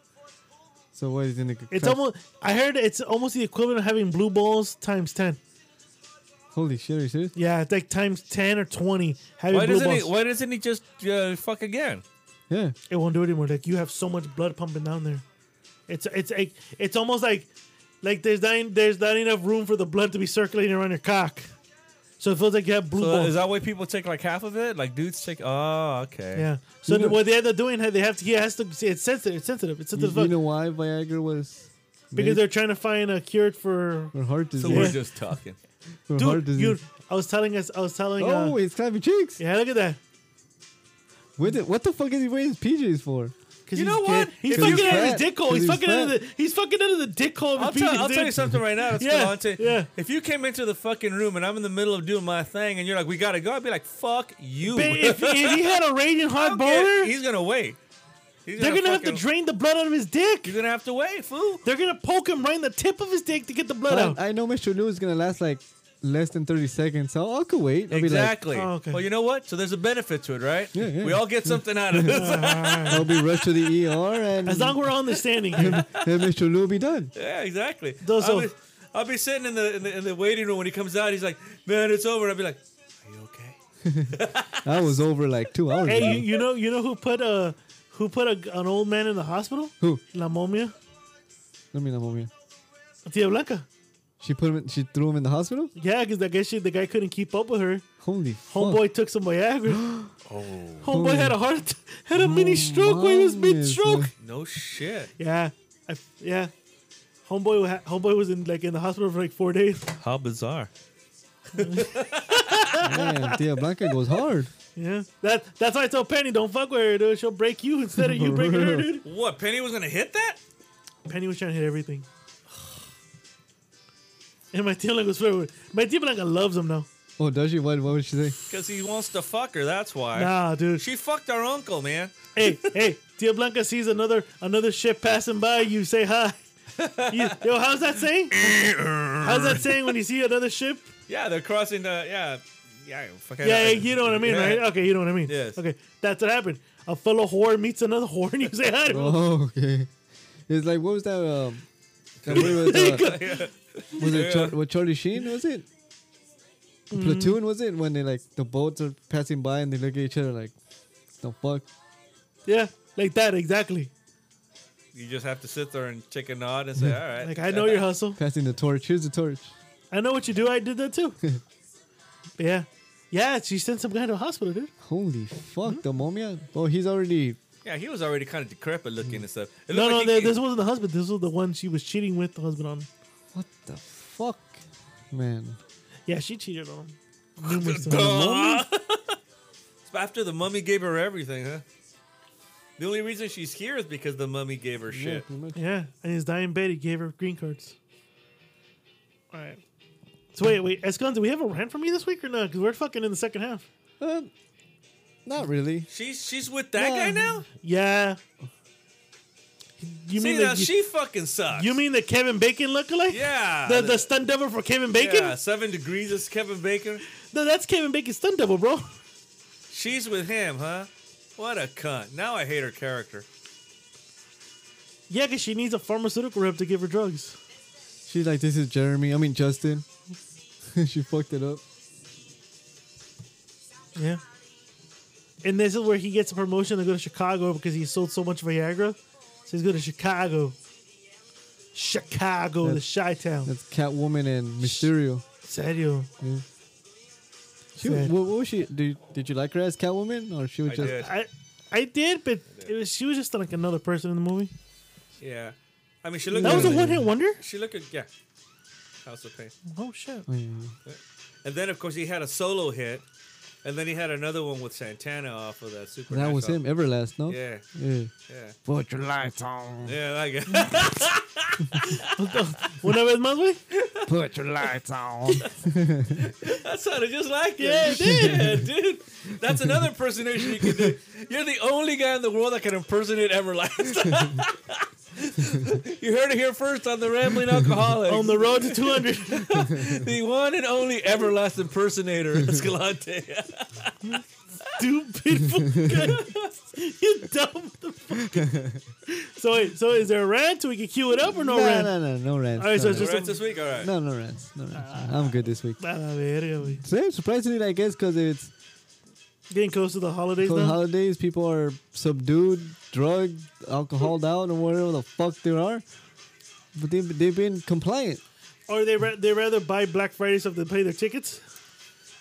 S3: So what is in the
S1: It's almost. I heard it's almost the equivalent of having blue balls times ten.
S3: Holy shit, are you serious?
S1: Yeah, it's like times ten or twenty having
S2: Why
S1: blue
S2: doesn't
S1: balls.
S2: he? Why doesn't he just uh, fuck again?
S3: Yeah.
S1: it won't do it anymore. Like you have so much blood pumping down there. It's it's like it's almost like like there's not there's not enough room for the blood to be circulating around your cock. So it feels like you have blue
S2: So
S1: balls.
S2: is that why people take like half of it? Like dudes take. Oh, okay.
S1: yeah. So
S3: You know-
S1: what they end up doing, they have to he has to see it's sensitive, it's sensitive, it's
S3: You,
S1: sensitive
S3: you know why Viagra was
S1: because
S3: made
S1: they're trying to find a cure for
S3: for heart
S2: So
S3: disease?
S2: we're
S1: [laughs]
S2: just talking.
S3: for heart
S1: dude.
S3: disease.
S1: You, I was telling us, I was telling. uh,
S3: oh, he's clapping cheeks.
S1: yeah, look at that.
S3: What, the, what the fuck is he wearing his PJs for?
S1: Cause
S2: You
S1: he's
S2: know
S1: gay.
S2: what?
S1: He's
S2: If
S1: fucking
S3: he's
S1: out of his
S3: fat-
S1: dick hole.
S3: if
S1: He's,
S3: he's
S1: fucking out of
S3: fat-
S1: the. He's fucking out of the dick hole. of
S2: I'll,
S1: his
S2: tell,
S1: penis,
S2: I'll tell you
S1: dude.
S2: something right now.
S1: [laughs] Yeah,
S2: Escalante.
S1: yeah.
S2: If you came into the fucking room and I'm in the middle of doing my thing and you're like, we gotta go, I'd be like, fuck you.
S1: But
S2: [laughs]
S1: if, if he had a raging hot
S2: Okay,
S1: boner,
S2: He's gonna wait. He's
S1: They're gonna have to
S2: fucking-
S1: drain the blood out of his dick.
S2: You're gonna have to wait, fool.
S1: They're gonna poke him right in the tip of his dick to get the blood out.
S3: I, I know Mr. Lou is gonna last like less than thirty seconds, so I could wait. I'll
S2: Exactly.
S1: Oh, okay.
S2: Well, you know what? So there's a benefit to it, right?
S3: Yeah, yeah.
S2: We all get something
S1: [laughs]
S2: out of this.
S3: be like, I'll be rushed to the ER, and
S1: As long as we're all understanding here.
S3: [laughs] then Mr. Lou will be done.
S2: [laughs] yeah, exactly.
S1: Those
S2: I'll,
S1: are-
S2: be, I'll be sitting in the, in the in the waiting room when he comes out. He's like, man, it's over. I'll be like, are you okay?
S3: I was over like two hours.
S1: hey,
S3: ago.
S1: you, you know, you know who put a who put a, an old man in the hospital?
S3: Who?
S1: La momia,
S3: Let me know, mommy.
S1: Tia Blanca.
S3: She put him. In, she threw him in the hospital.
S1: Yeah, because I guess she, the guy couldn't keep up with her.
S3: Holy fuck.
S1: Homeboy took some Viagra. [gasps] oh. Homeboy had a heart, had a mini
S3: Oh,
S1: stroke while he was mid
S3: madness,
S1: stroke.
S3: man.
S2: No shit.
S1: Yeah, I, yeah. Homeboy, ha- homeboy was in like in the hospital for like four days.
S2: How bizarre.
S3: Damn, Tia Blanca goes hard.
S1: Yeah, that that's why I told Penny don't fuck with her, dude. She'll break you instead
S2: [laughs]
S1: of you breaking her, dude.
S2: What? Penny was gonna hit that?
S1: Penny was trying to hit everything. [sighs] And my Tia Blanca was flirting. with- My Tia Blanca loves him now.
S3: Oh, does she? What? What would she say?
S2: Because he wants to fuck her. That's why.
S1: Nah, dude.
S2: She fucked our uncle, man.
S1: hey, hey, Tia Blanca sees another another ship passing by. You say
S2: [laughs]
S1: hi. You- yo, how's that saying? how's that saying when you see another ship?
S2: Yeah, they're crossing the yeah, yeah. Fucking
S1: Yeah, you know what
S2: [laughs]
S1: I mean,
S2: Yeah.
S1: right? Okay, you know what I mean.
S2: Yes.
S1: Okay, that's what happened. A fellow whore meets another whore, and you say hi
S2: [laughs]
S1: to him.
S3: Oh, [laughs] okay. It's like what was that? Um, that movie with, [laughs] uh, was it Char- with Charlie Sheen? Was it Platoon? Was it when they like the boats are passing by and they look at each other like, the fuck?
S1: Yeah, like that exactly.
S2: You just have to sit there and take a nod and say, "All right."
S1: Like I know
S2: [laughs]
S1: your hustle.
S3: Passing the torch. Here's the torch.
S1: I know what you do. I did that
S2: [laughs]
S1: too. But yeah. Yeah, she sent some guy to the hospital, dude.
S3: Holy fuck, the momia. Oh, he's already.
S2: Yeah, he was already kind of decrepit looking and stuff. It
S1: No,
S2: looked
S1: no,
S2: like
S1: th-
S2: he- [laughs]
S1: this wasn't the husband. This was the one she was cheating with the husband on.
S3: What the fuck, man?
S1: Yeah, she cheated on him. Numerous
S2: Duh.
S1: times.
S2: [laughs] It's after the mummy gave her everything, huh? The only reason she's here is because the mummy gave her
S3: Yeah,
S2: shit.
S3: pretty much.
S1: Yeah, and his dying bed, he gave her green cards. All right. So wait, wait, Escon, do we have a rant for me this week or not? Because we're fucking in the second half.
S3: Um, not really.
S2: She's she's with that
S3: Yeah.
S2: guy now.
S1: Yeah. You
S2: See
S1: mean
S2: now,
S1: the, you,
S2: she fucking sucks.
S1: you mean the Kevin Bacon lookalike?
S2: Yeah.
S1: The, the stunt double for Kevin
S2: yeah,
S1: Bacon?
S2: seven degrees is Kevin Bacon.
S1: No, that's Kevin Bacon's stunt double, bro.
S2: She's with him, huh? What a cunt. Now I hate her character.
S1: Yeah, because she needs a pharmaceutical rep to give her drugs.
S3: She's like, this is Jeremy. I mean, Justin. [laughs] she fucked it up.
S1: Yeah. And this is where he gets a promotion to go to Chicago because he sold so much Viagra. So he's going to Chicago. Chicago, the
S3: That's-
S1: Chi Town.
S3: That's Catwoman and Mysterio.
S1: Serio.
S3: She,
S1: Sad.
S3: what, what was she? Did, did you like her as Catwoman, or she was
S2: I
S3: just?
S2: did.
S1: I, I did, but it was, she was just like another person in the movie.
S2: Yeah. I mean, she looked
S1: That was a
S2: good.
S1: one hit wonder?
S2: She looked good. Yeah. House of Pain.
S1: Oh, shit.
S3: Oh, yeah.
S2: And then, of course, he had a solo hit. And then he had another one with Santana off of that Super
S3: That was
S2: Knockout.
S3: him, Everlast, no?
S2: Yeah.
S3: Yeah.
S2: Yeah.
S3: Put your lights on.
S2: Yeah, like it. [laughs]
S1: Whatever it must be.
S3: Put your lights on.
S2: that sounded just like it. [laughs] Yeah, it did, dude. That's another impersonation you can do. You're the only guy in the world that can impersonate Everlast. [laughs] you heard it here first on the Rambling Alcoholic.
S1: On the road to 200.
S2: the one and only Everlast
S3: [laughs]
S2: impersonator, Escalante.
S1: Stupid [laughs] fucking. you dumb the fucking. So, wait, so is there a rant so we can cue it up or no
S3: no,
S1: rant?
S3: no, no, no rants.
S1: All right, so
S3: no
S1: it's
S2: We're
S1: just-
S2: at this week, all right.
S3: rants. no, no rants. No rants. I'm good this week.
S1: A la verga, güey.
S3: Same, Ah. surprisingly, I guess, because it's
S1: Getting close to the holidays
S3: cold
S1: now.
S3: holidays. People are subdued, drugged, alcoholed out, and whatever the fuck they are. But they they've been compliant.
S1: Or they ra- they rather buy Black Friday stuff than pay their tickets.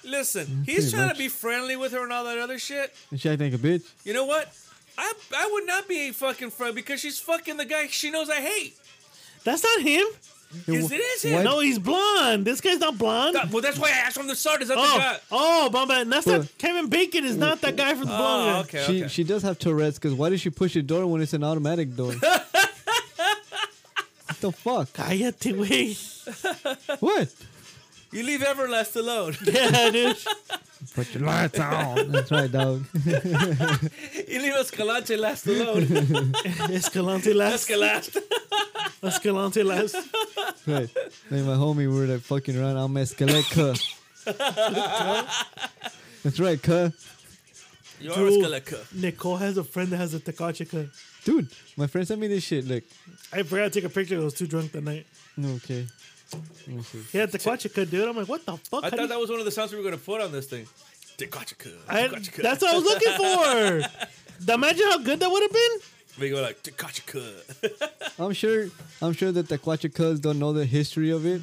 S2: Listen, he's
S3: Mm-hmm. pretty
S2: trying
S3: much.
S2: to be friendly with her and all that other shit.
S3: And she act like a bitch.
S2: You know what? I I would not be a fucking friend because she's fucking the guy she knows I hate.
S1: That's not him.
S2: Yes, it is him.
S3: why-
S1: No, he's blonde. This guy's not blonde.
S2: That- Uh, well, that's why I asked from the start. Is that the
S1: Oh,
S2: guy?
S1: oh, my bad. That's not
S3: Well-
S1: Kevin Bacon. Is not that guy from the blonde.
S2: Oh,
S1: guy.
S2: okay.
S3: she
S2: okay.
S3: she does have Tourette's because why does she push a door when it's an automatic [laughs] door? what the fuck?
S1: Cállate, güey. [laughs]
S3: What?
S2: you leave Everlast
S1: [laughs]
S2: alone.
S1: Yeah, dude.
S3: Put your lights on. That's right, dog.
S2: you leave Escalante last
S1: [laughs]
S2: alone.
S1: Escalante last.
S2: Escalante.
S1: Escalante last.
S3: right. Me and my homie were like fucking around. I'm Escalate, cuh. That's right, cuh.
S2: You're
S1: Dude.
S2: Escalante.
S1: Nicole has a friend that has a Tekachica.
S3: Dude, my friend sent me this shit. Look.
S1: I forgot to take a picture. I was too drunk that night.
S3: Okay. Let me see.
S1: Yeah,
S2: [laughs]
S1: Tekachica, dude. I'm like, what the fuck?
S2: I
S1: How do you-
S2: thought that was one of the sounds we were going to put on this thing. Tikachika.
S1: I-
S2: Tikachika.
S1: that's what I was looking
S2: [laughs]
S1: for. Imagine how good that would have been.
S2: We go
S1: [laughs]
S2: like Tikachika.
S3: I'm sure I'm sure that the Quachacas don't know the history of it,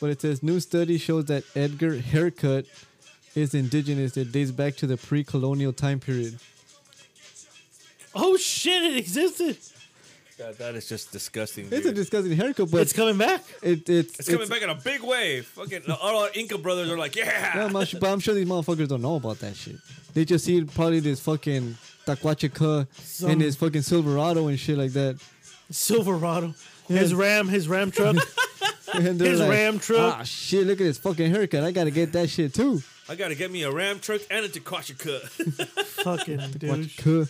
S3: but it says new study shows that Edgar haircut is indigenous. It dates back to the pre-colonial time period.
S1: Oh shit! It existed.
S2: God, that is just disgusting.
S3: It's a
S2: dude.
S3: disgusting haircut, but
S1: It's coming back.
S3: it, it's,
S2: it's coming back in a big way. Fucking uh, all our Inca brothers are like, yeah.
S3: No, I'm not su- but I'm sure these motherfuckers don't know about that shit. They just see probably this fucking Taquachica
S1: Some-
S3: and this fucking Silverado and shit like that.
S1: Silverado. His Ram, his Ram
S3: [laughs]
S1: truck.
S3: And
S1: [laughs]
S3: they're
S1: His
S3: like,
S1: Ram truck.
S3: Ah, shit! Look at this fucking haircut. I gotta get that shit too.
S2: I gotta get me a ram truck and a Tikachika. [laughs]
S1: Fucking dude.
S3: Quachaca.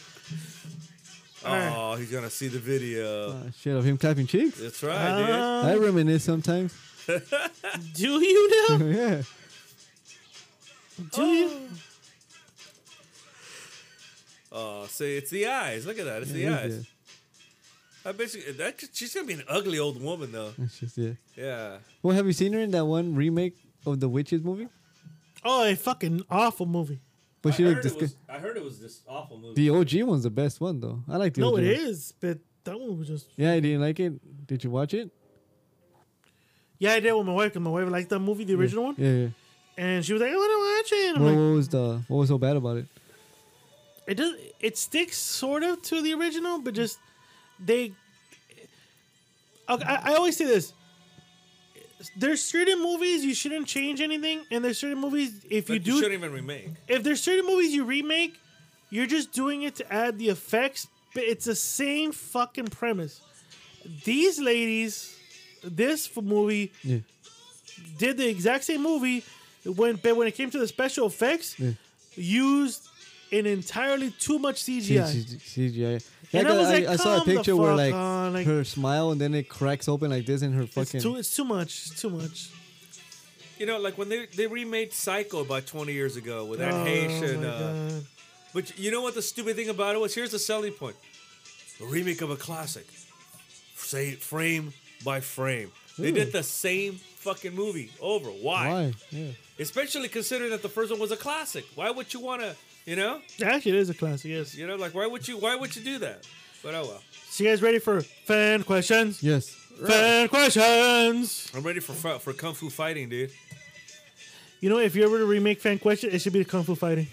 S2: oh, he's gonna see the video.
S3: Ah, shit of him clapping cheeks.
S2: That's right, dude.
S1: Uh,
S3: I reminisce sometimes. [laughs]
S1: do you know?
S3: yeah.
S1: Do you?
S2: Oh, see, it's the eyes. Look at that. It's
S3: Yeah,
S2: the
S3: it
S2: eyes.
S3: is,
S2: I basically that she's gonna be an ugly old woman though.
S3: It's just, yeah.
S2: Yeah.
S3: Well, have you seen her in that one remake of the Witches movie?
S1: Oh, a fucking awful movie.
S3: But she looked disgu-
S2: I heard it was this awful movie.
S3: The OG one's the best one though. I like the
S1: No,
S3: OG.
S1: it
S3: one.
S1: is, but that one was just.
S3: Yeah, I didn't like it. Did you watch it?
S1: Yeah, I did with my wife because my wife liked that movie, the original one,
S3: Yeah. yeah.
S1: and she was like, "I want to watch it." I'm
S3: What,
S1: like,
S3: what was the what was so bad about it?
S1: it does. It sticks sort of to the original, but just they. I, I- I always say this. There's certain movies you shouldn't change anything, and there's certain movies if
S2: You,
S1: you do
S2: shouldn't even remake.
S1: if there's certain movies you remake, you're just doing it to add the effects, but it's the same fucking premise. These ladies, this f- movie
S3: Yeah.
S1: did the exact same movie when but when it came to the special effects,
S3: Yeah.
S1: used an entirely too much CGI.
S3: CGI.
S1: And I
S3: I,
S1: was like,
S3: I saw a
S1: "Come the
S3: picture where
S1: fuck
S3: like,
S1: on," like-
S3: her smile and then it cracks open like this and her
S1: It's
S3: fucking
S1: too it's too much. It's too much.
S2: You know, like when they they remade Psycho about twenty years ago with that
S1: Oh,
S2: Haitian
S1: my
S2: uh,
S1: God.
S2: But you know what the stupid thing about it was? Here's the selling point: a remake of a classic, say frame by frame. They did the same fucking movie over. Why?
S3: Why? Yeah.
S2: Especially considering that the first one was a classic. Why would you want to? You know?
S1: Actually, it is a classic. Yes.
S2: You know? Like why would you? Why would you do that? But oh well.
S1: So you guys ready for fan questions?
S3: Yes.
S1: Fan questions.
S2: I'm ready for fu- for kung fu fighting, dude.
S1: You know, if you ever to remake fan question, it should be the kung fu fighting.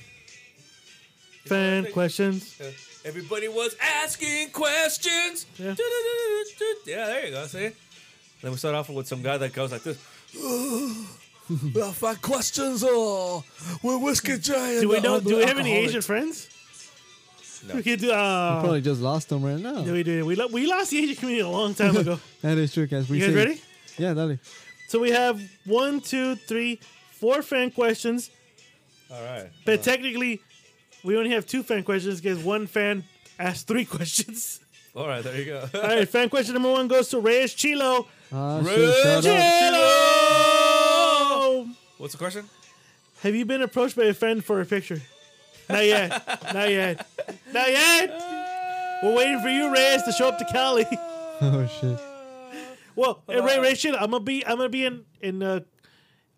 S1: Fan
S2: think-
S1: questions.
S2: Yeah. Everybody was asking questions.
S1: Yeah.
S2: Du-du-du-du-du-du. Yeah, there you go. See? Then we start off with some guy that goes like this. [gasps] well, if my questions are, we're whiskey giant.
S1: Do we know? Do we have any Asian friends?
S2: No.
S1: We could do. Uh,
S3: Probably just lost them right now.
S1: yeah, we do. We, lo- we lost the Asian community a long time ago.
S3: That is true, guys. We
S1: [laughs] you guys
S3: say-
S1: ready?
S3: Yeah, dale.
S1: So we have one, two, three, four fan questions.
S2: All right.
S1: But technically, we only have two fan questions because one fan asked three [laughs] questions.
S2: All right. There you go.
S1: All
S2: [laughs]
S1: right, fan question number one goes to Reyes Chilo.
S3: Ah, shit, shout out.
S1: Chilo!
S2: What's the question?
S1: Have you been approached by a friend for a picture? Not yet. Not yet. Not yet. We're waiting for you, Reyes, to show up to Cali.
S3: [laughs]
S1: [laughs]
S3: Oh shit.
S1: Well, hey, Ray, Ray, shit, I'm gonna be, I'm gonna be in in uh,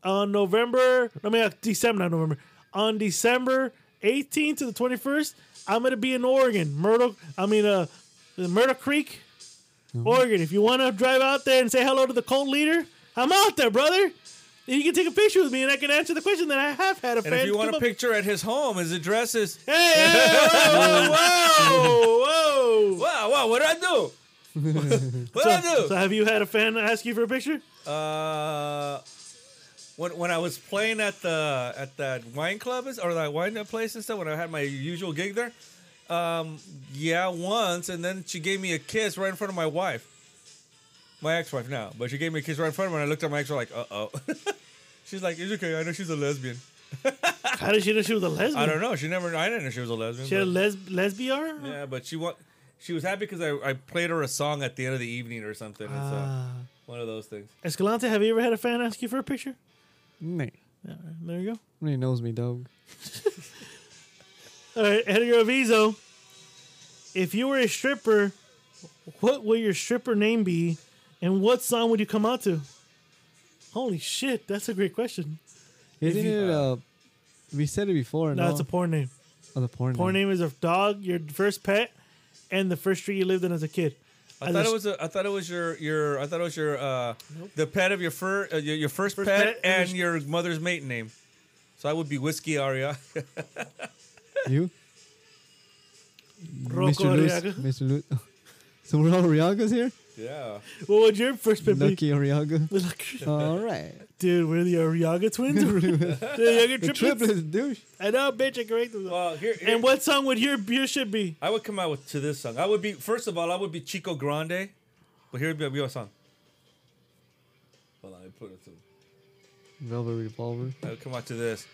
S1: on November. I mean, uh, December, not November. On December 18th to the 21st, I'm gonna be in Oregon, Myrtle. I mean, uh, Myrtle Creek,
S2: Mm-hmm.
S1: Oregon. If you wanna drive out there and say hello to the cult leader, I'm out there, brother. And you can take a picture with me, and I can answer the question that I have had a
S2: And
S1: fan.
S2: if you want
S1: come
S2: a
S1: up-
S2: picture at his home, his address is.
S1: Hey, hey, whoa, whoa, whoa.
S2: Wow, wow, what did I do? [laughs] what did I do?
S1: So, so have you had a fan ask you for a picture?
S2: Uh, when when I was playing at the at that wine club is- or that wine place and stuff when I had my usual gig there, um, yeah, once and then she gave me a kiss right in front of my wife, my ex-wife now, but she gave me a kiss right in front of her and I looked at my ex like, uh oh, [laughs] she's like, it's okay, I know she's a lesbian.
S1: How did she know she was a lesbian?
S2: I don't know, she never, I didn't know she was a lesbian.
S1: She had a
S2: but-
S1: les- lesbian?
S2: yeah, but she wa- she was happy because I, I played her a song at the end of the evening or something. and so
S1: Ah.
S2: one of those things.
S1: Escalante, have you ever had a fan ask you for a picture?
S3: Nah.
S1: Yeah, there you go.
S3: Nobody knows me, dog.
S1: All right, Edgar Aviso. If you were a stripper, what would your stripper name be, and what song would you come out to? Holy shit, that's a great question.
S3: Isn't
S1: you-
S3: it? Uh, we said it before.
S1: No,
S3: No,
S1: it's a porn name.
S3: oh, the porn.
S1: Porn name is a dog, your first pet, and the first street you lived in as a kid.
S2: I
S1: As
S2: thought
S1: a
S2: it was a, I thought it was your your I thought it was your uh the pet of your fur uh, your, your first,
S1: First
S2: pet,
S1: pet and
S2: and your mother's maiden name. So I would be whiskey Aria. [laughs]
S3: You,
S1: Rocco
S3: Mr. Luz,
S1: Arriaga.
S3: Mr. Luz. [laughs] So we're all Arriagas here.
S2: yeah.
S1: What would your first pet be?
S3: Lucky Arriaga. [laughs]
S1: Lucky.
S3: all right.
S1: Dude, we're the Ariaga
S3: [laughs]
S1: twins? We're the Ariaga
S3: The
S1: triplets?
S3: triplets, douche.
S1: I know, bitch, I corrected them.
S2: Well, here, here-
S1: And what song would your beer should be?
S2: I would come out with to this song. I would be first of all I would be Chico Grande, but here would be a real song. Hold on, I put it to.
S3: Velvet
S1: [laughs]
S3: Revolver.
S2: I would come out to this.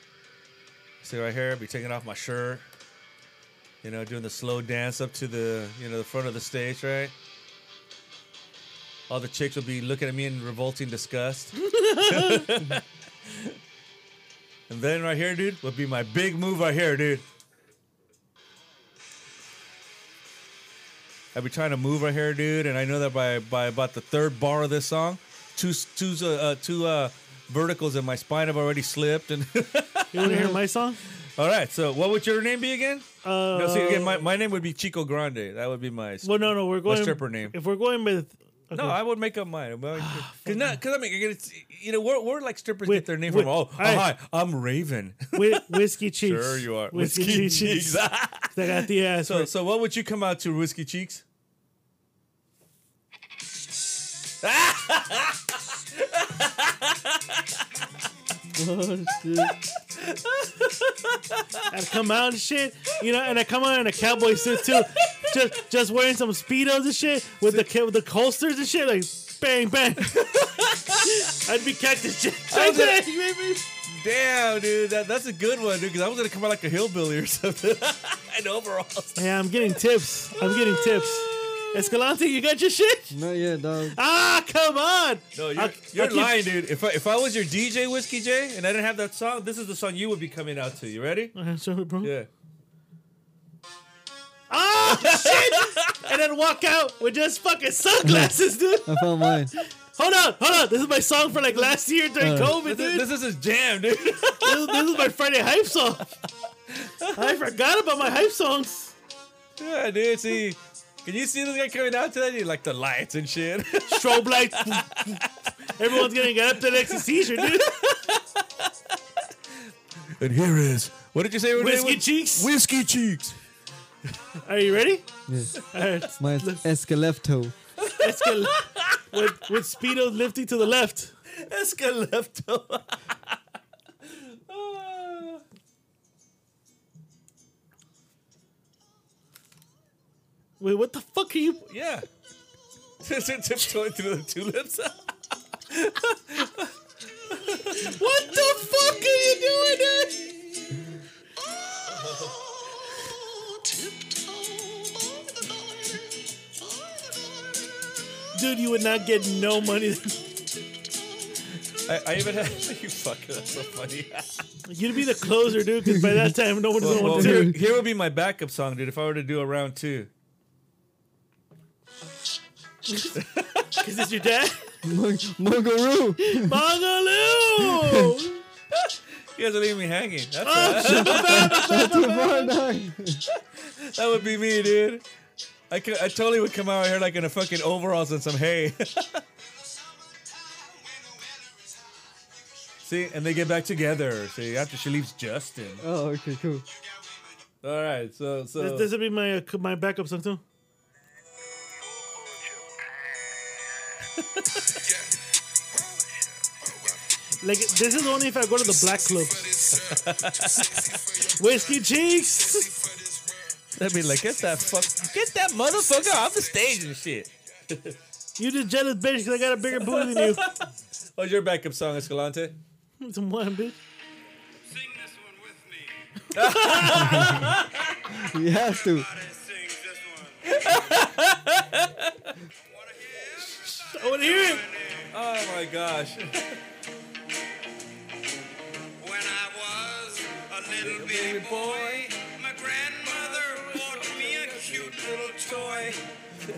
S2: Stay right here. Be taking off my shirt. You know, doing the slow dance up to the you know the front of the stage, right? All the chicks would be looking at me in revolting disgust. and then right here, dude, would be my big move right here, dude. I'd be trying to move right here, dude, and I know that by by about the third bar of this song, two s- two s- uh, uh, two uh, verticals in my spine have already slipped. And [laughs]
S1: You want to hear my song?
S2: all right, so what would your name be again?
S1: Uh,
S2: No, see, again, my, my name would be Chico Grande. That would be my.
S1: well, no, no, we're going.
S2: stripper name?
S1: If we're going with. Okay.
S2: No, I would make up mine. Because not, because I mean, again, it's, you know, we're, we're like strippers
S1: Ah, Wait,
S2: get their name
S1: wait,
S2: from. Oh, oh,
S1: I-
S2: hi,
S1: [laughs]
S2: I'm Raven.
S1: Whi- Whiskey Cheeks.
S2: sure you are.
S1: Whiskey, Cheeks. That got the ass.
S2: [laughs] so,
S1: right.
S2: so what would you come out to, Whiskey Cheeks?
S1: I'd come out and shit, you know, and I come out in a cowboy suit too, just just wearing some speedos and shit with the ca- with the holsters and shit, like bang bang. [laughs] I'd be cactus jack.
S2: That's Damn, dude, that, that's a good one, dude. Because I was gonna come out like a hillbilly or [laughs] something. and overalls.
S1: yeah, I'm getting tips. I'm getting tips. Escalante, you got your shit?
S3: Not yet, dog.
S1: Ah, come on.
S2: No, you're,
S1: I'll-
S2: you're
S1: I'll keep-
S2: lying, dude. If I, if I was your DJ,
S1: Mm.
S2: Whiskey J, and I didn't have that song, this is the song you would be coming out to. You ready?
S1: Uh, sorry, bro.
S2: Yeah.
S1: fucking shit, and then walk out with just fucking sunglasses, dude.
S3: I found mine.
S1: Hold on, hold on. This is my song for like last year during
S3: Uh,
S1: COVID, dude. This,
S2: This, is- this is his jam, dude. [laughs]
S1: is- this is my Friday hype song. I forgot about my hype songs.
S2: yeah, dude. See, can you see this guy coming out to that? He like the lights and shit. [laughs]
S1: Strobe lights. Everyone's gonna get up to Lexi seizure, dude.
S2: and here is what did you say? What
S1: Whiskey cheeks.
S2: Whiskey cheeks.
S1: Are you ready?
S3: Yeah.
S1: All right.
S3: Mine's Escalepto.
S1: Let's get with, with speedo lifting to the left.
S2: Escalepto.
S1: Wait, what the fuck are you?
S2: yeah. [laughs] Just tiptoeing through the tulips.
S1: What the fuck are you doing, dude? Dude, you would not get no money. [laughs]
S2: I, I even had [laughs] you fucker. That's so funny.
S1: You'd be the closer, dude, because by that time, no one's gonna
S2: Well,
S1: want to.
S2: here, here would be my backup song, dude. If I were to do a round two.
S1: Is this your dad?
S3: Mung- Mungaroo.
S1: Bongaloo!
S2: You guys are leaving me hanging. That's
S3: Barney.
S2: That would be me, dude. I could, I totally would come out here like in a fucking overalls and some hay. [laughs] see, and they get back together. See, after she leaves Justin.
S3: oh, okay, cool.
S2: All right, so so
S1: this, this would be my uh, c- my backup song too. [laughs] Like this is only if I go to the black club. [laughs] Whiskey cheeks.
S2: that'd be like get that fuck, get that motherfucker off the stage and shit.
S1: You just jealous bitch because I got a bigger booty [laughs] than
S2: What's your backup song, Escalante?
S1: you. Some one bitch.
S4: Sing this one with me.
S3: He has to.
S4: Sing this one. Wanna hear?
S1: I want to hear it.
S2: Oh my gosh,
S4: When I was a little bitty boy, my grandmother bought me a cute little toy.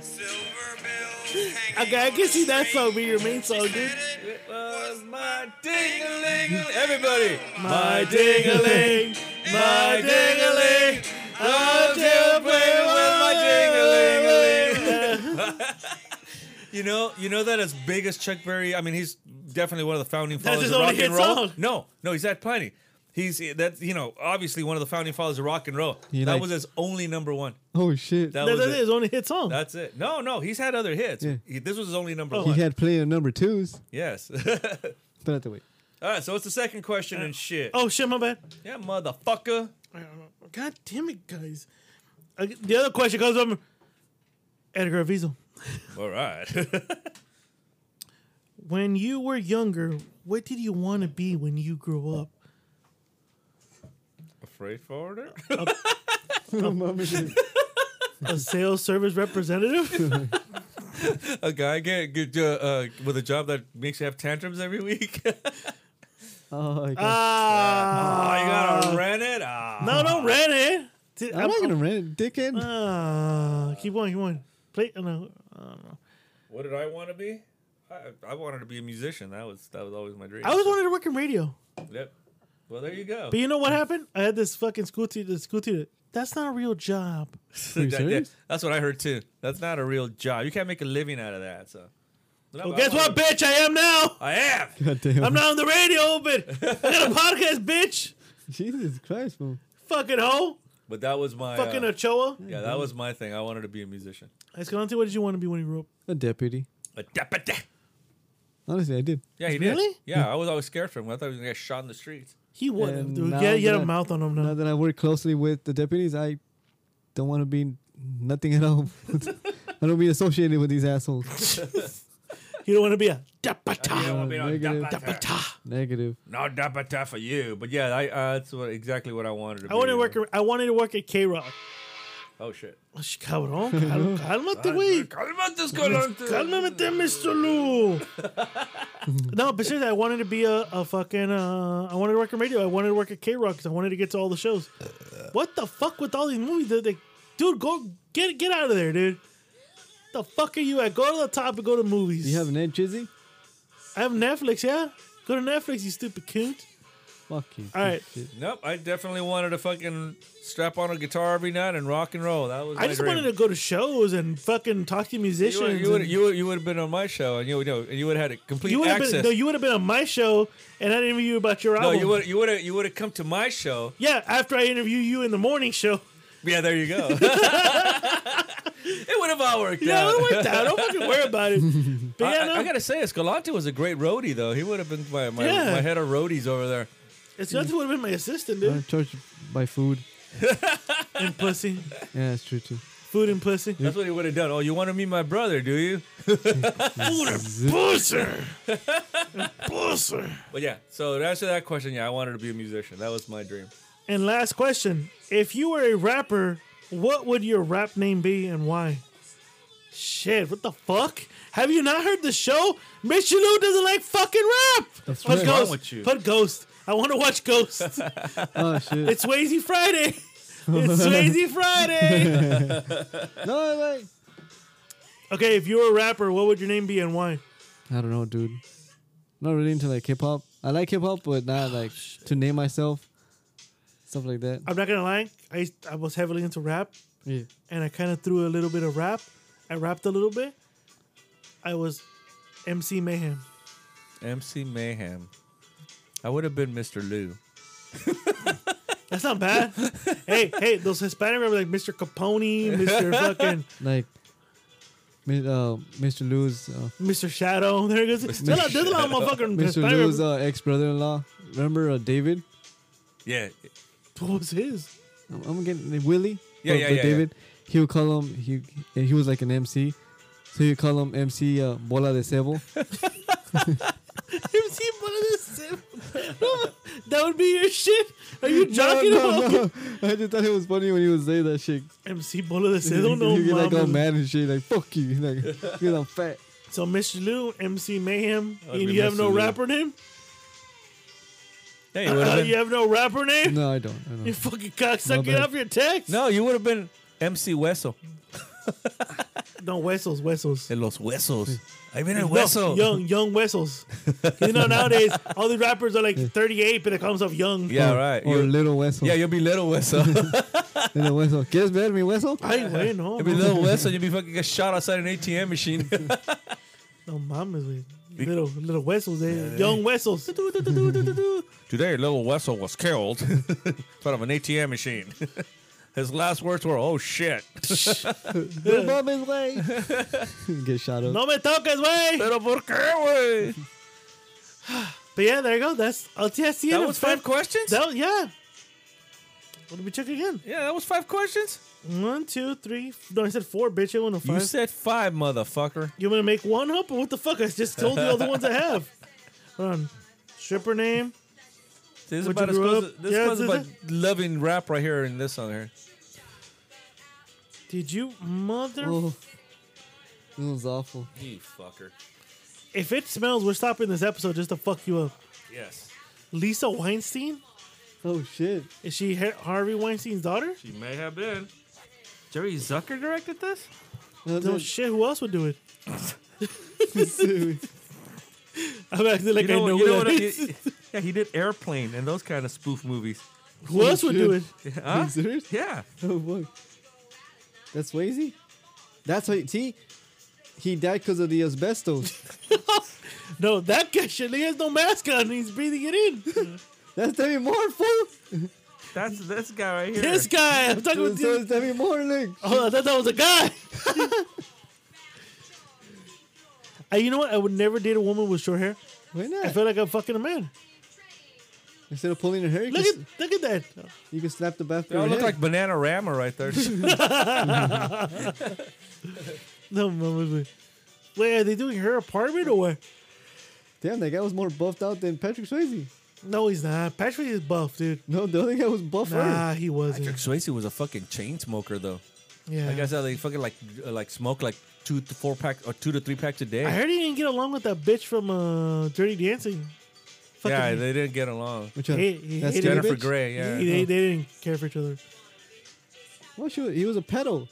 S4: Silver bells hanging
S1: Okay, I
S4: on
S1: can
S4: a
S1: see that
S4: string.
S1: song be your main song, dude.
S2: it was my ding-a-ling. Everybody,
S1: My ding-a-ling, my ding-a-ling,
S2: I'm still playing with my ding-a-ling-a-ling. You know, you know that as big as Chuck Berry. I mean, he's definitely one of the founding
S1: That's
S2: fathers
S1: his
S2: of rock
S1: only
S2: and
S1: hit
S2: roll.
S1: song.
S2: No, no, he's at plenty. He's that you know, obviously one of the founding fathers of rock and roll.
S3: He
S2: that
S3: like-
S2: was his only number one.
S3: Oh, shit.
S2: That
S1: That,
S2: was
S1: that
S2: it.
S1: is only hit song.
S2: That's it. No, no, he's had other hits.
S3: Yeah.
S2: He- this was his only
S1: Oh,
S2: number
S3: He
S2: one.
S3: had plenty of number twos.
S2: Yes. [laughs]
S3: But I have
S1: [laughs]
S3: to wait.
S2: All right. So what's the second question and shit?
S1: oh shit, my bad.
S2: Yeah, motherfucker.
S1: God damn it, guys. Uh, The other question comes from Edgar Aviso.
S2: All right. [laughs]
S1: When you were younger, what did you want to be when you grew up?
S2: A freight forwarder.
S1: A sales service
S3: [laughs]
S1: representative?
S2: a guy get, get uh, uh, with a job that makes you have tantrums every week. [laughs] oh,
S3: [laughs] Oh, okay.
S1: Ah,
S2: you gotta rent it. Ah.
S1: no, don't rent it. Did-
S3: I'm not gonna rent it, dickhead.
S1: Ah, keep going, keep going. Play. oh, No, I don't know.
S2: What did I want to be? I, I wanted to be a musician. That was that was always my dream.
S1: I always wanted to work in radio,
S2: Yep. Well, there you go.
S1: but you know what happened? I had this fucking school teacher. The school teacher. That's not a real job.
S2: [laughs] That- that-
S3: serious?
S2: that's what I heard too. That's not a real job. You can't make a living out of that. So. No,
S1: Well,
S2: I
S1: Oh, guess what,
S2: wanted-
S1: bitch? I am now.
S2: I am.
S3: [laughs] God damn.
S1: I'm not on the radio, but I
S3: [laughs]
S1: got a podcast, bitch.
S3: Jesus Christ, bro.
S1: Fucking hoe.
S2: But that was my.
S1: Fucking
S2: uh,
S1: Ochoa.
S2: yeah, that was my thing. I wanted to be a musician.
S1: Escalante, what did you want to be when you grew up?
S3: A deputy.
S2: A deputy.
S3: Honestly, I did.
S2: Yeah, he
S1: Really?
S2: did. Yeah, I was always scared for him. I thought he was gonna get shot in the streets.
S1: He would have,
S3: And
S1: dude.
S3: now
S1: Yeah, he had a
S3: that-
S1: mouth on him
S3: Now
S1: now.
S3: that I work closely with the deputies, I don't want to be nothing at all. [laughs] I don't be associated with these assholes.
S1: You don't want to be a
S2: Yeah, I
S1: dapata.
S2: wanna be no
S3: negative.
S2: deputy.
S3: Negative.
S2: No da for you, but yeah, I, uh, that's what exactly what I wanted to.
S1: I wanted
S2: be,
S1: to work.
S2: uh,
S1: I wanted to work at K Rock.
S2: Oh shit!
S3: [laughs]
S1: Cabrón, cal- cálmate, güey.
S2: Calmate, Escalante.
S1: Cálmate, Mr. Lou. no, but seriously, I wanted to be a, a fucking. Uh, I wanted to work in radio. I wanted to work at K Rock because I wanted to get to all the shows. What the fuck with all these movies? They, they dude, go get get out of there, dude. The fuck are you at? Go to the top and go to movies.
S3: You have an edge, Izzy?
S1: I have Netflix, yeah. Go to Netflix, you stupid coot.
S3: Fuck you.
S1: All right.
S3: Shit.
S2: Nope, I definitely wanted to fucking strap on a guitar every night and rock and roll. That was
S1: I
S2: my
S1: just
S2: dream.
S1: wanted to go to shows and fucking talk to
S2: You
S1: musicians.
S2: would, you, would,
S1: and-
S2: you, would, you would have been on my show, and you would know, and you would have had a complete
S1: you would have
S2: access.
S1: been no, you would have been on my show, and I interview you about your
S2: no,
S1: album.
S2: you would, you would have, you would have come to my show.
S1: Yeah, after I interview you in the morning show. [laughs]
S2: Yeah, there you go. [laughs] it would have all worked
S1: Yeah,
S2: out.
S1: it worked out. Don't fucking worry about
S2: [laughs]
S1: it. But
S2: I,
S1: yeah, no,
S2: I- I gotta say, Escalante was a great roadie, though. He would have been my my,
S1: Yeah.
S2: my head of roadies over there.
S1: it's nothing would have been my assistant,
S3: I
S1: dude.
S3: charge by food.
S1: and pussy,
S3: Yeah, that's true too.
S1: food and pussy,
S2: That's what he would have done. Oh, you want to meet my brother, do you?
S1: food and pussy, And [laughs] pussy.
S2: But yeah, so to answer that question, yeah, I wanted to be a musician. That was my dream.
S1: And last question: If you were a rapper, what would your rap name be and why? Shit, what the fuck? Have you not heard the show? Mitch Lou doesn't like fucking rap.
S3: That's
S1: Put Ghost.
S2: What's
S3: right.
S2: wrong with you?
S1: Put Ghost. I want to watch
S2: [laughs]
S1: Ghost.
S3: Oh shit.
S1: It's Swayze Friday.
S3: [laughs]
S1: It's Swayze Friday.
S3: no, I like.
S1: okay, if you were a rapper, what would your name be and why?
S3: I don't know, dude. Not really into like hip hop. I like hip hop, but not like to name myself, stuff like that.
S1: I'm not gonna lie. I used- I was heavily into rap,
S3: Yeah.
S1: and I kind of threw a little bit of rap. I rapped a little bit. I was MC Mayhem.
S2: MC Mayhem. I would have been Mr. Lou.
S1: That's not bad.
S3: [laughs]
S1: hey, hey, those Hispanic rappers like Mr. Capone, Mr. fucking
S3: Like, Mi- uh, Mr. Lou's, uh,
S1: Mr. Shadow. There it goes. There's a lot- there's a lot of motherfucking
S3: Mr.
S1: Hispanic
S3: Lou's
S1: rappers.
S3: uh, ex brother-in-law. Remember uh, David?
S2: Yeah,
S1: What was his? [laughs]
S3: I'm, I'm getting Willie.
S2: Yeah,
S3: but-
S2: yeah,
S3: but
S2: yeah,
S3: David. He would call him. He and he was like an MC, so he would call him MC uh, Bola de Cebo.
S1: MC Bola de Cebo. [laughs] that would be your shit. Are you joking about [laughs]
S3: no. [laughs] I just thought it was funny when he would say that shit.
S1: MC Bola de Cedo? No,
S3: He'd get like all
S1: mames.
S3: mad and shit, like fuck you, [laughs] like because I'm fat.
S1: So Mr. Lou, MC Mayhem,
S2: That would
S1: and
S2: be
S1: you have
S2: Mr.
S1: no
S2: Lou.
S1: rapper name? Uh,
S2: yeah, you
S1: [laughs]
S2: would have been.
S1: you have no rapper name?
S3: No, I don't. I
S1: You
S2: [laughs]
S3: don't.
S1: fucking cocksucker,
S3: My
S1: get
S3: bad.
S1: off your text.
S2: No, you would have been MC Hueso.
S1: No, Wessels, Wessels.
S2: De los huesos. Ahí viene el
S1: No,
S2: hueso.
S1: young, young Wessels. you know, nowadays, all the rappers are like 38, but it comes off young.
S2: Yeah,
S3: Or-
S2: right.
S3: Or
S2: You-
S3: little hueso.
S2: yeah, you'll be little hueso. you'll
S3: little hueso. ¿Quieres ver mi hueso?
S1: I wait, [laughs] no.
S2: be
S1: no,
S2: little hueso. [laughs] You'll be fucking get shot outside an ATM machine.
S1: No, mom is with little, little Wessels. They, young Wessels. That's
S2: [laughs] Today, little Wessel was killed in front of an ATM machine. [laughs] His last words were, "Oh
S1: [laughs]
S2: shit,
S3: Little Bobby's way.
S1: [laughs]
S3: Get shot up.
S1: No me toques, way.
S2: little por qué, güey?"
S1: But yeah, there you go. That's LTSC.
S2: That was five questions.
S1: That was, yeah. Let me check again.
S2: yeah, that was five questions.
S1: One, two, three. f- No, I said four, bitch. I want to
S2: You
S1: five.
S2: said five, motherfucker.
S1: You want to make one up? Or what the fuck? I just told you all the ones I
S2: [laughs]
S1: have. Hold on. Stripper name.
S2: This is
S1: Would
S2: about
S1: you
S2: as
S1: grow
S2: close.
S1: up-
S2: This
S1: Yeah,
S2: is
S1: this
S2: about loving rap right here in this song here.
S1: Did you mother?
S3: Oh, it was awful.
S2: You fucker.
S1: If it smells, we're stopping this episode just to fuck you up.
S2: Yes,
S1: Lisa Weinstein?
S3: Oh shit.
S1: Is she Har- Harvey Weinstein's daughter?
S2: she may have been. Jerry Zucker directed this.
S3: No,
S1: No
S3: no,
S1: shit. Who else would do it? [laughs]
S3: [laughs] seriously.
S1: I'm acting like
S2: You know,
S1: I know,
S2: you
S1: who
S2: know
S1: that [laughs]
S2: what?
S1: is.
S2: He, yeah, he did Airplane and those kind of
S1: [laughs]
S2: spoof movies.
S1: Who else would
S2: [laughs]
S1: do it?
S3: shit. Are
S2: Huh?
S3: you serious?
S2: Yeah.
S3: Oh fuck. That's Swayze. That's why. See, he died because of the asbestos. [laughs]
S1: No, that guy shit. He has no mask on. He's breathing it
S2: [laughs]
S1: in.
S3: That's Demi Moore, fool.
S2: That's this guy right here.
S1: this guy. I'm talking
S3: So
S1: about this.
S3: it's Demi Moore, like.
S1: Oh, I thought that was a guy. [laughs] Uh, you know what? I would never date a woman with short hair.
S3: Why
S1: I
S3: not?
S1: feel like I'm fucking a man.
S3: Instead of pulling her hair, you
S1: Look at
S3: can, s-
S1: look at that.
S3: you can slap the back.
S2: They all look like Banana Rama right
S1: [laughs]
S2: there.
S1: No, no, wait, wait. Wait, are they doing her apartment or what?
S3: Damn, that guy was more buffed out than Patrick Swayze.
S1: No, he's not. Patrick is buff, dude.
S3: No, the other guy was buffer.
S1: Nah, he
S2: Patrick
S1: wasn't.
S2: Swayze was a fucking chain smoker though.
S1: Yeah.
S2: Like I said, they fucking like uh, like smoke like two to four packs or two to three packs a day.
S1: I heard he didn't get along with that bitch from uh, Dirty Dancing. Fucking
S2: yeah, they didn't get along.
S3: Which one?
S1: He- he
S3: That's
S1: hated
S3: Jennifer
S2: Jennifer Grey,
S3: Grey.
S2: yeah.
S1: they, they didn't care for each other.
S3: Oh shoot, he was a pedo.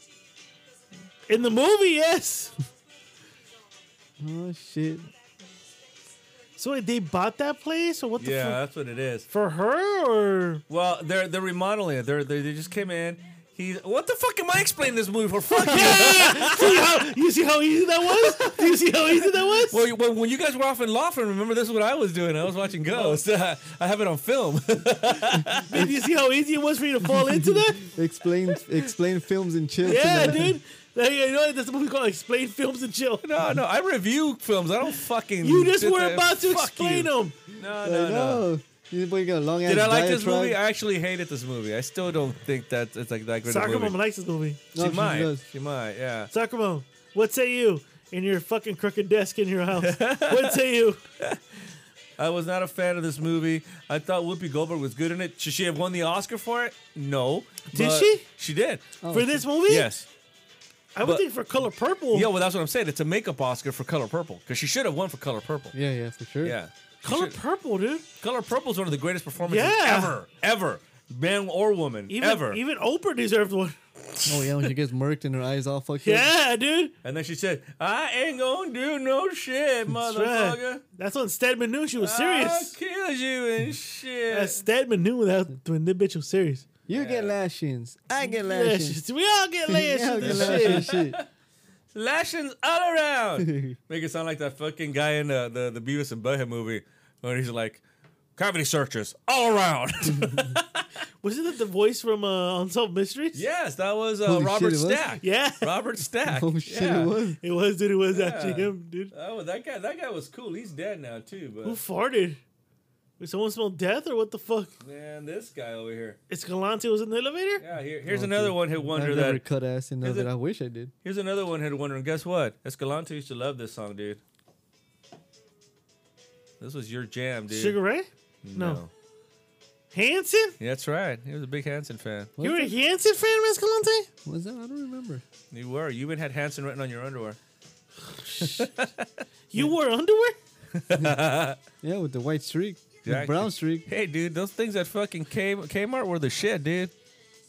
S1: In the movie, yes. [laughs]
S3: Oh shit.
S1: So wait, they bought that place, or what the
S2: [laughs] Yeah,
S1: fuck?
S2: that's what it is.
S1: For her, or [laughs]
S2: Well, they're they're remodeling it. They're, they they just came in. He's what the fuck am I explaining this movie for? Fuck [laughs] you!
S1: See how- you see how easy that was? Do you see how easy that was?
S2: Well, you- well, when you guys were off in Laughlin, remember this is what I was doing. I was watching Ghost. [laughs] I have it on film. [laughs]
S1: Did you see how easy it was for you to fall into that?
S3: Explain explain films and chill.
S1: Yeah,
S3: tonight.
S1: dude. Like, you know, there's a movie called Explain Films and Chill.
S2: no, no, I review films. I don't fucking.
S1: You just
S2: sit
S1: were
S2: there-
S1: about to
S2: Fuck
S1: explain
S2: you.
S1: them.
S2: No,
S3: I
S2: no, no.
S3: know. You boy got a long ass
S2: Did I like this
S3: diatribe.
S2: movie? I actually hated this movie. I still don't think that it's like that great of
S1: Soccer
S2: a
S1: Mom
S2: movie.
S1: likes this movie.
S2: She
S3: No, she
S2: might.
S3: does.
S2: She might. Yeah.
S1: Soccer Mom, what say you? In your fucking crooked desk in your house. What say you?
S2: I was not a fan of this movie. I thought Whoopi Goldberg was good in it. Should she have won the Oscar for it? No.
S1: Did
S2: but
S1: she?
S2: She did.
S3: Oh.
S1: for this [laughs] movie?
S2: Yes.
S1: I would
S2: but-
S1: think for Color Purple.
S2: Yeah. Well, that's what I'm saying. It's a makeup Oscar for Color Purple because she should have won for Color Purple.
S3: Yeah, yeah, for sure.
S2: Yeah. She
S1: Color
S2: should-
S1: Purple, dude.
S2: Color Purple is one of the greatest performances
S1: Yeah.
S2: ever, ever, man or woman,
S1: Even,
S2: ever.
S1: even Oprah deserved one.
S3: Oh yeah, when she gets murked and her eyes all fucked up.
S1: Yeah, dude.
S2: and then she said, "I ain't gonna do no
S1: That's right.
S2: shit, motherfucker. Ah,
S1: That's when Stedman knew she was serious.
S2: I kill you and shit."
S1: That's Stedman knew that when that bitch was serious.
S3: You get lashings. I get lashings.
S1: Lashes. We all get lashes.
S3: Yeah, I get
S1: and shit.
S3: lashes and
S2: Lashings all around.
S3: shit.
S2: Make it sound like that fucking guy in the the, the Beavis and Butthead movie where he's like, "Cavity searches all around." [laughs]
S1: Wasn't that the voice from uh, Unsolved Mysteries?
S2: yes, that was uh,
S3: Holy shit,
S2: Robert
S3: it was?
S2: Stack.
S1: Yeah.
S2: Robert
S3: [laughs]
S2: Stack.
S3: oh shit,
S2: Yeah.
S3: it was.
S1: [laughs] It was, dude. It was actually him, dude.
S2: Oh, that guy. That guy was cool. He's dead now too.
S1: Who
S2: But
S1: farted? Did someone smell death or what the fuck?
S2: man, this guy over here.
S1: Escalante was in the elevator?
S2: Yeah, here, here's
S3: Oh,
S2: another
S3: dude.
S2: one hit
S3: I
S2: wonder
S3: never
S2: that
S3: cut ass in
S2: Is
S3: that.
S2: it-
S3: I wish I did.
S2: here's another one hit wonder. And guess what? Escalante used to love this song, dude. This was your jam, dude.
S1: Sugar Ray? No. Hanson?
S2: Yeah, that's right. He was a big Hanson fan.
S1: You were a Hanson fan of Escalante?
S3: Was that? I don't remember.
S2: You were. You even had Hanson written on your underwear.
S1: You wore underwear?
S3: Yeah, with the white streak,
S2: Yeah,
S3: the
S2: [laughs]
S3: brown streak. [laughs]
S2: Hey, dude, those things at fucking K- Kmart were the shit, dude.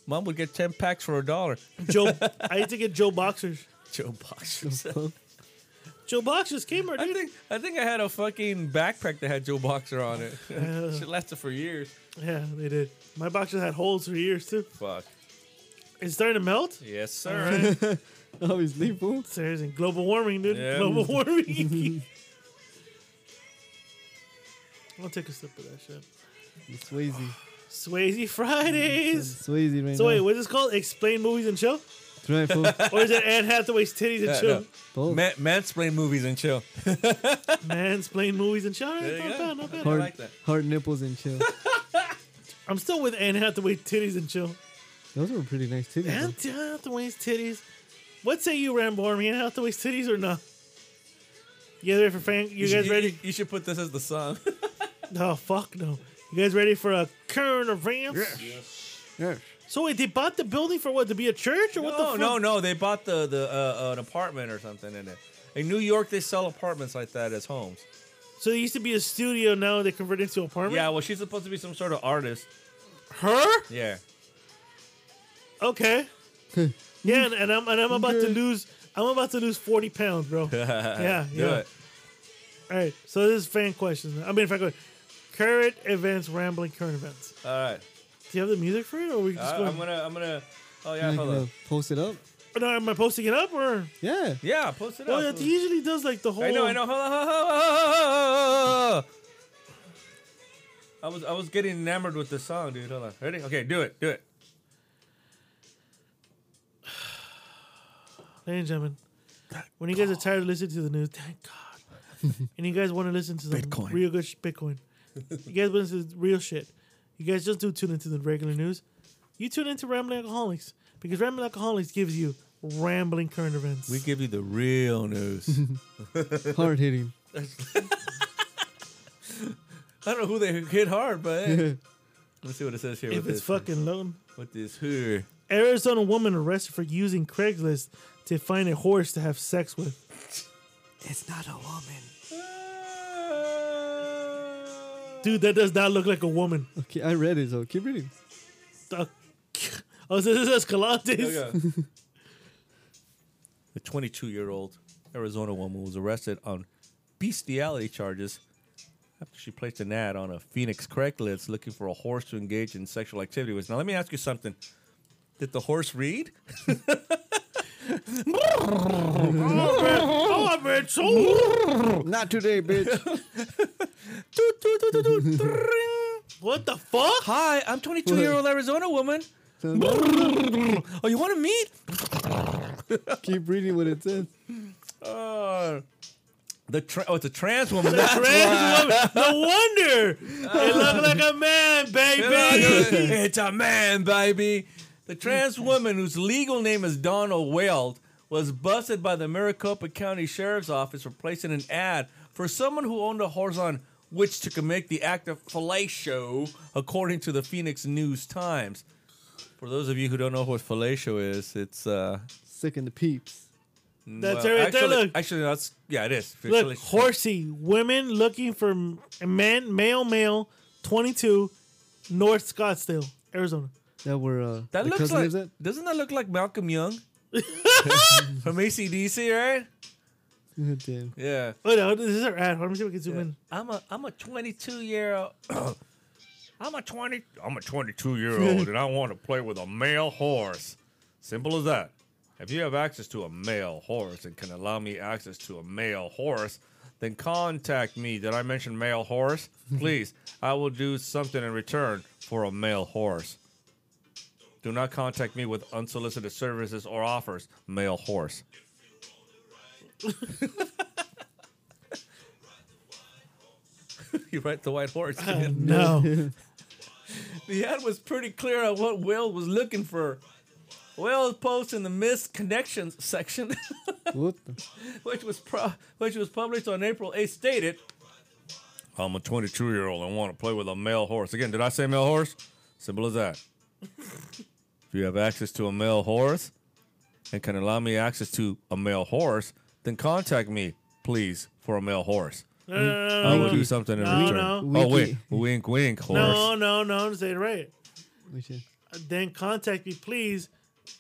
S2: Mom would get ten packs for a dollar. [laughs]
S1: Joe, [laughs] I used to get Joe Boxers.
S2: Joe Boxers.
S1: Joe Boxers, Kmart,
S2: I
S1: dude.
S2: think I think I had a fucking backpack that had Joe Boxer on it. [laughs] Shit lasted for years.
S1: yeah, they did. My boxers had holes for years, too.
S2: Fuck.
S1: It's starting to
S2: [laughs]
S1: melt?
S2: Yes,
S1: [laughs]
S2: sir.
S3: Obviously, fool.
S1: Seriously, global warming, dude.
S2: Yeah.
S1: Global
S2: [laughs]
S1: warming. I'll take a sip of that shit.
S3: It's Swayze.
S1: Swayze
S2: Mm,
S1: Fridays.
S3: It's Swayze right
S1: So wait,
S3: now.
S1: what's this called? Explain movies and chill,
S3: That's right, fool.
S1: [laughs] or
S2: [laughs]
S1: is it Anne Hathaway's titties and
S2: Yeah,
S1: chill?
S3: Both.
S2: Man, mansplain movies and chill.
S1: Mansplain movies and chill. All
S2: There
S1: right,
S2: you
S1: not
S2: go.
S1: bad, not bad.
S2: Hard-
S3: hard,
S2: like that.
S3: hard nipples and chill.
S1: I'm still with Anne Hathaway titties and chill.
S3: Those were pretty nice
S2: Mm-hmm.
S3: titties.
S1: Anne Hathaway's titties. What say you, Rambo? Army? Anne Hathaway's titties or not? You guys ready for fan? You guys
S2: should-
S1: ready?
S2: You should put this as the song.
S1: No, fuck no. You guys ready for a current events?
S3: though. Yeah.
S1: So wait, they bought the building for what? To be a church or what the?
S2: no,
S1: fuck?
S2: no, no. They bought the the uh, uh, an apartment or something in it. In New York, they sell apartments like that as homes.
S1: So there used to be a studio. Now they converted it to an apartment.
S2: Yeah, well, she's supposed to be some sort of artist.
S1: Her?
S2: Yeah. [laughs]
S1: Okay. yeah, and, and I'm and I'm about to
S3: Okay.
S1: lose. I'm about to lose forty pounds,
S2: [laughs]
S1: bro. [laughs] yeah,
S2: Do
S1: yeah.
S2: it.
S1: All right. So this is fan questions. I mean, fan questions. Current events, rambling current events.
S2: All right.
S1: Do you have the music for it, or are we just
S2: I,
S1: going?
S2: Uh, I'm gonna. I'm gonna. Oh yeah.
S3: Like,
S2: Hold
S3: uh,
S2: on.
S3: post it up.
S1: No, am I posting it up or?
S3: Yeah.
S2: Yeah. Post it
S1: Oh,
S2: up.
S1: yeah, it usually does like the whole.
S2: I know. I know. Hold on. Hold on, hold on, hold on. I was I was getting enamored with the song, dude. Hold on. Ready? Okay. Do it. Do it.
S1: Ladies and gentlemen, when you guys are tired of listening to the news, thank God,
S2: [laughs]
S1: and you guys want to listen to some
S2: Bitcoin.
S1: real good sh- Bitcoin, you guys want to listen to real shit. You guys just do tune into the regular news. You tune into Rambling Alcoholics because Rambling Alcoholics gives you rambling current events.
S2: We give you the real
S1: [laughs]
S2: news.
S3: Hard hitting.
S2: I don't know who they hit hard, but hey.
S1: [laughs]
S2: let's see what it says here.
S1: if
S2: with
S1: it's
S2: this.
S1: fucking low.
S2: with
S1: [laughs]
S2: this here.
S1: Arizona woman arrested for using Craigslist to find a horse to have sex with.
S3: it's not a woman.
S1: Dude, that does not look like a woman.
S3: Okay, I read it, so keep reading.
S1: A, Oh, so this is Escalantes.
S2: the 22 year old Arizona woman was arrested on bestiality charges after she placed an ad on a Phoenix Craigslist looking for a horse to engage in sexual activity with. Now, let me ask you something. Did the horse
S1: [laughs]
S2: read?
S1: Oh, I'm rich. Oh.
S3: Not today, bitch.
S2: Toot, toot, toot, toot, toot, tring.
S1: What the
S2: [laughs]
S1: fuck?
S2: Hi, I'm 22 year old Arizona woman. Oh, you want to meet?
S3: [laughs] Keep reading what it says.
S2: Uh, the tra- oh, it's a trans woman.
S1: Trans woman. No wonder. They look like a man, baby.
S2: [laughs] it's a man, baby. The trans woman, whose legal name is Donna Weld, was busted by the Maricopa County Sheriff's Office for placing an ad for someone who owned a horse on which to commit the act of fellatio, according to the Phoenix News Times. For those of you who don't know what fellatio is, it's uh,
S3: Sick in the peeps.
S1: That's it right there,
S2: actually,
S1: look.
S2: Actually, that's yeah, it is.
S1: Look,
S2: Fellatio.
S1: horsey. Women looking for m- men, male, male, 22, North Scottsdale, Arizona.
S3: That were uh,
S2: That
S3: the
S2: looks
S3: cousin
S2: like
S3: lives at? [laughs]
S2: doesn't that look like
S1: [laughs]
S2: Malcolm Young from ACDC, right?
S3: Damn.
S2: Yeah.
S1: Wait, Oh, no, this is our ad. Let me see if we can zoom in.
S2: I'm a I'm a 22 year old. [coughs] I'm a 20. I'm a 22 year old, and I want to play with a male horse. Simple as that. If you have access to a male horse and can allow me access to a male horse, then contact me. Did I mention male [laughs] horse? Please, I will do something in return for a male horse. Do not contact me with unsolicited services or offers. Male horse. [laughs] you write the white [laughs] horse. man.
S1: No.
S2: The ad was pretty clear on what Will was looking for. Will posts in the missed connections section, [laughs]
S3: What the?
S2: which was pro- which was published on April 8th, stated, "I'm a 22 year old and want to play with a male horse." Again, did I say male horse? Simple as that. if you have access to a male horse and can allow me access to a male horse, then contact me, please, for a male horse.
S1: No, no, no,
S2: I
S1: no,
S2: will
S1: no.
S2: do something in
S1: No,
S2: return.
S3: no.
S2: Oh wait,
S3: Wiki.
S2: wink, wink, horse.
S1: No, no, no. Say it right.
S3: We should-
S1: Then contact me, please.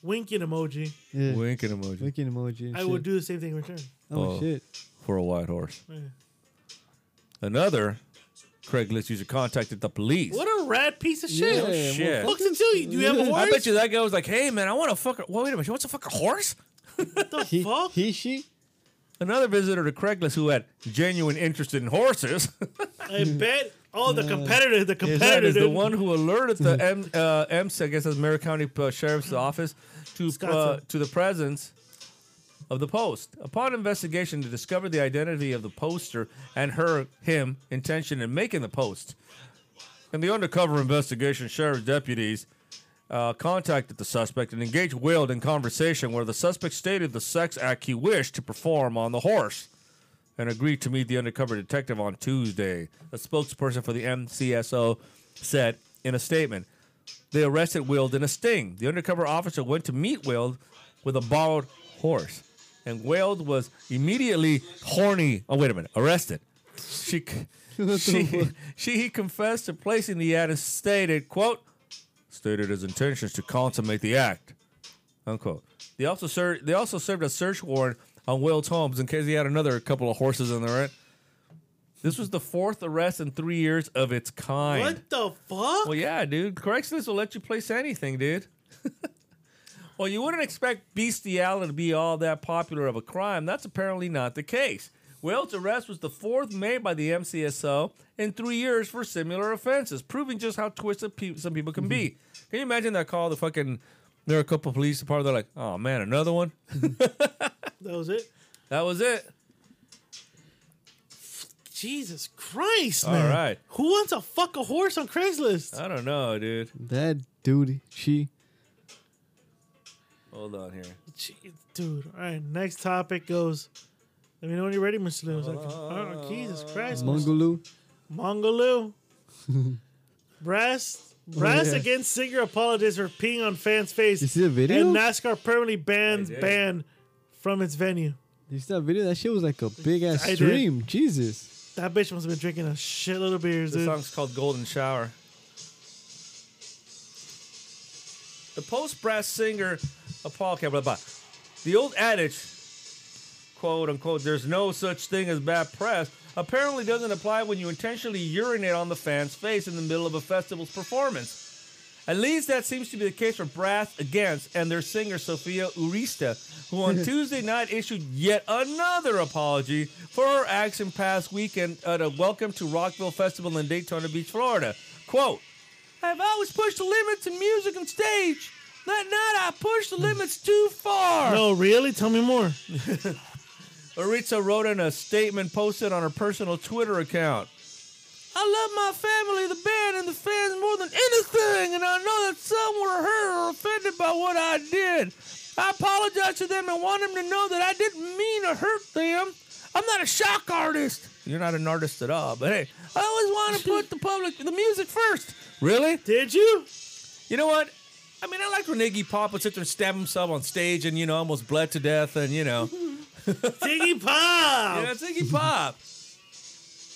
S1: Winking emoji.
S3: Yeah.
S2: Winking emoji.
S3: Winking emoji. and
S1: I
S3: shit.
S1: will do the same thing in return.
S3: Oh,
S2: Oh.
S3: shit.
S2: for a white horse.
S1: Yeah.
S2: Another Craigslist user contacted the police.
S1: What a rad piece of shit.
S3: Yeah,
S1: Yeah,
S2: shit.
S1: Looks into you. Do you have a
S3: I
S1: horse?
S2: I bet you that guy was like, "Hey man, I want to fuck. A- well, wait a minute, you want to fuck a horse?"
S1: What the
S3: He,
S1: fuck?
S3: he, she?
S2: Another visitor to Craigslist who had genuine interest in horses. [laughs]
S1: I bet. Oh, the competitor. The
S2: that
S1: competitor.
S2: is the
S1: dude.
S2: one who alerted the M, uh, MC, I guess that's Mary County uh, Sheriff's Office, to uh,
S1: Scottsdale.
S2: to the presence of the post. Upon investigation, they discovered the identity of the poster and her him intention in making the post. In the undercover investigation, sheriff's deputies uh, contacted the suspect and engaged Wild in conversation, where the suspect stated the sex act he wished to perform on the horse and agreed to meet the undercover detective on Tuesday. A spokesperson for the MCSO said in a statement, they arrested Wild in a sting. The undercover officer went to meet Wild with a borrowed horse, and Wild was immediately horny. Oh, wait a minute, arrested. She, c- she, she confessed to placing the ad and stated, quote, stated his intentions to consummate the act, unquote. They also, ser- they also served a search warrant on Wild's homes in case he had another couple of horses in there, right? This was the fourth arrest in three years of its kind.
S1: What the fuck?
S2: Well, yeah, dude. Craigslist will let you place anything, dude. [laughs] well, you wouldn't expect bestiality to be all that popular of a crime. That's apparently not the case. Wells' arrest was the fourth made by the MCSO in three years for similar offenses, proving just how twisted pe- some people can be. Can you imagine that call? The fucking Maricopa Police Department. They're like, "Oh man, another one."
S1: That was it.
S2: That was it.
S1: Jesus Christ,
S2: All
S1: man.
S2: right.
S1: Who wants to fuck a horse on Craigslist?
S2: I don't know, dude.
S3: That dude, she.
S2: Hold on here.
S1: Jeez, dude. All right. Next topic goes. Let me know when you're ready, Mr. Lou. It's like, oh, Jesus Christ. Mr.
S3: Mongoloo.
S1: Mongoloo. Brass. Brass
S3: yeah.
S1: against singer apologized for peeing on fans' face.
S3: You see the video?
S1: And NASCAR permanently bans
S2: I did.
S1: ban from its venue.
S3: You see that video? That shit was like a big ass
S1: I did.
S3: stream. Jesus.
S1: That bitch must have been drinking a shitload of beers,
S2: The
S1: dude.
S2: song's called "Golden Shower." the post brass singer of Paul Campbell. But the old adage, quote unquote, there's no such thing as bad press, apparently doesn't apply when you intentionally urinate on the fan's face in the middle of a festival's performance. At least that seems to be the case for Brass Against and their singer Sofia Urista, who on Tuesday night issued yet another apology for her action past weekend at a Welcome to Rockville Festival in Daytona Beach, Florida. Quote, I've always pushed the limits in music and stage. That night I pushed the limits too far.
S1: No, really? Tell me more.
S2: Aritza wrote in a statement posted on her personal Twitter account. I love my family, the band, and the fans more than anything, and I know that some were hurt or offended by what I did. I apologize to them and want them to know that I didn't mean to hurt them. I'm not a shock artist. You're not an artist at all, but hey, I always want to put the public, the music first. Really?
S1: Did you?
S2: You know what? I mean, I like when Iggy Pop would sit there and stab himself on stage and, you know, almost bled to death and, you know.
S1: Ziggy Pop!
S2: Yeah, it's Iggy Pop.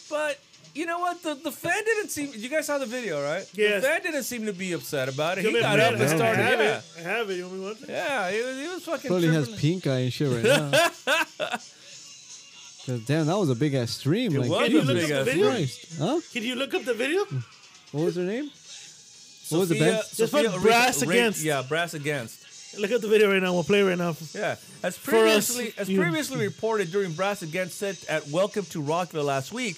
S2: But you know what? The the fan didn't seem. You guys saw the video, right?
S1: Yes.
S2: The fan didn't seem to be upset about it.
S1: Come
S2: he
S1: here,
S2: got
S1: man.
S2: up and started.
S1: I have
S2: Yeah,
S1: it. I have it. You want me to watch it?
S2: yeah. He was, he was fucking.
S3: Probably has
S2: tripping.
S3: pink eye and shit right now. 'Cause damn, that was a big ass stream.
S2: It
S3: like,
S2: was
S1: Can you
S2: a
S1: look up
S2: big
S1: the
S2: ass
S1: video?
S3: Christ, huh?
S1: Can you look up the video?
S3: What was her name? What was the
S2: Sophia-
S3: band?
S1: Just put
S2: Sophia Ri-
S1: Brass
S2: Ri-
S1: Against.
S2: Yeah, brass against.
S1: Look up the video right now. We'll play right now.
S2: Yeah, as
S1: For us,
S2: previously as
S1: you-
S2: previously reported during Brass Against set at Welcome to Rockville last week,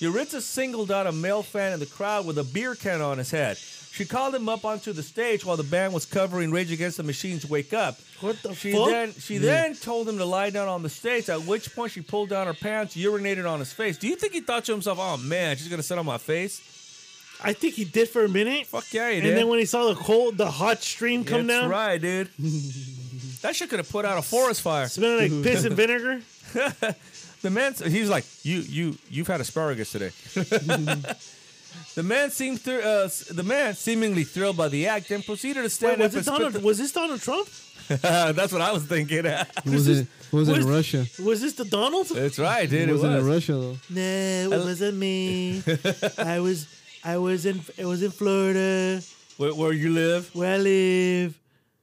S2: Yuritsa singled out a male fan in the crowd with a beer can on his head. She called him up onto the stage while the band was covering Rage Against the Machine's "Wake Up."
S1: What the
S2: she
S1: fuck?
S2: Then, she then told him to lie down on the stage. At which point, she pulled down her pants, urinated on his face. Do you think he thought to himself, "Oh man, she's gonna sit on my face"?
S1: I think he did for a minute.
S2: Fuck yeah, he
S1: and
S2: did.
S1: then when he saw the cold, the hot stream come
S2: That's
S1: down, [laughs]
S2: right, dude. that shit could have put out a forest fire.
S1: smelling like piss and
S2: [laughs]
S1: vinegar.
S2: The man, he's like, you, you, you've had
S1: [laughs]
S2: asparagus today. the man seemed, thr- uh, s- the man seemingly thrilled by the act, then proceeded to
S1: Wait,
S2: stand
S1: was,
S2: up
S1: it
S2: and spit.
S1: Donald, was this Donald Trump?
S2: the- [laughs] That's what I was thinking.
S3: Was it? Was it
S1: where's-
S3: in Russia?
S1: Was this the Donald?
S2: That's right, dude. It was.
S3: Was it in Russia though?
S1: No, it
S2: I-
S1: wasn't
S2: [laughs]
S1: me. I was, I was in, it was in Florida
S2: Where, where you live?
S1: where I live.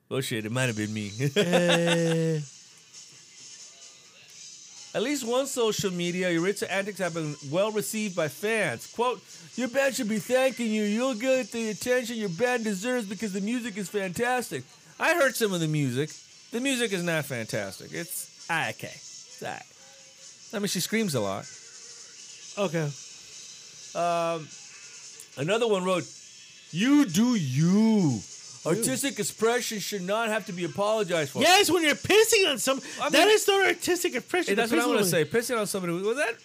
S2: Oh shit! It might have been me.
S1: Uh,
S2: [laughs] At least one social media, Yuritsa antics have been well received by fans. Quote, Your band should be thanking you. You'll get the attention your band deserves because the music is fantastic. I heard some of the music. The music is not fantastic. It's ah, okay. It's all right. I mean, she screams a lot.
S1: okay,
S2: Another one wrote, You do you. Artistic expression should not have to be apologized for.
S1: yes, when you're pissing on some,
S2: I mean-
S1: that is not artistic expression.
S2: Hey, that's
S1: to
S2: what I
S1: piss
S2: want to
S1: on.
S2: say. Pissing on somebody was that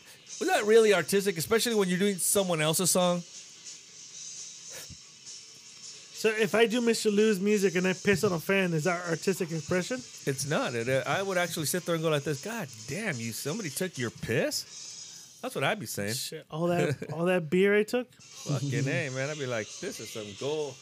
S2: was that really artistic, especially when you're doing someone else's song.
S1: So if I do Mr. Lou's music and I piss on a fan, is that artistic expression?
S2: It's not. It, uh, I would actually sit there and go like this. God damn you! Somebody took your piss. That's what I'd be
S1: [laughs]
S2: saying.
S1: Shit, all that,
S2: [laughs]
S1: all that beer I took.
S2: Fucking hey, man! I'd be like, this is some gold.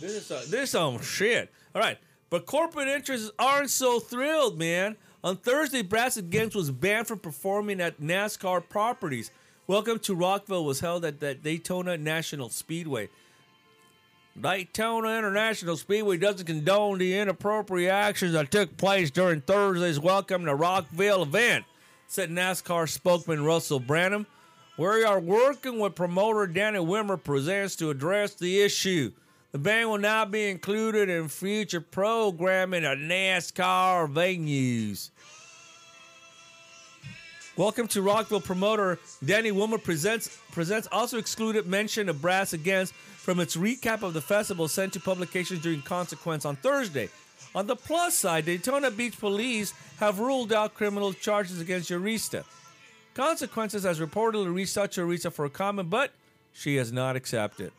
S2: This is some, this is some shit. All right, but corporate interests aren't so thrilled, man. On Thursday, Brass Against was banned from performing at NASCAR properties. Welcome to Rockville was held at the Daytona National Speedway. Daytona International Speedway doesn't condone the inappropriate actions that took place during Thursday's Welcome to Rockville event, said NASCAR spokesman Russell Branham. We are working with promoter Danny Wimmer Presents to address the issue. The band will now be included in future programming at NASCAR venues. Welcome to Rockville promoter Danny Wilmer presents presents also excluded mention of Brass Against from its recap of the festival sent to publications during Consequence on Thursday. On the plus side, Daytona Beach police have ruled out criminal charges against Eurista. Consequences has reportedly reached out to Eurista for a comment, but she has not accepted.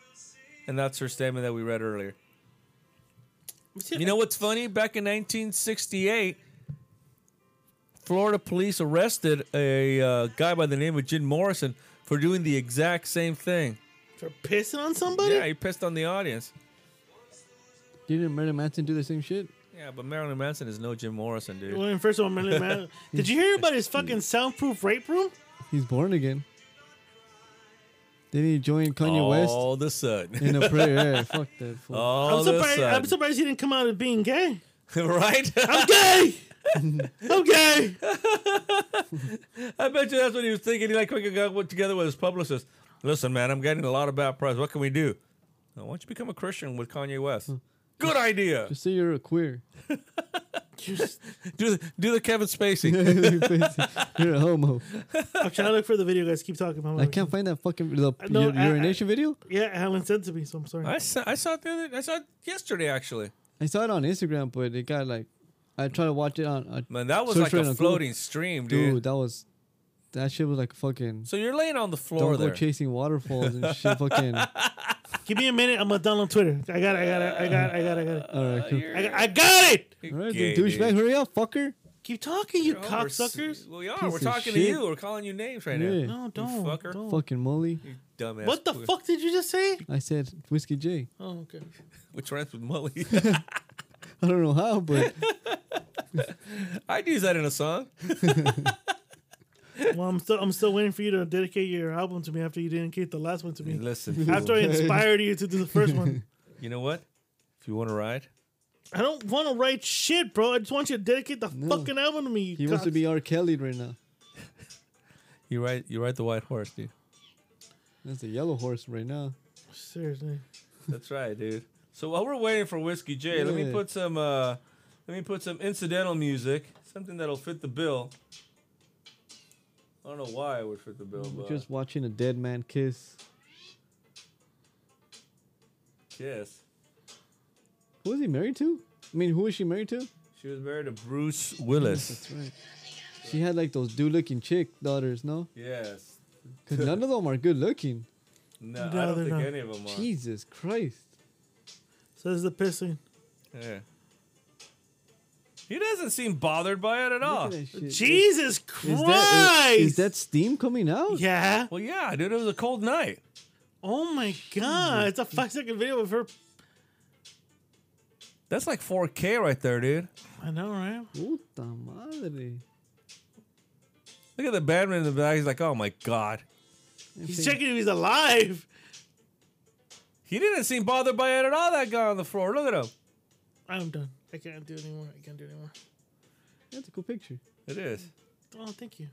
S2: And that's her statement that we read earlier. You know what's funny? Back in 1968, Florida police arrested a uh, guy by the name of Jim Morrison for doing the exact same thing.
S1: For pissing on somebody?
S2: Yeah, he pissed on the audience.
S3: Didn't Marilyn Manson do the same shit?
S2: Yeah, but Marilyn Manson is no Jim Morrison, dude.
S1: Well, and first of all, Marilyn Manson. Did you hear about his fucking soundproof rape room?
S3: He's born again. Then he joined Kanye
S2: Oh.
S3: West
S2: All of a sudden.
S3: in a prayer. Yeah, fuck that.
S2: [laughs]
S3: Fool.
S2: All
S1: I'm
S2: of a
S1: surprised. I'm
S2: sudden.
S1: surprised he didn't come out as being gay.
S2: [laughs] Right?
S1: I'm gay. [laughs] I'm gay.
S2: [laughs] I bet you that's what he was thinking. He like quickly got with- together with his publicist. Listen, man, I'm getting a lot of bad press. What can we do? "Oh, why don't you become a Christian with Kanye West? Good idea.
S3: Hmm. Just say you're a queer.
S2: Do the, do the Kevin Spacey.
S3: [laughs] you're a homo.
S1: I'm trying to look for the video, guys. Keep talking. about
S3: I can't find that fucking the
S1: No,
S3: ur-
S1: I-
S3: urination video.
S1: Yeah, Alan sent it to me, so I'm sorry.
S2: I saw, I saw it the other, I saw it yesterday actually.
S3: I saw it on Instagram, but it got like I tried to watch it on. Uh,
S2: Man, that was
S3: Search
S2: like
S3: for it on
S2: a
S3: Google.
S2: floating stream, dude.
S3: dude, that was that shit was like fucking.
S2: So you're laying on the floor
S3: Don't go
S2: there.
S3: chasing
S2: [laughs]
S3: waterfalls and shit. Fucking. uh, All
S1: Give me a minute. I'm gonna download Twitter. I got. it, I got. it, I got. it, I got. it, I got.
S3: [laughs]
S1: it.
S3: right, cool.
S1: I got, I got it.
S2: Uh, You're
S3: All right,
S2: gay,
S3: then, douchebag,
S2: dude.
S3: hurry up, fucker.
S1: Keep talking, you
S2: Oh, we're
S1: cocksuckers.
S2: s- Well, we are.
S3: Piece
S2: we're
S3: of
S2: talking to
S3: shit.
S2: you. We're calling you names right now.
S3: Yeah.
S1: No,
S2: You
S1: don't.
S2: fucker.
S1: don't.
S3: Fucking moly.
S2: Dumbass.
S1: What the
S2: queer.
S1: fuck did you just say?
S3: I said whiskey J.
S1: Oh, okay.
S2: Which rhymes with [laughs] Mully.
S3: I don't know how, but
S2: I'd use that in a
S3: [laughs]
S2: song.
S1: Well, I'm still. I'm still waiting for you to dedicate your album to me after you dedicate the last one to me.
S2: Listen,
S1: After I inspired you to do the first
S3: [laughs]
S1: one.
S2: you know what? If you want to ride,
S1: I don't want to write shit, bro. I just want you to dedicate the fucking album to me. You
S3: he wants to
S1: cocks.
S3: be R. Kelly right now.
S2: you ride. You ride the white horse, dude.
S3: That's a yellow horse right now.
S1: seriously.
S2: That's right, dude. So while we're waiting for Whiskey J, let me
S3: Yeah.
S2: put some. uh Let me put some incidental music, something that'll fit the bill. I don't know why it would fit the bill, but
S3: Just watching a dead man kiss.
S2: kiss.
S3: Who is he married to? I mean, who is she married to?
S2: She was married to Bruce Willis.
S3: That's right. She had like those dude-looking chick daughters, no?
S2: yes.
S3: Because none of them are good-looking.
S2: No,
S1: No,
S2: I don't
S1: they're
S2: think
S1: not.
S2: any of them are.
S3: Jesus Christ!
S1: So this is the pissing.
S2: Yeah. He doesn't seem bothered by it at all.
S3: Look at that shit.
S1: Jesus
S3: Is
S1: Christ!
S3: that, is, that steam coming out?
S1: yeah.
S2: Well, yeah, dude, it was a cold night.
S1: Oh my god! It's a five second video of her.
S2: That's like 4K right there, dude.
S1: I know, right?
S3: Puta madre!
S2: Look at the Batman in the back. He's like, oh my god.
S1: He's checking if he's alive.
S2: He didn't seem bothered by it at all. That guy on the floor. Look at him.
S1: I'm done. I can't do it anymore. I can't do it anymore.
S3: That's a cool picture.
S2: It is.
S1: Oh, thank you.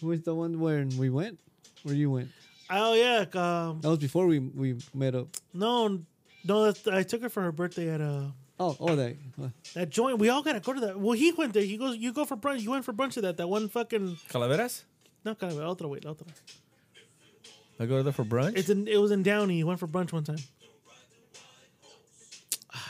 S3: Who is the one where we went? Where you went?
S1: Oh yeah. Um,
S3: That was before we we met up.
S1: no, no. That's, I took her for her birthday at uh
S3: Oh, oh that. uh,
S1: that joint. We all gotta go to that. Well, he went there. He goes. You go for brunch. You went for brunch at that. That one fucking.
S2: Calaveras?
S1: No, kind of otro way, otro.
S2: I go there for brunch.
S1: It's in. It was in Downey. He went for brunch one time.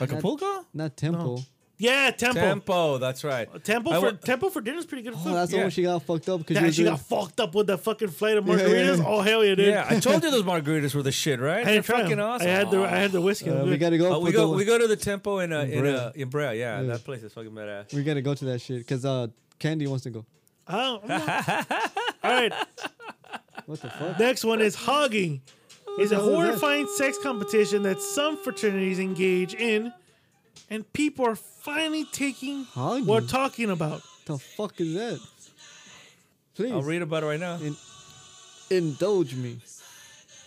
S2: Acapulco?
S3: Not Temple.
S1: Yeah, Temple.
S2: Tempo. That's right.
S1: Temple
S2: I
S1: for
S2: wa-
S1: Temple for dinner's pretty good food.
S3: Oh, that's the
S2: Yeah.
S3: one she got fucked up because
S1: Yeah, she got fucked up with that fucking flight of margaritas.
S3: yeah, yeah.
S1: Oh hell yeah, dude!
S2: Yeah, I told you those margaritas were the shit, right?
S1: I
S2: They're
S1: didn't try 'em.
S2: fucking awesome.
S1: I had the I had the whiskey.
S3: Uh,
S1: I'm
S3: we
S1: good.
S3: gotta go.
S2: Oh,
S3: for
S2: we
S3: the
S2: go
S3: one-
S2: we go to the tempo in uh, in
S3: Brea.
S2: uh, in Brea. Yeah,
S3: Yeah.
S2: that place is fucking badass.
S3: We gotta go to that shit because uh, Candy wants to go.
S1: Oh, I'm not- all right.
S3: What the fuck?
S1: Next one is hogging. It's a
S2: Oh,
S3: hell is that?
S1: horrifying sex competition that some fraternities engage in, and people are finally taking
S3: Hogging?
S1: what we're talking about.
S3: the fuck is that? Please
S2: I'll read about it right now.
S3: indulge me.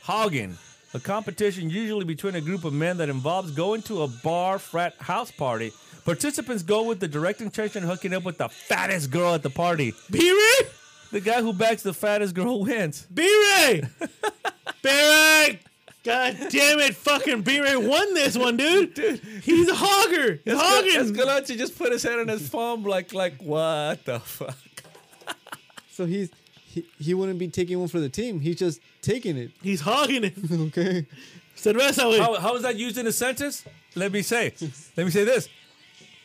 S2: Hagen, a competition usually between a group of men that involves going to a bar, frat, house party. Participants go with the direct intention of hooking up with the fattest girl at the party.
S1: B-Ray!
S2: The guy who backs the fattest girl [laughs] wins.
S1: B-Ray! [laughs] B-Ray! God damn it, fucking B-Ray won this one,
S2: [laughs]
S1: dude. He's a hogger. He's hogging.
S2: Escalante just put his hand on his palm, like, like what the fuck?
S3: So he's he, he wouldn't be taking one for the team. He's just taking it. [laughs]
S1: He's hogging it.
S3: Okay.
S1: Cerveza, güey.
S2: How, how is that used in a sentence? Let me say. Let me say this.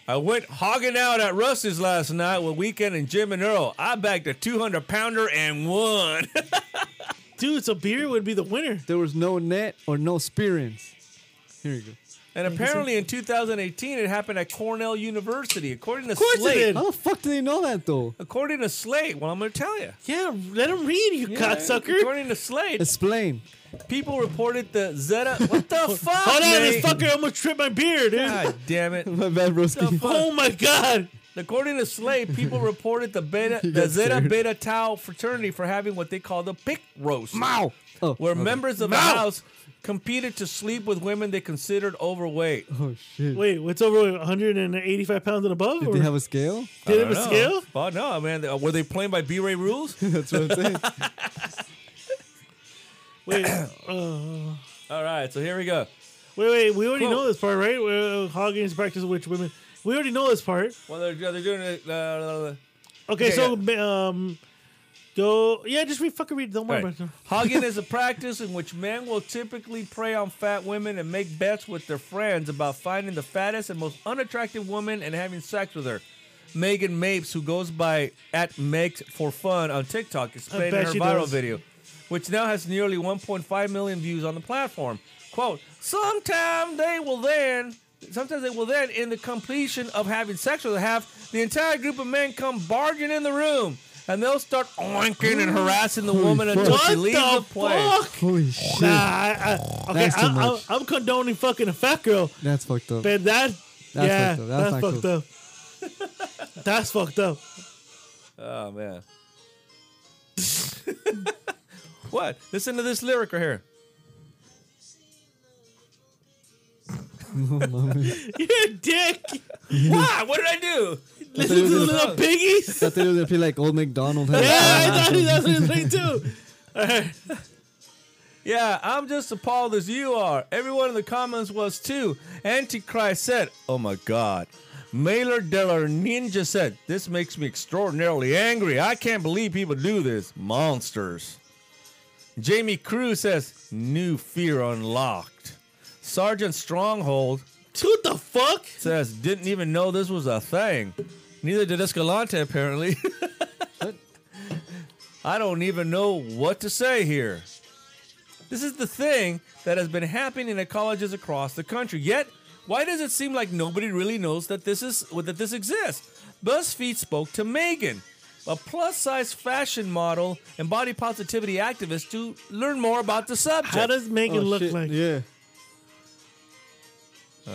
S2: I went hogging out at Russ's last night with Weekend and Jim and Earl. I backed a 200 pounder and won. [laughs]
S1: Dude, so B-Ray would be the winner.
S3: There was no net or no spearings. Here you go.
S2: And apparently in 2018, it happened at Cornell University. According to
S1: course it
S2: Slate,
S1: did.
S3: How the fuck do they know that though?
S2: according to Slate, well, I'm going to tell you.
S1: Yeah, let him read, you cocksucker.
S2: According to Slate,
S3: Explain.
S2: people reported the Zeta. What [laughs] the fuck?
S1: Hold on,
S2: mate?
S1: this fucker almost tripped my beer, dude.
S2: God damn it.
S3: My bad, broski.
S2: The fuck?
S1: Oh my god.
S2: According to Slate,
S3: [laughs]
S2: people reported the Beta
S3: You
S2: the
S3: got
S2: Zeta
S3: scared.
S2: Beta Tau fraternity for having what they call the pick roast,
S3: Oh,
S2: where
S3: okay.
S2: members of the house competed to sleep with women they considered overweight.
S3: Oh shit!
S1: Wait, what's over 185 pounds and above?
S3: Did
S1: or
S3: they have
S1: [laughs]
S3: a scale?
S1: did it
S2: I
S1: have a
S2: don't
S1: scale?
S2: know.
S3: [coughs]
S2: Oh no, man! Uh, Were they playing by B-Ray
S3: [laughs]
S2: rules?
S3: That's what I'm saying.
S1: Wait, uh,
S2: All right, so here we go.
S1: wait, wait. We already
S2: Cool.
S1: know this part, right? Where uh, Hall games practice with women. We already know this part.
S2: Well, they're, they're doing it. Uh,
S1: Okay,
S2: Yeah,
S1: so um, go. Yeah, just read. Fucking read. Don't worry
S2: Right.
S1: about it.
S2: [laughs] Hugging
S1: [laughs]
S2: is a practice in which men will typically prey on fat women and make bets with their friends about finding the fattest and most unattractive woman and having sex with her. Megan Mapes, who goes by at Megs for fun on TikTok, explained in
S1: bet
S2: her
S1: she
S2: viral
S1: does.
S2: video, which now has nearly 1.5 million views on the platform. Quote, sometime they will then, sometimes they will then, in the completion of having sex with her, have the entire group of men come barging in the room. And they'll start
S1: [gasps]
S2: oinking and harassing the woman
S3: fuck.
S2: until she
S1: What
S2: leaves
S1: the
S2: the place.
S1: fuck?
S3: Holy shit!
S1: Nah, I, I, okay,
S3: That's too
S1: I, I,
S3: much.
S1: I'm condoning fucking a fat girl,
S3: That's fucked up.
S1: but that,
S3: That's
S1: yeah,
S3: fucked up. That's
S1: that's
S3: not
S1: fucked
S3: cool.
S1: up. that's fucked up. [laughs]
S2: Oh man. [laughs] what? Listen to this lyric right here.
S1: You're a dick.
S2: Why? What did I do?
S1: Listen to
S3: was
S1: the
S3: gonna-
S1: little piggies.
S3: [laughs] I thought it was gonna be like old McDonald. had-
S1: Yeah, I thought that's what he was saying too.
S2: Yeah, I'm just appalled as you are. Everyone in the comments was too. Antichrist said, "Oh my God." Mailer Deller Ninja said, "This makes me extraordinarily angry. I can't believe people do this. Monsters." Jamie Crew says, "New fear unlocked." Sergeant Stronghold
S1: What the fuck?
S2: says didn't even know this was a thing. Neither did Escalante apparently. [laughs]
S3: What?
S2: I don't even know what to say here. This is the thing that has been happening at colleges across the country. Yet, why does it seem like nobody really knows that this is that this exists? BuzzFeed spoke to Megan, a plus-size fashion model and body positivity activist, to learn more about the subject.
S1: How does Megan
S3: Oh,
S1: look
S3: shit,
S1: like? Uh-huh.
S3: Yeah.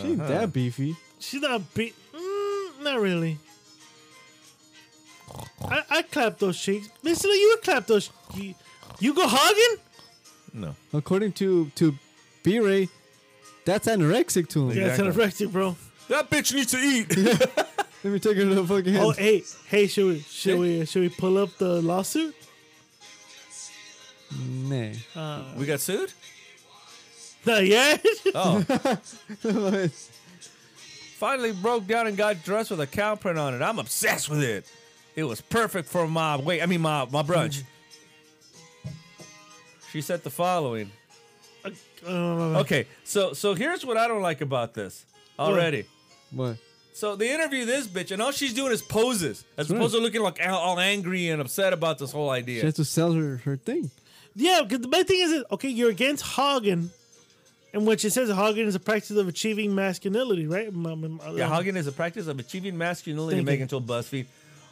S3: She ain't that beefy.
S1: She's not be. Mm, not really. I, I clap those cheeks. Mister, you clap those. You, you go hugging?
S2: no.
S3: According to to B-Ray, that's anorexic to him.
S1: Yeah, it's anorexic, bro.
S2: That bitch needs to eat.
S1: [laughs]
S3: Let me take her to the fucking hand. [laughs]
S1: Oh, hey, hey, should we, should we, should we pull up the lawsuit? [laughs]
S3: Nah.
S1: eh.
S2: we got sued.
S1: Not yet.
S2: Oh. Finally broke down and got dressed with a cow print on it. I'm obsessed with it. It was perfect for my wait, I mean my my brunch. She said the following.
S1: Uh,
S2: Okay, so so here's what I don't like about this already.
S3: [laughs] what?
S2: So they interview this bitch, and all she's doing is poses, as opposed to looking like all, all angry and upset about this whole idea.
S3: She has to sell her her thing.
S1: Yeah, because the bad thing is, that, okay, you're against Hagen, and which it says Hagen is a practice of achieving masculinity, right? Um, um, um,
S2: Yeah, hugging is a practice of achieving masculinity,
S1: Thank you.
S2: Megan told BuzzFeed.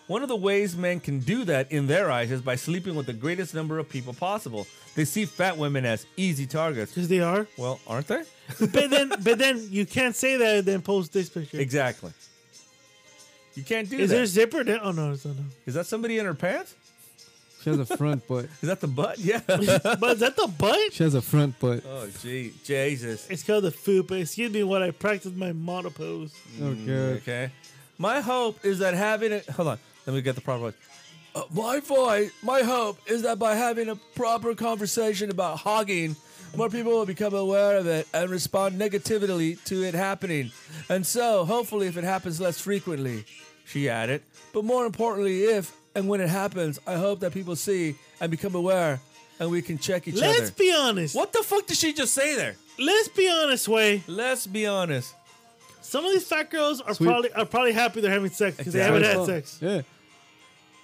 S2: One of the ways men can do that, in their eyes, is by sleeping with the greatest number of people possible. They see fat women as easy targets.
S1: uh, 'Cause they are.
S2: Well,
S1: [laughs]
S2: aren't they?
S1: But then, but then you can't say that and then post this picture.
S2: Exactly. You can't do
S1: Is
S2: that.
S1: there a zipper? There? Oh no, it's not.
S3: [laughs]
S2: Is that somebody in her pants?
S3: She has a front butt.
S2: Is that the butt? [laughs] Yeah.
S1: no. but is that the butt?
S3: She has a front butt.
S2: oh, gee, Jesus.
S1: It's called the food. But excuse me, while I practice my model pose.
S3: Oh god.
S2: Okay. My hope is that having a hold on. Let me get the proper voice. Uh, my voice. My hope is that by having a proper conversation about hogging, more people will become aware of it and respond negatively to it happening. And so, hopefully, if it happens less frequently, she added. But more importantly, if and when it happens, I hope that people see and become aware, and we can check each
S1: Let's
S2: other.
S1: be honest.
S2: what the fuck did she just say there?
S1: Let's be honest, way.
S2: Let's be honest.
S1: Some of these fat girls are
S3: Sweet.
S1: probably are probably happy they're having sex because they haven't had sex.
S3: Oh, Yeah.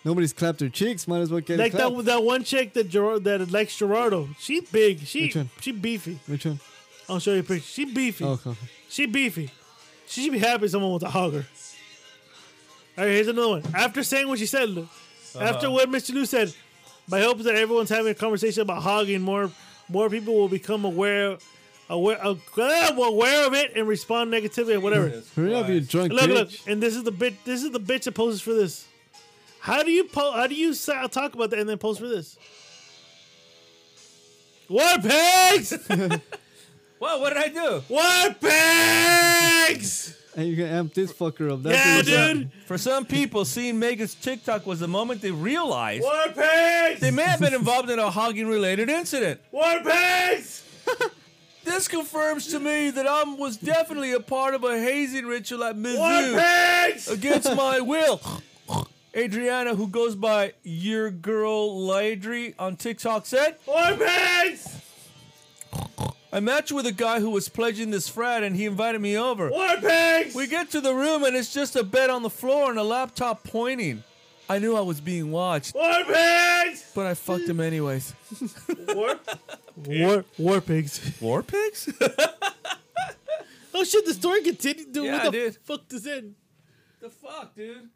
S3: Nobody's clapped her cheeks. Might as well get
S1: Like
S3: it clapped.
S1: that that one chick that Ger- that likes Gerardo. She big. She
S3: Which one?
S1: she beefy. [laughs]
S3: Which one?
S1: I'll show you a picture. She beefy.
S3: Oh, okay.
S1: She beefy. She should be happy someone wants to hug her. All right, here's another one. After saying what she said, look,
S3: Uh-huh.
S1: after what Mr. Lou said, my hope is that everyone's having a conversation about hogging. More more people will become aware aware, of, uh, aware of it and respond negatively or whatever.
S3: Hurry up, you drunk
S1: Look,
S3: bitch.
S1: look, and this is the bit. This is the bitch that poses for this. How do you po- How do you sa- talk about that and then pose for this? What
S3: [laughs]
S1: pigs?
S2: Well, what did I do?
S1: what pigs?
S3: And you can amp this fucker up. That's
S1: Yeah,
S3: what's up.
S1: dude.
S2: For some people, seeing Megan's TikTok was the moment they realized
S1: What pigs?
S2: they may have been involved in a hogging related incident.
S1: What pigs?
S2: This confirms to me that I was definitely a part of a hazing ritual at Mizzou.
S1: What pigs?
S2: against my will. Adriana, who goes by your girl Ladry on TikTok, said,
S1: What pigs?
S2: I matched with a guy who was pledging this frat and he invited me over.
S1: What pigs?
S2: We get to the room and it's just a bed on the floor and a laptop pointing. I knew I was being watched,
S1: War pigs.
S2: but I fucked him anyways.
S1: War, war, war
S3: [laughs]
S1: pigs.
S2: War pigs?
S1: [laughs] Oh shit! The story continued. Dude,
S2: Yeah,
S1: what the
S2: dude.
S1: fuck does end?
S2: the fuck, dude?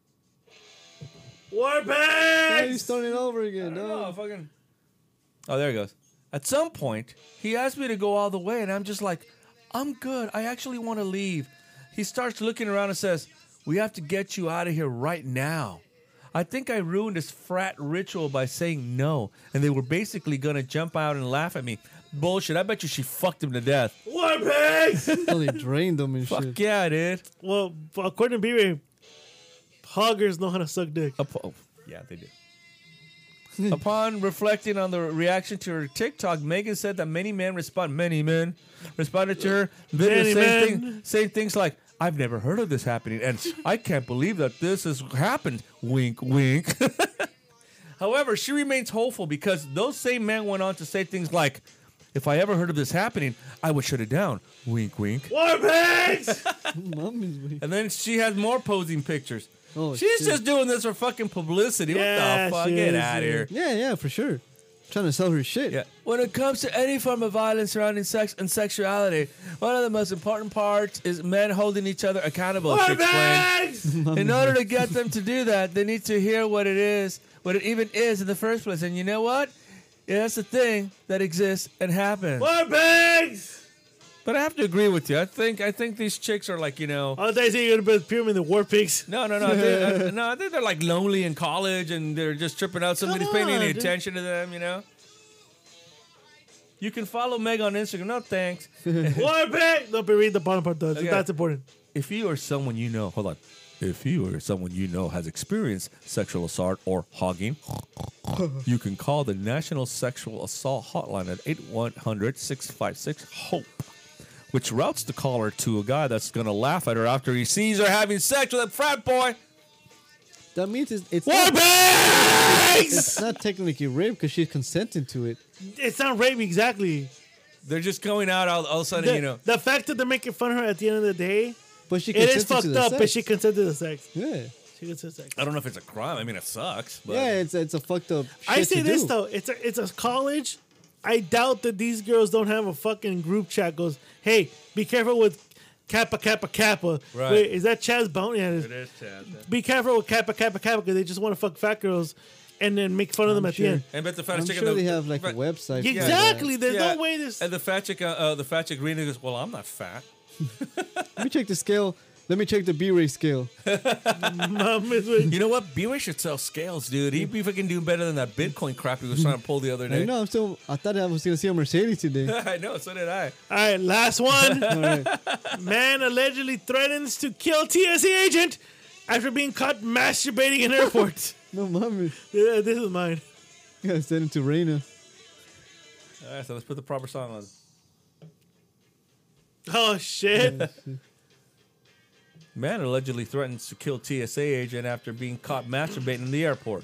S1: War
S3: Now you
S1: pigs.
S3: starting over again.
S2: Oh,
S3: No.
S2: fucking. Oh, there it goes. At some point, he asked me to go all the way, and I'm just like, I'm good. I actually want to leave. He starts looking around and says, We have to get you out of here right now. I think I ruined his frat ritual by saying no, and they were basically going to jump out and laugh at me. Bullshit. I bet you she fucked him to death.
S1: War pigs.
S3: Well, they drained them and shit.
S2: Fuck yeah, dude.
S1: [laughs] Well, according to B-Ray, hoggers know how to suck dick.
S2: Up- oh, yeah, they do. Upon reflecting on the reaction to her TikTok, Megan said that many men respond. Many men responded to her. Many
S1: Many men.
S2: saying, thing, saying things like, "I've never heard of this happening," and "I can't believe that this has happened." Wink, wink. [laughs] However, she remains hopeful because those same men went on to say things like, "If I ever heard of this happening, I would shut it down." Wink, wink.
S1: War
S2: [laughs]
S1: pigs!
S3: Mummy's weak.
S2: And then she has more posing pictures.
S3: Oh,
S2: She's
S3: shit.
S2: just doing this for fucking publicity.
S1: Yeah,
S2: what the fuck?
S1: she
S2: Get
S1: is,
S2: out of
S1: yeah.
S2: here.
S3: Yeah, yeah, for sure. Trying to sell her shit.
S2: Yeah. When it comes to any form of violence surrounding sex and sexuality, one of the most important parts is men holding each other accountable. She
S1: War
S2: explained.
S1: pigs!
S2: In order to get them to do that, they need to hear what it is, what it even is in the first place. And you know what? Yeah, that's the thing that exists and happens.
S1: War pigs!
S2: But I have to agree with you. I think I think these chicks are like you know.
S1: I thought you said you're gonna put pyramid in the war pigs.
S2: No, no, no. I think, I- no, I think they're like lonely in college and they're just tripping out. Somebody's paying
S1: on,
S2: any
S1: dude.
S2: attention to them, you know? You can follow Meg on Instagram. No, thanks.
S1: War pigs! No, but read the bottom part, though.
S2: Okay.
S1: That's important.
S2: If you or someone you know, hold on. If you or someone you know has experienced sexual assault or
S1: [laughs]
S2: hogging, you can call the National Sexual Assault Hotline at 8100 656 HOPE, E, which routes the caller to a guy that's going to laugh at her after he sees her having sex with a frat boy.
S3: That means it's it's
S1: War
S3: not,
S1: pigs!
S3: it's not technically rape because she's consenting to it.
S1: It's not rape, exactly.
S2: They're just going out all, all of a sudden, you know.
S1: The, the fact that they're making fun of her at the end of the day,
S3: But she
S1: it
S3: consented
S1: is fucked
S3: to the
S1: up,
S3: sex.
S1: but she consented to sex.
S3: yeah.
S1: She consented to sex.
S2: I don't know if it's a crime. I mean, it sucks. But
S3: Yeah, it's it's a fucked up. Shit
S1: I say
S3: to
S1: this
S3: do.
S1: though, it's a it's a college. I doubt that these girls don't have a fucking group chat. Goes, hey, be careful with Kappa Kappa Kappa.
S2: Right.
S1: Wait, is that Chaz Bounty? Yeah, it is. Be careful with Kappa Kappa Kappa because they just want to fuck fat girls and then make fun of them at
S3: sure.
S1: the end.
S2: And bet the fat
S3: I'm
S2: chick.
S3: sure
S2: the,
S3: they have like a
S2: but-
S3: website. for that.
S1: Exactly. There's
S2: yeah.
S1: no way this. [laughs]
S2: And the fat chick, uh, uh, the fat chick reading goes, "Well, I'm not fat."
S3: Let me check the scale. Let me check the B-ray scale.
S1: Mom um, is with-
S2: You know what? B-Ray should sell scales, dude. He'd be fucking doing better than that Bitcoin crap he was trying to pull the other
S3: I
S2: day.
S3: know. I'm still. I thought I was gonna see a Mercedes
S1: [laughs]
S3: today.
S2: [laughs] I know. So did I.
S1: All right, last one.
S3: [laughs] All right.
S1: Man allegedly threatens to kill TSA agent after being caught masturbating in airport.
S3: [laughs] No mommy.
S1: Yeah, this is mine.
S3: Gotta send it to Reina.
S2: All right. So let's put the proper song on.
S1: Oh shit.
S2: Man allegedly threatens to kill TSA agent after being caught masturbating in the airport.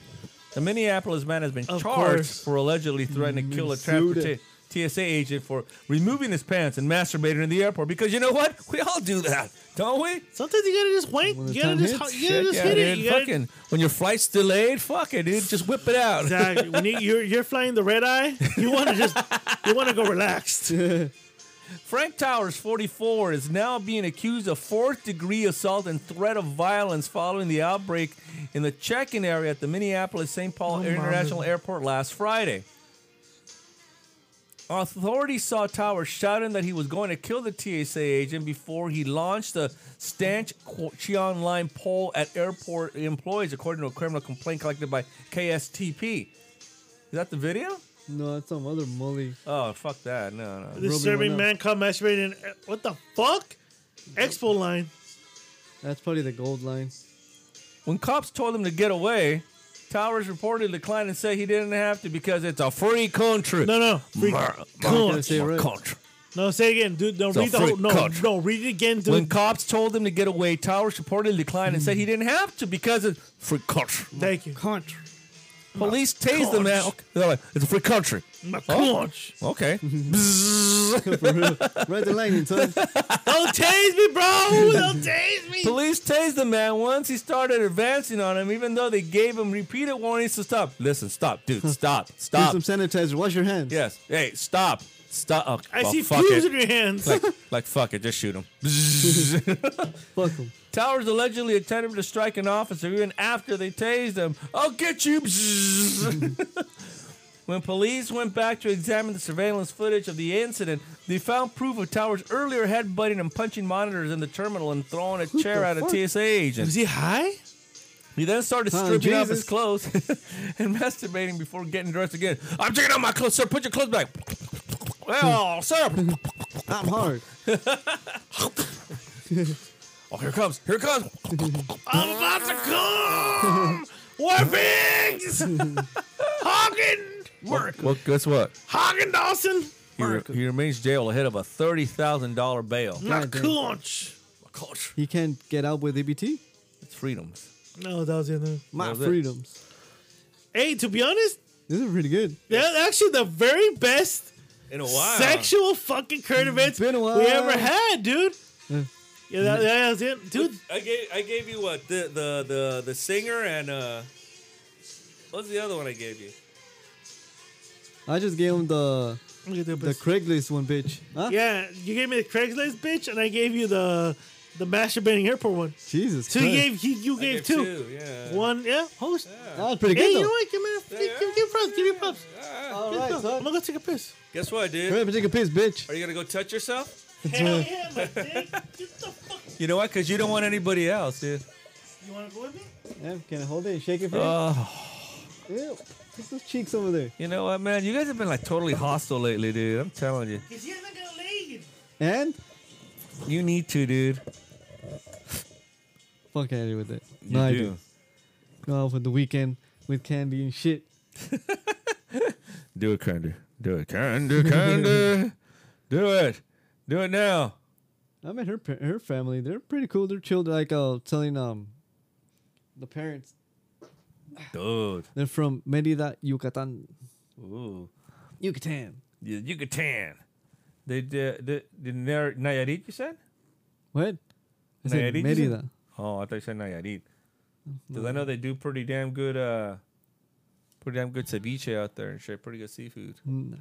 S2: The Minneapolis man has been
S1: Of
S2: charged
S1: course.
S2: for allegedly threatening to kill a transport
S3: Minnesota.
S2: TSA agent for removing his pants and masturbating in the airport. Because you know what? We all do that, don't we?
S1: Sometimes you gotta just wank.
S3: When the
S1: You gotta
S3: time
S1: just,
S3: hits,
S1: you gotta
S3: shit,
S1: just hit it.
S2: dude,
S1: You gotta,
S2: fucking, when your flight's delayed, fuck it, dude. Just whip it out.
S1: [laughs] Exactly. When you, you're you're flying the red eye, you want to just you want to go
S3: [laughs]
S1: relaxed.
S2: Frank Towers, 44, is now being accused of fourth degree assault and threat of violence following the outbreak in the check in area at the Minneapolis St. Paul International Airport last Friday. Authorities saw Tower shouting that he was going to kill the TSA agent before he launched the stanch Qu- Qian line poll at airport employees, according to a criminal complaint collected by KSTP. Is that the video?
S3: No, it's some other molly.
S2: Oh, fuck that. No, no.
S3: Rubbing
S1: This serving
S3: one
S1: man caught masturbating. in- What the fuck? Expo line.
S3: That's probably the gold line.
S2: When cops told him to get away, Towers reportedly declined and said he didn't have to because it's a free country.
S1: No, no. Free
S2: Mar-
S1: cunt.
S3: say it right.
S2: country.
S1: No, say again, dude. No,
S2: It's a
S1: read the whole.
S2: free
S1: No,
S2: country.
S1: no, read it again, dude.
S2: When cops told him to get away, Towers reportedly declined and said he didn't have to because it's free country.
S1: Thank you.
S3: Country. [laughs]
S2: Police tased him. At, okay, they're like, it's a free country.
S1: My
S2: Oh.
S1: conch.
S2: Okay.
S1: Mm-hmm.
S2: Bzzz.
S3: Right the lightning, son.
S1: Don't tase me, bro. [laughs] Don't tase me.
S2: Police tased the man once he started advancing on him, even though they gave him repeated warnings to stop. Listen, stop, dude, stop,
S3: Use
S2: stop.
S3: some sanitizer. Wash your hands.
S2: Yes. Hey, stop, stop. Oh,
S1: I
S2: well,
S1: see
S2: fuck
S1: fumes in
S2: it.
S1: your hands.
S2: Like, like, fuck it, just shoot him.
S3: Fuck 'em.
S2: Towers allegedly attempted to strike an officer even after they tased him. I'll get you. [laughs] when police went back to examine the surveillance footage of the incident, they found proof of Towers earlier headbutting and punching monitors in the terminal and throwing a chair
S3: the
S2: at a
S3: fuck?
S2: TSA agent.
S1: Was he high?
S2: He then started
S3: Oh,
S2: stripping off his
S3: Jesus.
S2: clothes [laughs] and masturbating before getting dressed again. I'm taking off my clothes, sir. Put your clothes back. Well, sir.
S3: I'm hard.
S2: Oh, here it comes. Here it comes.
S1: I'm about to [laughs] come. Warpings. Hagen. Mark.
S2: Well, guess what?
S1: Hagen Dawson.
S2: He, re- he remains jailed ahead of a thirty thousand dollar bail.
S1: My
S3: Goddamn.
S1: conch.
S3: He can't get out with EBT.
S2: It's freedoms.
S1: No, that was the other.
S3: My
S2: That was it.
S3: freedoms.
S1: Hey, to be honest,
S3: This is pretty good.
S1: that's actually the very best
S2: In a while.
S1: sexual fucking current events
S3: Been a while.
S1: we ever had, dude.
S3: Yeah.
S1: Yeah, that, that was it, dude.
S2: I gave I gave you what the the the the singer and uh. What's the other one I gave you?
S3: I just gave him the
S1: Look at
S3: the Craigslist one, bitch. Huh?
S1: Yeah, you gave me the Craigslist bitch, and I gave you the the masturbating airport one.
S3: Jesus.
S1: So
S3: Christ.
S1: you gave he, you
S2: I
S1: gave
S2: gave
S1: two.
S2: Yeah.
S1: One, yeah, host.
S3: that was pretty
S1: Hey,
S3: good
S1: you
S3: though.
S1: know what? Give me a,
S2: Yeah,
S1: give, give props. Give me props.
S2: Ah,
S3: All
S1: Give me
S3: right,
S1: props.
S3: son.
S1: I'm gonna go take a piss.
S2: guess what,
S3: Come
S2: dude?
S3: here, take a piss, bitch.
S2: Are you gonna go touch yourself?
S1: Hell yeah, my dick. Get the fuck.
S2: You know what? Cause you don't want anybody else, dude.
S1: You wanna go with me?
S3: Yeah, can I hold it and shake it for
S1: Uh.
S2: Oh,
S3: you? Ew. Look at those cheeks over there.
S2: you know what, man? You guys have been like totally hostile lately, dude. I'm telling you.
S1: Cause he hasn't got a leg.
S3: And
S2: You need to, dude.
S3: fuck out of here with it.
S2: You
S3: no, I do. Go out for the weekend with candy and shit.
S2: Do it, Candy. Do it, Candy. [laughs] Candy. Do it. Do it now.
S3: I met her pa- her family. They're pretty cool. They're chilled. Like uh, telling um, the parents.
S2: Dude.
S3: They're from Merida, Yucatan.
S2: Ooh.
S3: Yucatan.
S2: Y- Yucatan. They did the the Nayarit. You said?
S3: What? I said
S2: Nayarit, you said?
S3: Merida.
S2: Oh, I thought you said Nayarit. Because I know they do pretty damn good. Uh, pretty damn good ceviche out there and shit. Pretty good seafood.
S3: Mm.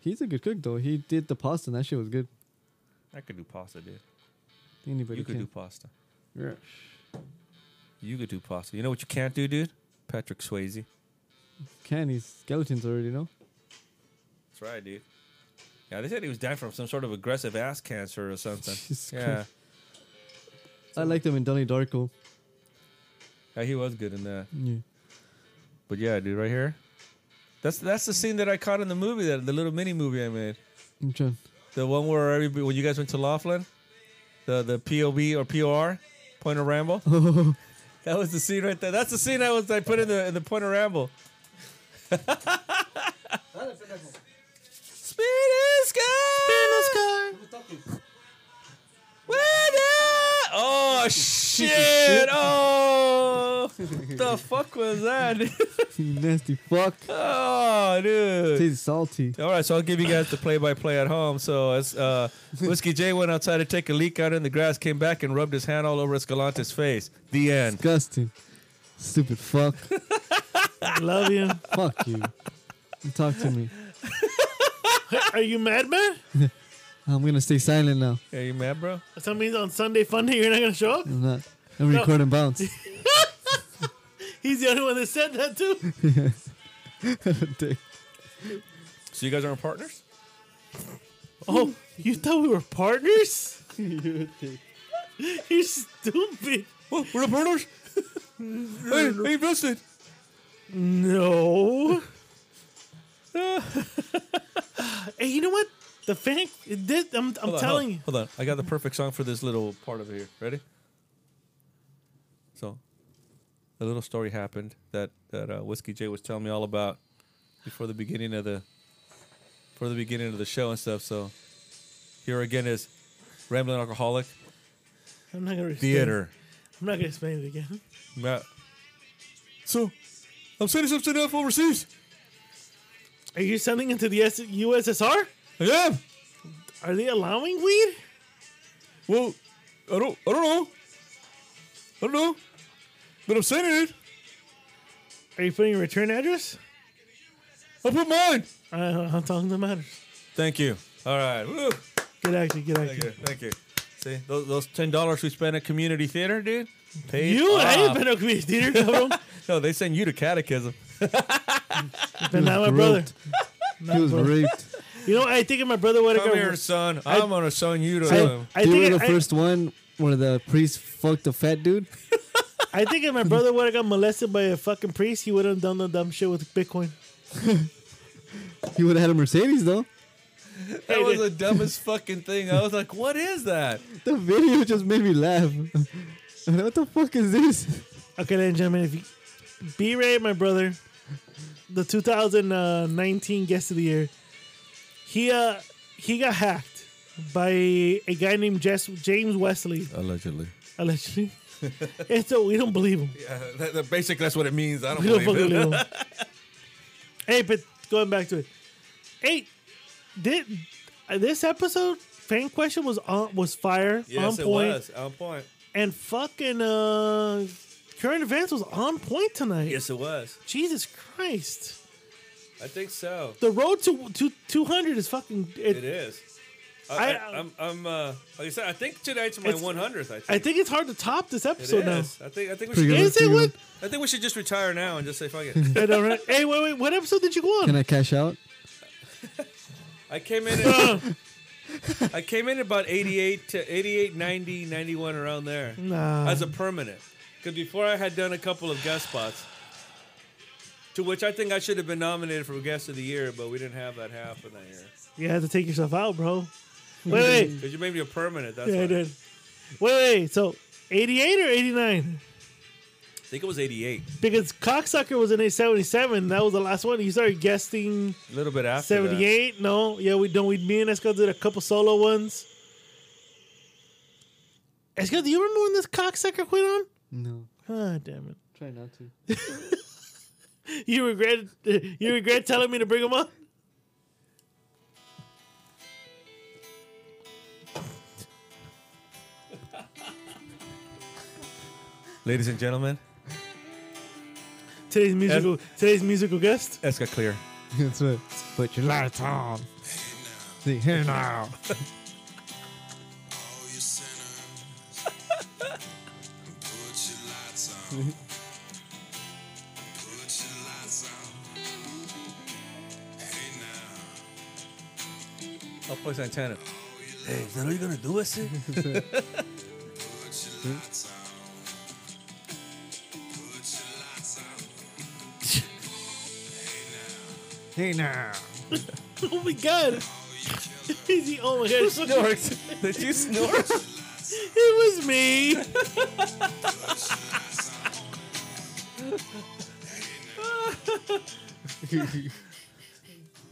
S3: He's a good cook though. He did the pasta. and That shit was good.
S2: I could do pasta, dude.
S3: Anybody
S2: You could do
S3: can.
S2: pasta.
S3: Yeah.
S2: You could do pasta. You know what you can't do, dude? Patrick Swayze.
S3: Can he's skeletons already? No.
S2: That's right, dude. Yeah, they said he was dying from some sort of aggressive ass cancer or [laughs] something.
S3: Jesus
S2: yeah.
S3: Christ. I liked him in Donnie Darko.
S2: Yeah, he was good in that.
S3: Yeah.
S2: But yeah, dude, right here. That's that's the scene that I caught in the movie, that the little mini movie I made.
S3: I'm trying.
S2: The one where everybody, when you guys went to Laughlin, the the POB or POR, Point of Ramble. that was the scene right there. That's the scene I was I put in the in the Point of Ramble. Spin the sky. Spin the sky. Weather. Oh shit! Oh, the fuck was that? [laughs]
S3: You [laughs] nasty fuck.
S2: oh, dude.
S3: Tastes salty.
S2: All right, so I'll give you guys the play-by-play at home. So as uh, Whiskey J went outside to take a leak out in the grass, came back and rubbed his hand all over Escalante's face. The end.
S3: Disgusting. Stupid fuck.
S1: I love you.
S3: fuck you. Don't Talk to me.
S1: Are you mad, man?
S3: I'm gonna stay silent now.
S2: Are you mad, bro?
S1: That means on Sunday fun day you're not gonna show up.
S3: I'm not. I'm recording [laughs] bounce.
S1: He's the only one that said that too.
S3: Dick.
S2: So you guys aren't partners?
S1: Oh, you thought we were
S2: [laughs]
S1: partners? You're stupid.
S2: Oh, we're the partners. [laughs] hey, hey, Vincent.
S1: No. [laughs] hey, you know what? The fan. It did, I'm, I'm
S2: Hold on,
S1: telling
S2: hold, Hold on, I got the perfect song for this little part of it here. Ready? So, a little story happened that that uh, Whiskey J was telling me all about before the beginning of the before the beginning of the show and stuff. So, here again is Rambling Alcoholic
S1: you. I'm not gonna explain-
S2: Theater.
S1: I'm not gonna explain it again.
S2: Matt. So, I'm sending some stuff overseas.
S1: Are you sending it to the S- USSR?
S2: I am.
S1: Are they allowing weed?
S2: Well, I don't, I don't know. I don't know, but I'm sending it.
S1: Are you putting your return address?
S2: I put mine.
S1: Uh, I'm talking that matters.
S2: Thank you. All right. Woo.
S1: Good acting. Good
S2: Thank you.
S1: acting.
S2: Thank you. See those, those ten dollars we spent at community theater, dude. Paid
S1: You, I
S2: off.
S1: ain't been to a community theater,
S2: [laughs]
S1: cabrón.
S2: no, they send you to catechism.
S1: But not my brother.
S3: Raped. He was raped.
S1: You know, I think if my brother would have
S2: Come
S1: got.
S2: here, son.
S1: I-
S2: I, am gonna send you to.
S1: I, I
S3: you were
S1: think
S3: the
S1: I,
S3: first one where the priest fucked a fat dude.
S1: I think if my brother would have got molested by a fucking priest, he would have done the dumb shit with Bitcoin.
S3: He would have had a Mercedes though.
S2: that was the dumbest fucking thing. I was like, what is that?
S3: The video just made me laugh. [laughs] I'm like, what the fuck is this?
S1: Okay, ladies and gentlemen, if you B Ray, my brother, the 2019 guest of the year, he uh he got hacked by a guy named Jess, James Wesley,
S2: Allegedly.
S1: allegedly. [laughs] and so we don't believe him.
S2: Yeah, that, that basically that's what it means. I don't
S1: We don't fucking
S2: believe it. [laughs]
S1: believe him. hey, but going back to it, hey, did uh, this episode fan question was on was fire
S2: Yes,
S1: on
S2: it
S1: point
S2: was on point.
S1: and fucking uh current events was on point tonight.
S2: Yes, it was.
S1: Jesus Christ.
S2: I think so.
S1: The road to, to 200 is fucking. It,
S2: It is.
S1: I-
S2: I, I, am I'm uh, like I said, I think tonight's my
S1: It's-
S2: 100th. I think.
S1: I think it's hard to top this
S2: It
S1: episode now.
S2: is. I think I think we
S3: Pretty
S2: should.
S3: good.
S1: Is it what?
S2: I think we should just retire now and just say fuck
S1: [laughs]
S2: it.
S1: I know, right? Hey, wait, wait. What episode did you go
S3: Can
S1: on?
S3: I cash out?
S2: I came in
S1: Uh,
S2: at, I came in about 88 to 88 90 91 around there
S1: Nah.
S2: as a permanent cuz before I had done a couple of guest spots to which I think I should have been nominated for guest of the year but we didn't have that happen that year
S1: You had to take yourself out, bro. Wait, wait.
S2: cuz you made me a permanent that's
S1: Yeah,
S2: why.
S1: I did. Wait, wait. So, 88 or 89?
S2: I think it was 88
S1: Because Cocksucker was in a 77. That was the last one. You started guesting
S2: a little bit after that.
S1: 78. No. Yeah, we don't. We, me and Esco did a couple solo ones. Esco, do you remember when this Cocksucker quit on?
S3: No.
S1: Ah, damn it.
S3: Try not to.
S1: You regret you regret telling me to bring him up?
S2: Ladies and gentlemen,
S1: Today's musical today's musical guest.
S2: that's got clear.
S3: [laughs] That's right. But your lights on. See, hey [laughs] now.
S4: All you sinners, put your lights on. Put your lights on. Hey now,
S2: I'll play Santana. Hey, is that all you're gonna do with it?
S4: put your lights on. Put your lights on.
S3: Hey now.
S1: [laughs] Oh my god. [laughs] Is he, oh my god.
S2: Snorks. [laughs] Did you snort?
S1: It was me.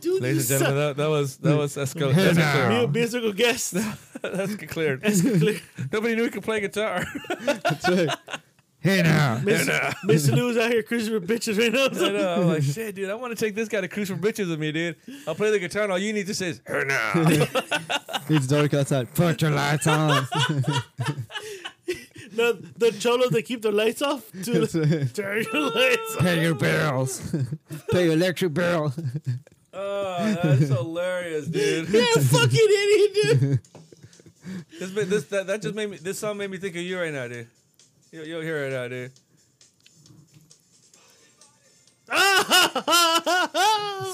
S1: Dude,
S2: Ladies
S1: you
S2: and gentlemen, that, that was that [laughs] was Esco. That's
S1: suck.
S2: clear.
S1: Mu- musical
S2: [laughs]
S1: guest.
S2: That's cleared.
S1: Clear.
S2: Nobody knew he could play guitar. [laughs]
S3: That's right. Hey now.
S1: Miss, Miss Lou's out here cruising with bitches right now.
S2: I know. I'm like, shit, dude. I want to take this guy to cruise for bitches with me, dude. I'll play the guitar, and all you need to say is, "Hey, now."
S1: [laughs]
S3: It's dark outside. Put your lights on.
S1: No, [laughs] the cholos that keep their lights off to
S3: [laughs] That's
S1: [laughs]
S3: right.
S1: turn your lights off.
S3: Pay your bills. [laughs] Pay your electric [laughs] bill.
S2: Oh, that's hilarious, dude. [laughs]
S1: Yeah, fucking idiot, dude. [laughs]
S2: This, ma- this that, that just made me. This song made me think of you right now, dude. You, you'll hear it now, dude.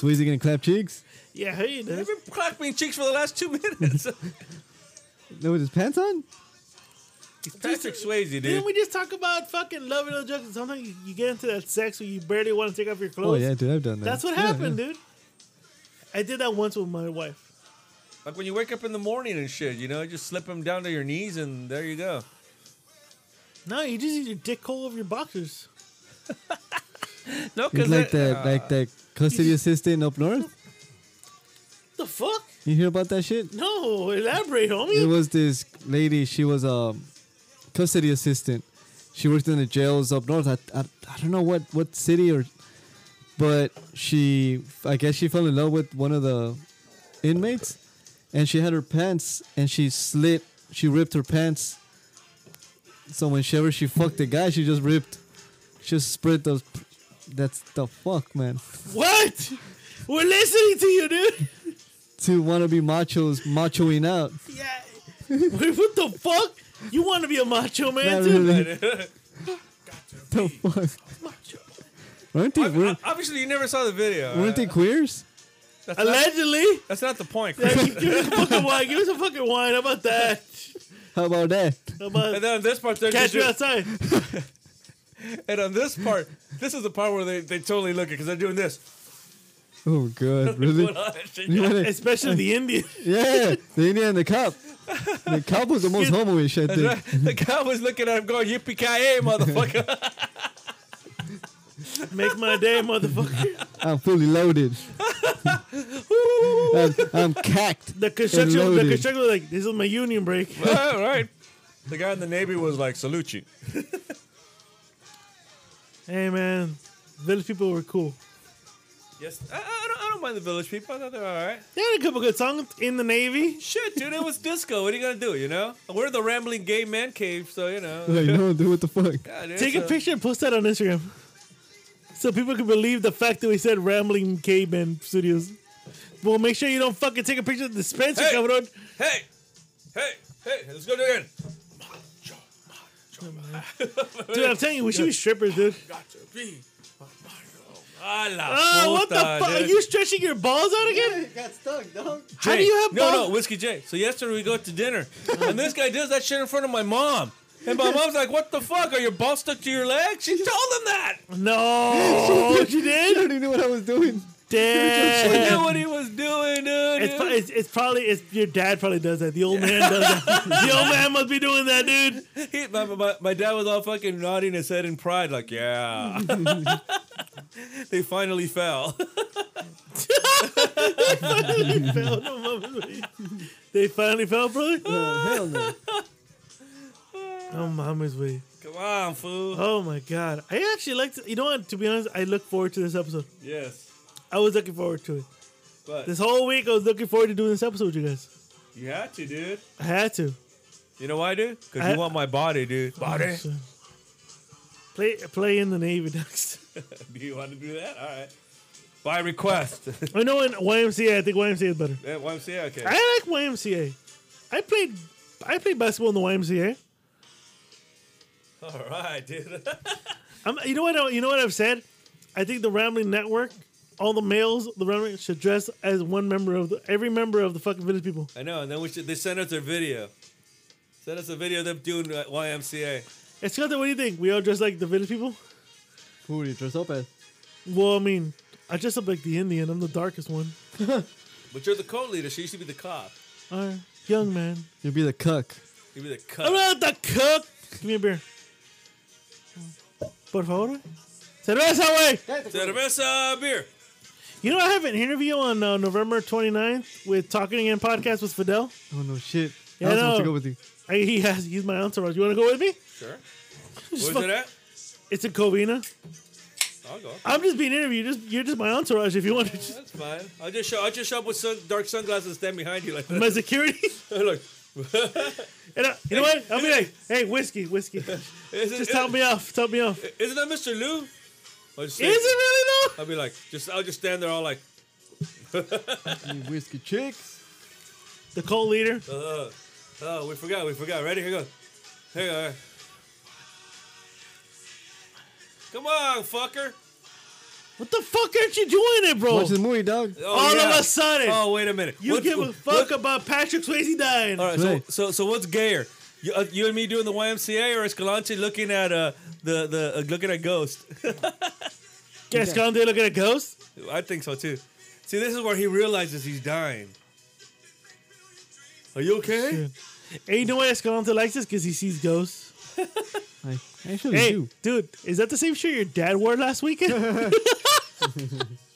S3: Sweezy gonna clap cheeks?
S1: Yeah, he
S2: I've
S1: does.
S2: been clapping cheeks for the last two [laughs] minutes.
S3: No, with his pants on?
S2: He's Patrick Swayze, dude.
S1: Didn't we just talk about fucking love and Jackson? Sometimes you- you get into that sex where you barely want to take off your
S3: Oh,
S1: clothes.
S3: yeah, dude, I've done that.
S1: That's what
S3: [laughs] Yeah,
S1: happened,
S3: yeah.
S1: dude. I did that once with my wife.
S2: Like when you wake up in the morning and shit, you know, just slip them down to your knees and there you go.
S1: No, you just use your dick hole of your boxers.
S2: No, because
S3: It's like that, like that custody assistant up north.
S1: The fuck?
S3: You hear about that shit?
S1: No, elaborate, homie.
S3: It was this lady. She was a custody assistant. She worked in the jails up north. I, I, I don't know what, what city or, but she I guess she fell in love with one of the inmates, and she had her pants and she slit. She ripped her pants. So whenever she fucked the guy, she just ripped, just spread those. That's the fuck, man.
S1: what? We're listening to you, dude. [laughs]
S3: To wanna be machos, machoing out.
S1: Yeah. Wait, what the fuck? You want to be a macho man,
S3: Not
S1: too?
S3: really. the fuck?
S1: Macho.
S3: Aren't they, weren't,
S2: Uh, Obviously, you never saw the video.
S3: weren't they queers?
S2: That's not,
S1: Allegedly.
S2: that's not the
S3: [laughs]
S2: point. Chris.
S1: Yeah, give us a fucking wine. Give us a fucking wine. How about that?
S3: How about that?
S1: How about
S2: and then on this part, they're
S1: Catch
S2: just
S1: me
S2: doing,
S1: outside.
S2: and on this part, this is the part where they, they totally look it because they're doing this.
S3: Oh god, really? You
S2: That's
S3: wanna-
S1: Especially the Indian. [laughs]
S3: yeah, the Indian and the cop. The cop was the most homoish, I think.
S2: right. The guy was looking at him going, yippee ki
S3: [laughs]
S2: motherfucker. [laughs]
S1: Make my day, motherfucker.
S3: I'm fully [laughs] loaded. I'm, I'm cacked.
S1: The construction, the
S3: loaded.
S1: construction was like, this is my union break.
S2: All right. The guy in the Navy was like, salute you.
S1: hey, man. Village people were cool.
S2: Yes, I, I, don't, I don't mind the village people. I thought they're all right.
S1: They had a couple good songs in the Navy.
S2: Shit, dude, it was disco. What are you gonna do? You know, we're the rambling gay man cave, so you know.
S3: Like, no, dude, what the fuck?
S2: God, dude,
S1: Take a
S2: so-
S1: picture and post that on Instagram. So people can believe the fact that we said Rambling Caveman Studios. Well, make sure you don't fucking take a picture of the Spencer,
S2: Hey.
S1: cabrón.
S2: Hey, hey, hey, let's go do it again.
S1: Dude, I'm telling you, we should be strippers, dude.
S2: Got to be. Ah, la
S1: Oh, what the
S2: puta,
S1: fuck? Are
S2: dude.
S1: you stretching your balls out again?
S3: got stuck, dog.
S1: How do
S2: Jay.
S1: you have
S2: no,
S1: balls?
S2: no, whiskey J. So yesterday we go to dinner, and this guy does that shit in front of my mom. And my mom's like, "What the fuck? Are your balls stuck to your legs?" She
S1: [laughs]
S2: told him that.
S1: No, you
S3: [laughs] I
S1: did.
S3: don't even know what I was doing.
S2: She knew
S1: Damn.
S2: what he was doing, dude.
S1: It's, pro- it's, it's probably it's your dad probably does that. The old man does that. The old man must be doing that, dude.
S2: He, my, my, my dad was all fucking nodding his head in pride, like, yeah. [laughs] they finally fell. [laughs]
S1: They fell, no, mama. they finally fell, brother.
S3: Uh, hell no.
S1: Oh, mama's way.
S2: Come on, fool.
S1: Oh my god, I actually like to. You know what? To be honest, I look forward to this episode.
S2: Yes.
S1: I was looking forward to it.
S2: But
S1: This whole week, I was looking forward to doing this episode with you guys.
S2: you had to, dude.
S1: I had to.
S2: You know why, dude? Because
S1: I-
S2: you want my body, dude. Body.
S1: So, play play in the navy [laughs] next.
S2: [laughs] do you want to do that? All right. By request. [laughs]
S1: I know Oh, in YMCA, I think YMCA is better.
S2: That YMCA, okay.
S1: I like YMCA. I played I played basketball in the YMCA.
S2: All right, dude. [laughs]
S1: I'm, you know what? I, you know what I've said. I think the Rambling Network, all the males, the Rambling should dress as one member of the, every member of the fucking village people.
S2: I know. And then we should, they sent us their video. Send us a video of them doing uh, YMCA.
S1: It's Scott, what do you think? We all dress like the village people?
S3: Who do you dress up as?
S1: Well, I mean, I dress up like the Indian. I'm the darkest one.
S2: But you're the co leader, so you should be the cop.
S1: All right, young man.
S3: You'll be the cuck.
S2: You'd be the cop.
S1: I'm not the cook. Give me a beer. Por favor. Cerveza, way.
S2: Cerveza beer.
S1: You know, I have an interview on uh, November 29th with Talking Again podcast with Fidel.
S3: Oh no, shit.
S1: Yeah,
S3: I was
S1: I
S3: supposed to
S1: know.
S3: go with you.
S1: I, he has. He's my entourage. You want to go with me?
S2: Sure.
S1: Just
S2: Where's
S1: fuck-
S2: it at?
S1: It's in Covina.
S2: I'll go.
S1: I'm just being interviewed. Just you're just my entourage. If you want to, just,
S2: That's fine. I'll just show. I'll just show up with sun, dark sunglasses and stand behind you like that.
S1: my security.
S2: [laughs]
S1: [laughs]
S2: Look,
S1: And I, you know what? I'll be like, hey, whiskey, whiskey. Just
S2: isn't,
S1: top me off. Top me off. Is
S2: isn't that Mr. Lou? I'll just
S1: it
S2: say-
S1: really though?
S2: I'll be like, just I'll just stand there all like,
S3: You whiskey chicks.
S1: The co leader.
S2: uh, oh, we forgot, we forgot. Ready? Here goes. Here goes. Come on, fucker.
S1: What the fuck aren't you doing it, bro?
S3: Watch the movie, dog.
S1: All of a sudden,
S2: Oh wait a minute.
S1: you
S2: What's-
S1: give a fuck
S2: what-
S1: about Patrick Swayze dying.
S2: All right. So,
S3: Right.
S2: so so what's gayer? You, uh, you and me doing the YMCA or Escalante looking at uh the the uh, looking at Ghost?
S1: Guess yeah. they look at a ghost.
S2: [laughs] I think so too. See, this is where he realizes he's dying. Are you okay?
S1: And you know why Escalante likes this? Because he sees ghosts.
S3: I actually
S1: Hey,
S3: do.
S1: dude, is that the same shirt your dad wore last weekend?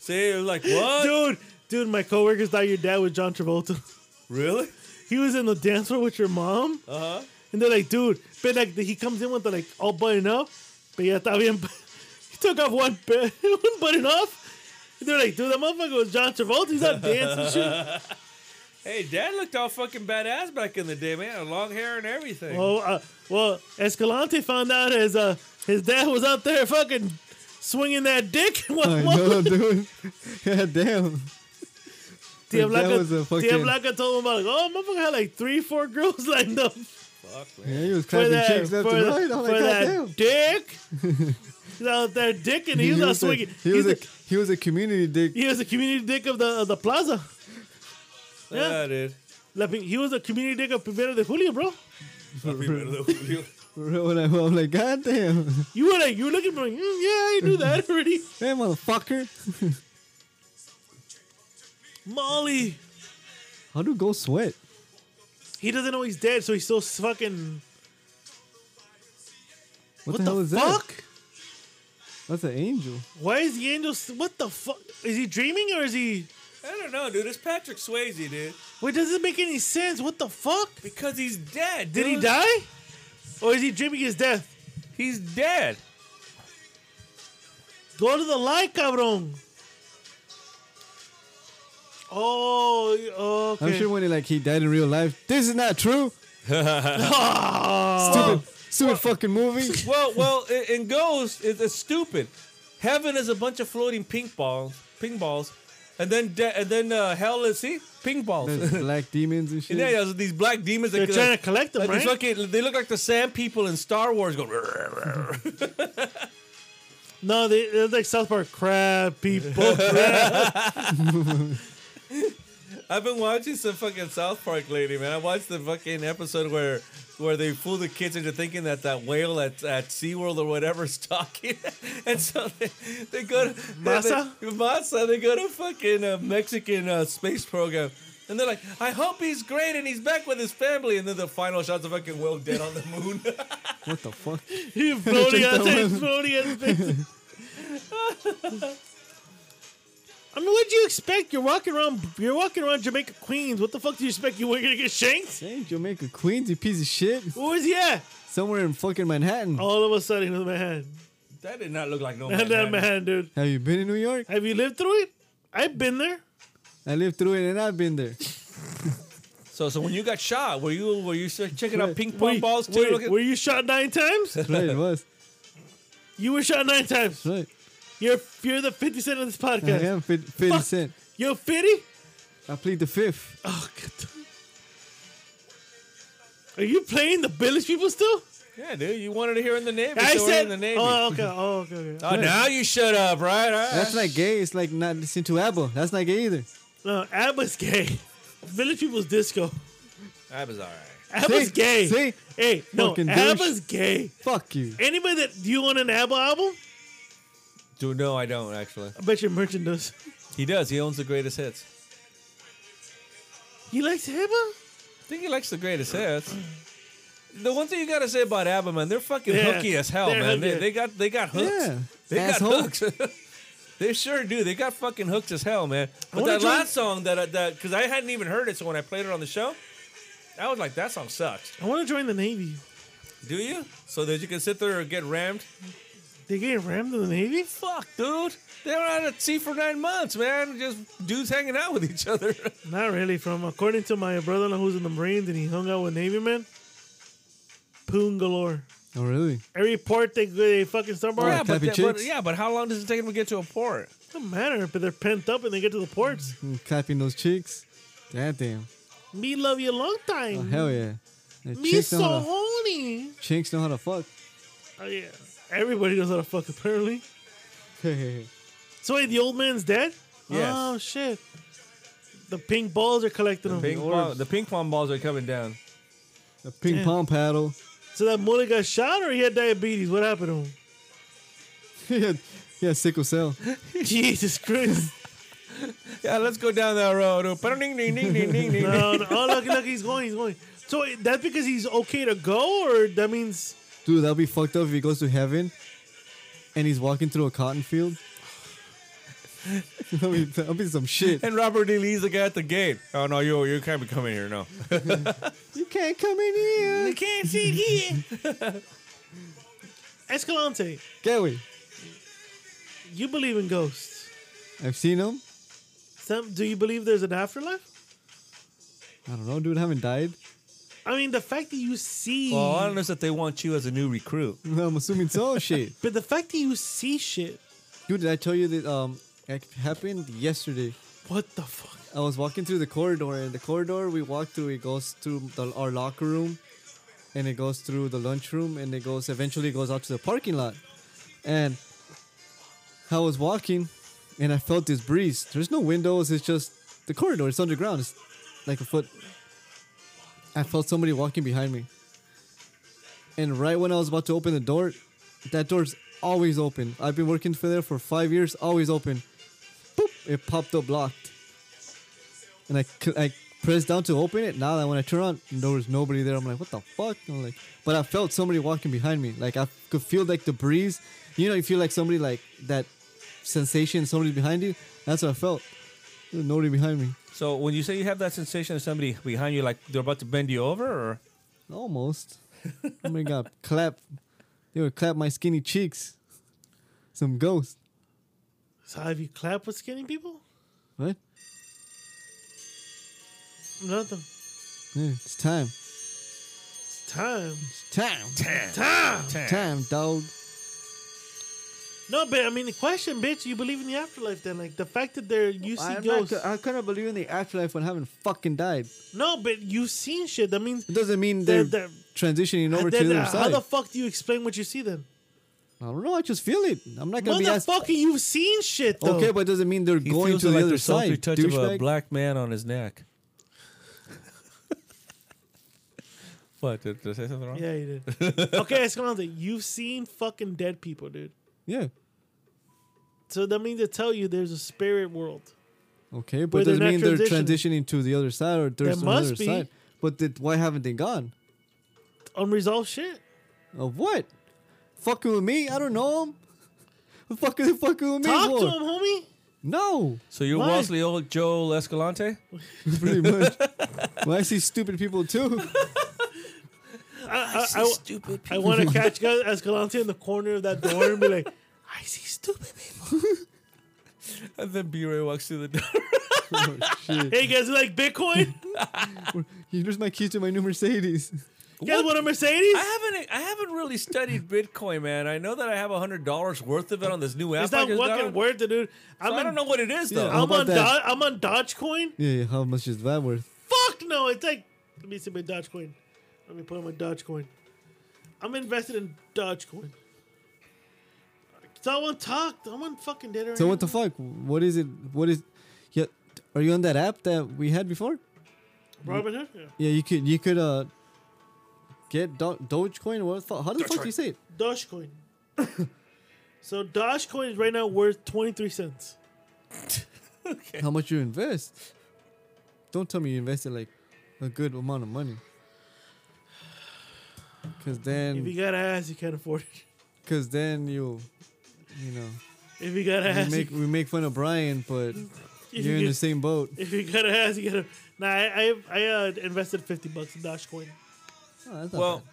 S2: See, you're like what?
S1: dude, dude, my coworkers thought your dad was John Travolta. [laughs]
S2: Really?
S1: He was in the dance floor with your mom,
S2: Uh huh.
S1: and they're like, dude, but like he comes in with the like all buttoned up, but yeah, está bien. [laughs] He took off one, [laughs] bu- one button off. And they're like, dude, that motherfucker was John Travolta. He's not dancing
S3: [laughs]
S1: shit.
S2: Hey, Dad looked all fucking badass back in the day, man. Long hair and everything.
S1: Well, uh, well, Escalante found out his uh his dad was out there fucking swinging that dick. [laughs] What,
S3: [laughs] I
S1: what-
S3: know, dude. God damn.
S1: Tia
S3: Like, that
S1: Blanca,
S3: was a
S1: Tia
S3: fucking-
S1: Blanca told him about like, oh, motherfucker had like three, four girls [laughs] lined up
S2: Fuck, man.
S3: Yeah, he was
S1: for
S3: clapping
S1: that,
S3: chicks
S1: for
S3: left and right.
S1: that,
S3: I'm
S1: for
S3: like, God
S1: that
S3: damn.
S1: dick.
S3: [laughs]
S1: He's out there dicking. He was out swinging.
S3: A, he was
S1: He's
S3: a he was a community dick. [laughs]
S1: he was a community dick of the of the plaza. Yeah.
S2: Yeah, dude.
S1: La Pi- He was a community dick of Primero de Julio, bro.
S3: When I, am like, God damn, [laughs] man,
S1: You were like, you were looking for, like, mm, yeah, I knew that [laughs] already.
S3: motherfucker.
S1: Molly,
S3: How do go sweat?
S1: he doesn't know he's dead, so he's still fucking.
S3: What,
S1: What
S3: the, hell
S1: the,
S3: is
S1: fuck?
S3: that? That's an angel.
S1: Why is the angel? s- What the fuck? Is he dreaming or is he?
S2: [laughs] I don't know, dude. It's Patrick Swayze, dude.
S1: Wait, doesn't make any sense. What the fuck?
S2: Because he's dead.
S1: Did he
S2: dude.
S1: die? Or is he dreaming his death?
S2: He's dead.
S1: Go to the light, cabrón. Oh,
S3: I'm
S1: okay.
S3: sure when he like he died in real life. This is not
S1: [laughs]
S3: true. [laughs]
S1: Ah.
S3: Stupid, stupid fucking
S1: [laughs]
S3: movie.
S2: Well, well, i- in Ghost, it, it's stupid. Heaven is a bunch of floating pink balls, ping balls, and then de- and then uh, hell is see ping balls.
S3: There's
S2: [laughs] and
S3: black demons and shit.
S2: then there's these black demons.
S1: They're
S2: that,
S1: trying to collect them,
S2: like,
S1: right?
S2: these fucking- they look like the sand people in Star Wars. Going. [laughs]
S1: [laughs] no, they, they're like South Park crab people.
S2: [laughs]
S1: crab.
S2: I've been watching some fucking South Park lately, man. I watched the fucking episode where where they fool the kids into thinking that that whale at, at SeaWorld or whatever is talking. [laughs] and so they, they go to they-
S1: Masa?
S2: They, Masa, they go to fucking uh, Mexican uh, space program. And they're like, I hope he's great and he's back with his family. And then the final shot's a fucking whale dead on the moon. [laughs]
S3: What the fuck?
S1: He's floating
S3: Check
S1: out
S3: that
S1: there,
S3: one.
S1: floating out in space. [laughs] I mean, what'd you expect? You're walking around, you're walking around Jamaica, Queens. What the fuck do you expect? You were gonna get shanked?
S3: Dang, Jamaica Queens, you piece of shit.
S1: Where was he at?
S3: Somewhere in fucking Manhattan.
S1: All of a sudden, he was [laughs] Manhattan.
S2: that did not look like no man.
S1: Manhattan, Manhattan, dude.
S3: Have you been in New York?
S1: Have you lived through it? I've been there.
S3: I lived through it and I've been there.
S2: So, so when you got shot, were you were you checking out
S3: Wait,
S2: ping pong balls too?
S1: wait,
S2: Look at-
S1: were you shot nine times?
S2: [laughs]
S3: That's right, it was.
S1: You were shot nine times.
S3: That's right.
S1: You're you're the fifty cent of this
S3: I
S1: podcast.
S3: am fif- 50
S1: Fuck.
S3: Cent.
S1: Yo, fifty.
S3: I plead the fifth.
S1: Oh, God. Are you playing the Billish people still?
S2: yeah, dude, you wanted to hear in the Navy.
S1: I
S2: so we're
S1: said.
S2: in the Navy.
S1: Oh, okay. Oh, okay. okay.
S2: Oh, now you shut up, right? Ah. All right.
S3: That's not gay. It's like not listening to ABBA. That's not gay either.
S1: No, Abba's gay. Village people's disco.
S2: That was all right.
S1: Abba's
S3: See?
S1: gay.
S3: See?
S1: Hey, no,
S3: Fucking douche.
S1: Abba's gay.
S3: Fuck you.
S1: Anybody that do you want an Abba album?
S2: Do no, I don't actually.
S1: I bet your merchant does.
S2: He does. He owns the greatest hits.
S1: He likes Abba.
S2: I think he likes the greatest hits. The one thing you gotta say about ABBA, man, they're fucking
S1: Yeah,
S2: hooky as hell,
S1: they're
S2: man. They,
S1: hooky.
S2: they got they got hooks.
S3: Yeah.
S2: They
S3: Asshole.
S2: got hooks. [laughs] they sure do. They got fucking hooks as hell, man. But
S1: wanna
S2: that
S1: try-
S2: last song that I- that because I hadn't even heard it, so when I played it on the show, I was like, that song sucks.
S1: I want to join the Navy.
S2: Do you? So that you can sit there and get rammed.
S1: They getting rammed in the Navy?
S2: Fuck, dude. They were out at sea for nine months, man. Just dudes hanging out with each [laughs] other.
S1: Not really. From according to my brother-in-law who's in the Marines and he hung out with Navy men, poon galore.
S3: Oh, really?
S1: Every port they they fucking submarine.
S2: yeah, but, that-
S3: Clappy
S2: but
S3: chicks.
S2: yeah, but how long does it take them to get to a port?
S1: Doesn't matter, but they're pent up and they get to the ports.
S3: Mm, Clapping those cheeks. God damn.
S1: Me love you a long
S3: Oh,
S1: time.
S3: hell yeah. The
S1: Mm. Me
S3: chicks,
S1: so
S3: know how to,
S1: horny.
S3: chicks know how to fuck. [laughs]
S1: Oh yeah. Everybody knows how to fuck apparently. So wait, the old man's dead?
S2: Yes.
S1: Oh shit. The pink balls are collecting them.
S2: Ping pong, the ping pong balls are coming down.
S3: A ping
S1: Damn.
S3: pong paddle. [laughs]
S1: So that mullet got shot or he had diabetes? What happened to him?
S3: yeah, yeah, sickle cell.
S1: Jesus Christ.
S2: Yeah, let's go down that road. [laughs] Ding, ding, ding, ding, ding, ding.
S1: No, no. Oh, look, look, he's going, he's going. So wait, that's because he's okay to go, or that means
S3: Dude, that'll be fucked up if he goes to heaven and he's walking through a cotton field. [laughs] that'll, be, that'll be
S2: [laughs]
S3: some
S2: [laughs]
S3: shit.
S2: And Robert E. Lee's the guy at the gate. Oh no, you you can't be coming here. No,
S3: You can't come in here.
S2: can't see here.
S1: Escalante?
S3: Get away.
S1: You believe in ghosts?
S3: I've seen him.
S1: Some, do you believe there's an afterlife?
S3: I don't know, dude. I haven't died. [laughs]
S1: I mean, the fact that you see,
S3: Oh,
S2: Well, all I know is that they want you as a new recruit.
S3: I'm assuming so. shit.
S1: but the fact that you see shit.
S3: Dude, did I tell you that um it happened yesterday?
S1: What the fuck?
S3: I was walking through the corridor, and the corridor we walk through, it goes through the, our locker room, and it goes through the lunchroom, and it goes eventually goes out to the parking lot. And I was walking, and I felt this breeze. There's no windows. It's just the corridor. It's underground. It's like a foot. I felt somebody walking behind me. And right when I was about to open the door, that door's always open. I've been working for there for five years. Always open. Boop! It popped up locked and I, c- I pressed down to open it. Now that when I turn on, there was nobody there. I'm like, what the fuck? I'm like, but I felt somebody walking behind me. Like I could feel like the breeze. You know, you feel like somebody like that sensation. Somebody behind you. That's what I felt. There was nobody behind me.
S2: So when you say you have that sensation of somebody behind you, like they're about to bend you over, or
S3: Almost. oh my god! [laughs] Clap. They would clap my skinny cheeks. Some ghost.
S1: So have you clapped with skinny people?
S3: What?
S1: Nothing.
S3: Yeah, it's time.
S1: It's time.
S3: It's [laughs] time.
S2: Tam,
S1: Time.
S2: tam.
S3: Time, dog.
S1: No, but I mean, the question, bitch, you believe in the afterlife then? Like the fact that there you see
S3: I'm not,
S1: ghosts.
S3: co- I couldn't believe in the afterlife when I haven't fucking died.
S1: no, but you've seen shit. That means
S3: It doesn't mean
S1: They're-
S3: they're,
S1: they're-
S3: transitioning over
S1: Then,
S3: to the
S1: uh,
S3: other
S1: how
S3: side.
S1: the fuck do you explain what you see then?
S3: I don't know. I just feel it. I'm not gonna be asked.
S1: Motherfucker, you've seen shit though.
S3: Okay, but it doesn't mean they're
S2: he
S3: going
S2: feels
S3: to the
S2: like
S3: other
S2: the sultry
S3: side.
S2: touch of a
S3: douchebag.
S2: black man on his neck. [laughs] what? Did, did I say something wrong?
S1: yeah, you
S3: [laughs]
S1: did. okay, Escalante, you've seen fucking dead people, dude.
S3: yeah.
S1: So that means to tell you there's a spirit world.
S3: Okay, but
S1: Where
S3: it
S1: they're
S3: doesn't
S1: not
S3: mean they're
S1: transitioning.
S3: transitioning to the other side or there's
S1: must
S3: another
S1: be.
S3: side. But did, why haven't they gone?
S1: Unresolved shit.
S3: Of what? Fucking with me? I don't know 'em. What the fuck are they fucking with me
S1: Talk
S3: for?
S1: to him, homie.
S3: No,
S2: So you're
S1: Why?
S2: Wesley old Joel Escalante?
S3: pretty much. well, I see stupid people too. [laughs]
S1: I, I,
S2: stupid.
S1: I want to
S2: [laughs]
S1: catch guys- Escalante in the corner of that door and be like, [laughs] I see stupid people.
S2: And then B-Ray walks through the door.
S3: oh, shit.
S1: Hey, you guys like
S2: [laughs]
S1: Bitcoin?
S3: Here's my keys to my new Mercedes. [laughs]
S1: You guys want a Mercedes?
S2: I haven't I haven't really studied Bitcoin, man. I know that I have hundred dollars worth of it on this new app.
S1: It's
S2: I
S1: not
S2: just
S1: fucking
S2: downloaded.
S1: worth it, dude. I'm
S2: So I
S1: in-
S2: don't know what it is though.
S3: Yeah.
S1: I'm
S3: How
S1: on,
S3: about
S1: Do-
S3: that?
S1: I'm on Dogecoin.
S3: Yeah, yeah, how much is that worth?
S1: Fuck no! It's like let me see my Dogecoin. Let me put on my Dogecoin. I'm invested in Dogecoin. Someone talked. I'm on fucking dead right
S3: So what the
S1: now.
S3: fuck? What is it? What is? Yeah, are you on that app that we had before?
S1: Robin Hood? Yeah.
S3: Yeah, you could you could uh get Do- Dogecoin. What the fuck? How the fuck do you say it?
S1: Dogecoin. [laughs] so Dogecoin is right now worth 23 cents.
S3: How much you invest? Don't tell me you invested like a good amount of money. Cause
S1: If you
S3: then,
S1: got ass, you can't afford it. [laughs]
S3: cause then you, you know,
S1: [laughs] If you got
S3: we
S1: ass,
S3: make
S1: you,
S3: we make fun of Brian, but
S1: if,
S3: you're
S1: you
S3: in the
S1: get, [laughs]
S3: same boat.
S1: if you got ass, you gotta. [laughs] Nah, I I, I uh, invested 50 bucks in Dogecoin.
S3: Oh, that's not
S2: Well, I
S3: bad.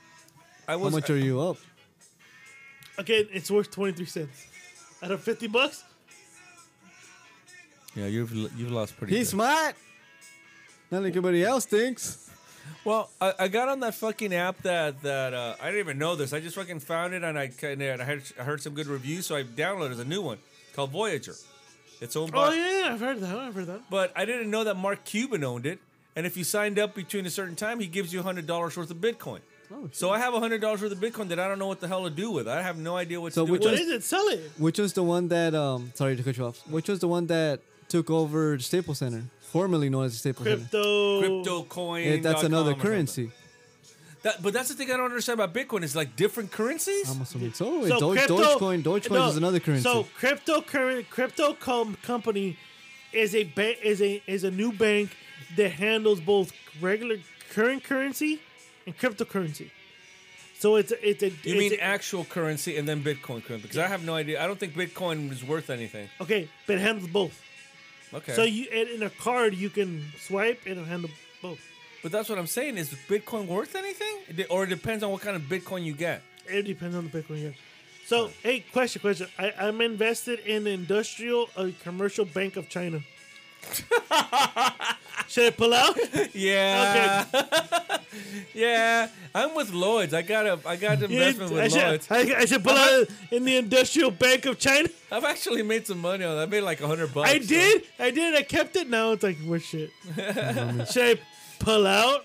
S3: how
S2: was
S3: much are you up?
S1: Again, it's worth 23 cents. Out of 50 bucks, Oh,
S2: Yeah, you've you've lost pretty.
S3: He's smart. Not like everybody else thinks.
S2: Well, I, I got on that fucking app that that uh, I didn't even know this. I just fucking found it and I kind of I heard, I heard some good reviews, so I downloaded a new one called Voyager. It's owned by,
S1: Oh yeah, I've heard that. I've heard that.
S2: but I didn't know that Mark Cuban owned it. And if you signed up between a certain time, he gives you hundred dollars worth of Bitcoin.
S1: Oh,
S2: So I have hundred dollars worth of Bitcoin that I don't know what the hell to do with. I have no idea what
S3: So
S2: to do.
S3: which
S2: With.
S1: What
S3: Just-
S1: is it? Sell it.
S3: Which was the one that um sorry to cut you off. Which was the one that took over the Staples Center, formerly known as the Staples Center.
S1: Crypto.
S2: Crypto coin.
S3: Yeah, that's
S2: dot
S3: another
S2: com or something.
S3: currency.
S2: That, but that's the thing I don't understand about Bitcoin. It's like different currencies.
S3: I'm assuming so.
S1: So
S3: Doge,
S1: crypto,
S3: Dogecoin, Dogecoin
S1: no,
S3: is another currency.
S1: So cryptocurrency, crypto com- company is a ba- is a is a new bank that handles both regular current currency and cryptocurrency. So it's a- it's a
S2: you
S1: it's
S2: mean
S1: a-
S2: actual currency and then Bitcoin currency? Because I have no idea. I don't think Bitcoin is worth anything.
S1: okay, but it handles both.
S2: Okay.
S1: So you and in a card you can swipe and it'll handle both.
S2: but that's what I'm saying. Is Bitcoin worth anything? It de- Or it depends on what kind of Bitcoin
S1: [laughs]
S2: you get.
S1: It depends on the Bitcoin. Yeah. So hey, question, question. I, I'm invested in industrial uh, commercial bank of
S2: [laughs]
S1: China. Should I pull out?
S2: Yeah. [laughs]
S1: Okay.
S2: Yeah. I'm with Lloyd's. I got a
S1: [laughs]
S2: I got an
S1: Yeah,
S2: investment
S1: I,
S2: with Uh-huh.
S1: should,
S2: Lloyd's.
S1: I, I should pull out in the Industrial Bank of China.
S2: I've actually made some money on that. I made like a hundred bucks.
S1: I
S2: so-
S1: did. I did. I kept it. Now it's like, what
S2: [laughs]
S1: shit? should I pull out?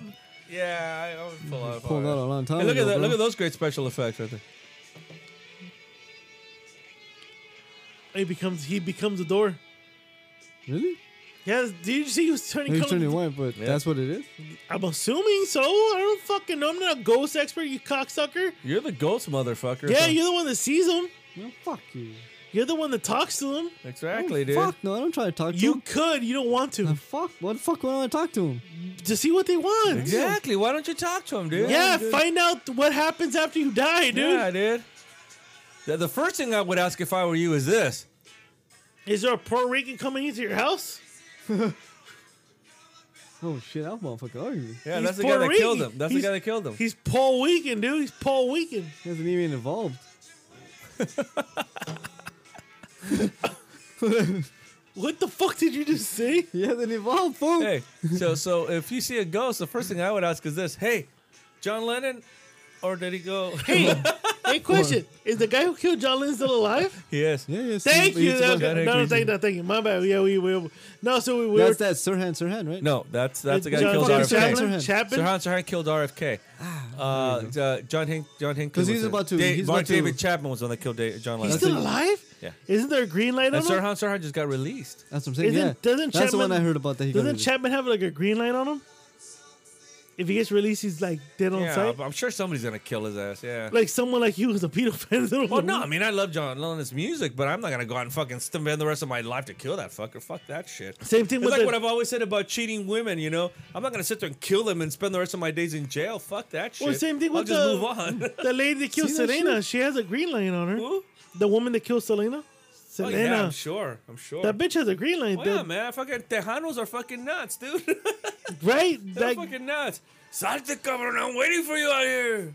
S2: Yeah, I, I would pull out.
S3: pulled out a long time
S2: Hey, look
S3: ago.
S2: at that!
S3: bro.
S2: Look at those great special effects right there.
S1: He becomes. He becomes a door.
S3: Really?
S1: Yes. Did you see he was turning?
S3: He's
S1: color?
S3: 21, but
S2: Yeah.
S3: that's what it is.
S1: I'm assuming so. I don't fucking know. I'm not a ghost expert. You cocksucker.
S2: You're the ghost motherfucker.
S1: Yeah, you're the one that sees them.
S3: No, fuck you.
S1: You're the one that talks to them.
S2: exactly,
S3: Oh,
S2: dude.
S3: Fuck no, I don't try to talk to
S1: You
S3: him.
S1: could. You don't want
S3: The
S1: to.
S3: fuck? What the fuck would I want to talk to him?
S1: To see what they want.
S2: Exactly. Why don't you talk to him, dude?
S1: Yeah.
S2: dude.
S1: Find out what happens after you die, dude.
S2: Yeah, dude. The, the first thing I would ask if I were you is this:
S1: Is there a Puerto Rican coming into your house?
S3: Oh shit, that motherfucker are you?
S2: Yeah,
S1: He's
S2: that's the guy that
S1: Puerto
S2: killed
S1: Rican.
S2: him. That's
S1: He's-
S2: the guy that killed him.
S1: He's Paul Weekend, dude. He's Paul Weekend.
S3: He hasn't
S2: [laughs]
S3: even involved. [laughs] he
S1: What the fuck did you just say?
S3: hasn't evolved,
S2: [laughs]
S3: fool.
S2: Hey, so so if you see a ghost, the first thing I would ask is this: Hey, John Lennon, or did he [laughs] go?
S1: [laughs] Hey, hey, question. Is the guy who killed John Lennon still alive?
S2: yes.
S3: Yeah,
S1: [laughs]
S3: yeah.
S1: Thank
S3: he's-
S1: you.
S3: he's
S1: That
S3: about-
S1: was good. No,
S2: that
S1: no,
S2: crazy.
S1: thank you. Thank you. My bad. Yeah, we will. No, so we were.
S3: That's that Sirhan Sirhan, right?
S2: No, that's that's the guy
S1: John
S2: that killed
S1: John
S3: Lennon.
S2: RFK.
S1: Chaplin.
S3: Sirhan.
S1: Chapman.
S2: Sirhan Sirhan killed RFK. Uh, uh, John Hink, John Hinckley.
S3: 'Cause he's
S2: was it.
S3: about to-
S2: Da-
S3: he's
S2: Mark
S3: about to-
S2: David Chapman was the one that killed da- John
S1: He's
S2: Lennon.
S1: still alive?
S2: Yeah.
S1: Isn't there a green light on
S2: And
S1: him?
S2: Sirhan Sirhan just got released.
S3: That's what I'm saying.
S1: Isn't-
S3: yeah.
S1: doesn't
S3: that's the
S1: Chapman-
S3: one I heard about that he got
S1: Doesn't
S3: released.
S1: Chapman have like a green light on him? If he gets released, he's like dead on
S2: Yeah,
S1: sight.
S2: I'm- I'm sure somebody's gonna kill his ass. Yeah.
S1: Like someone like you who's a pedophile. [laughs]
S2: Well, no, I mean I love John Lennon's music, but I'm not gonna go out and fucking spend the rest of my life to kill that fucker. Fuck that shit.
S1: Same thing
S2: It's
S1: with
S2: like
S1: the-
S2: what I've always said about cheating women. You know, I'm not gonna sit there and kill them and spend the rest of my days in jail. Fuck that shit.
S1: Well, same thing
S2: I'll
S1: with
S2: just
S1: the-
S2: move on. [laughs]
S1: The lady that killed
S3: See that
S1: Selena, she has a green light on her.
S2: Who?
S1: The woman that killed Selena?
S2: Oh,
S1: Selena.
S2: yeah, I'm sure. I'm sure.
S1: That bitch has a green light,
S2: Well,
S1: dude.
S2: yeah, man. Fucking Tejanos are fucking nuts, dude. [laughs]
S1: Right?
S2: They're
S1: Like,
S2: fucking nuts. Salte, cabrón. I'm waiting for you out here.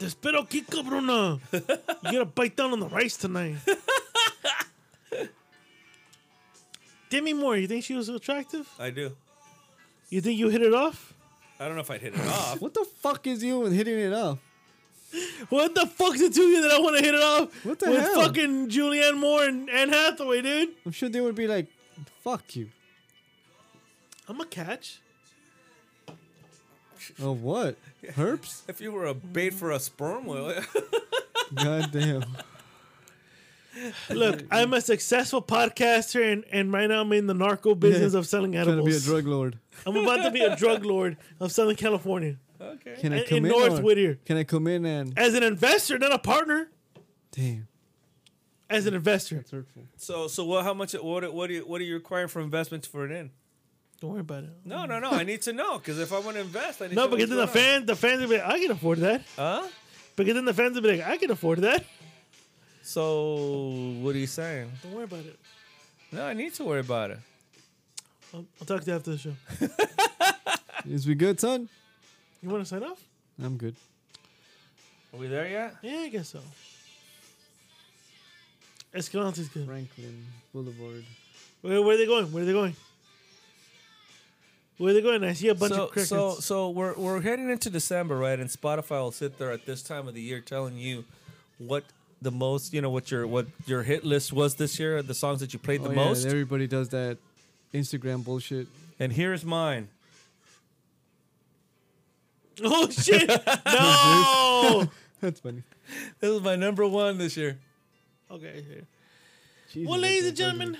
S1: Te espero aquí, cabrona. you gotta bite down on the rice [laughs] tonight. Demi Moore, you think she was attractive?
S2: I do.
S1: You think you hit it off?
S2: I don't know if I'd hit
S1: [laughs]
S2: it off.
S3: What the fuck is you and hitting it up?
S1: What the fuck's it to you that I want to hit it off
S3: What the
S1: with
S3: hell?
S1: fucking Julianne Moore and Anne Hathaway, dude?
S3: I'm sure they would be like, fuck you.
S1: I'm a catch.
S3: Oh, what? Herps?
S2: if you were a bait for a sperm whale. [laughs]
S1: [laughs]
S3: God damn.
S1: Look, I'm a successful podcaster, and, and right now I'm in the narco business of selling
S3: Trying to
S1: edibles.
S3: be a drug lord.
S1: I'm about to be a drug lord of Southern California
S2: okay.
S3: Can I
S1: In-
S3: come
S1: in
S3: in?
S1: North
S3: or-
S1: Whittier.
S3: Can I come in and.
S1: as an investor, not a partner.
S3: Damn.
S1: As an investor,
S3: It's hurtful.
S2: So, so what? How much? What? What? Do you, what are you requiring for investments for an in?
S1: don't worry about it.
S2: No, no, no. I need to know because if I want to invest, I need
S1: No,
S2: to know
S1: because then the
S2: what's going
S1: fans, the fans will be like, I can afford that.
S2: on. Huh?
S1: Because then the fans will be like, I can afford that.
S2: So, what are you saying?
S1: Don't worry about it.
S2: No, I need to worry about it.
S1: I'll, I'll talk to you after the show.
S3: Is we good, son?
S1: You want to sign off?
S3: I'm good.
S2: Are we there yet?
S1: Yeah, I guess so. Escalante's good.
S3: Franklin Boulevard.
S1: Where, where are they going? Where are they going? Where are they going? I see a bunch
S2: so,
S1: of crickets.
S2: so, so we're we're heading into December, right? And Spotify will sit there at this time of the year telling you what the most, you know, what your what your hit list was this year, the songs that you played the
S3: Oh, yeah,
S2: most.
S3: everybody does that Instagram bullshit.
S2: and here is mine.
S1: [laughs] Oh
S2: [laughs]
S1: shit! [laughs] No.
S3: That's funny.
S2: This is my number one this year.
S1: okay. here.
S3: Jesus,
S1: Well,
S3: that
S1: ladies and
S3: guy's ugly.
S1: gentlemen,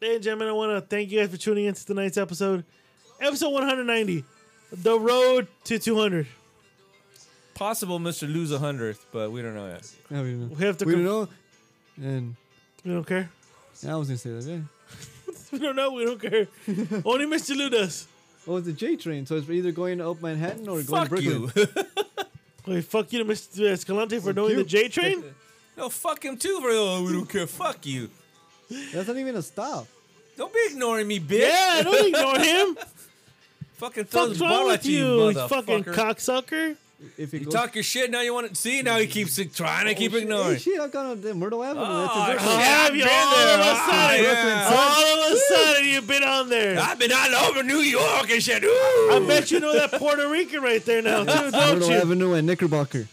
S1: ladies and gentlemen, I want to thank you guys for tuning in to tonight's episode, episode 190, the road to 200.
S2: Possible Mr. Lose a hundredth, but we don't know yet.
S3: No, we don't know.
S1: We have to
S3: We don't
S1: conf-
S3: know. And
S1: We don't care. [laughs]
S3: I was gonna say that. Yeah.
S1: We don't know. We don't
S2: [laughs]
S1: care. Only Mr. Lou does.
S3: Oh, it's the J train, so it's either going up Manhattan or going
S2: Fuck
S3: Brooklyn.
S2: you.
S1: Wait, fuck you to Mr. Escalante for
S3: Fuck
S1: knowing
S3: you.
S1: the J
S2: [laughs]
S1: train.
S2: no, fuck him too, bro. Oh, We don't care. Fuck you.
S3: That's not even a stop.
S2: Don't be ignoring me, bitch.
S1: Yeah, don't
S2: [laughs]
S1: ignore him.
S2: Fucking throw
S1: Fuck's
S2: this
S1: wrong
S2: ball at
S1: with
S2: you,
S1: you, you
S2: motherfucker.
S1: fucking cocksucker.
S3: If it
S2: you
S3: goes,
S2: talk your shit. Now you want to see? Now he keeps trying
S1: Oh,
S2: to keep
S3: Hey,
S2: ignoring.
S3: shit, I've gone on the Myrtle Avenue.
S2: Oh,
S3: That's
S2: shit,
S3: exactly.
S1: Have
S2: I've
S1: you
S2: been
S1: all
S2: there.
S1: of a
S2: Ah,
S1: sudden-
S2: yeah.
S1: All of a sudden, you've been on there.
S2: I've been all over New York and shit. Ooh.
S1: I bet you know that Puerto Rican right there
S2: [laughs]
S1: now, too, don't
S3: Myrtle
S1: you?
S3: Avenue and Knickerbocker.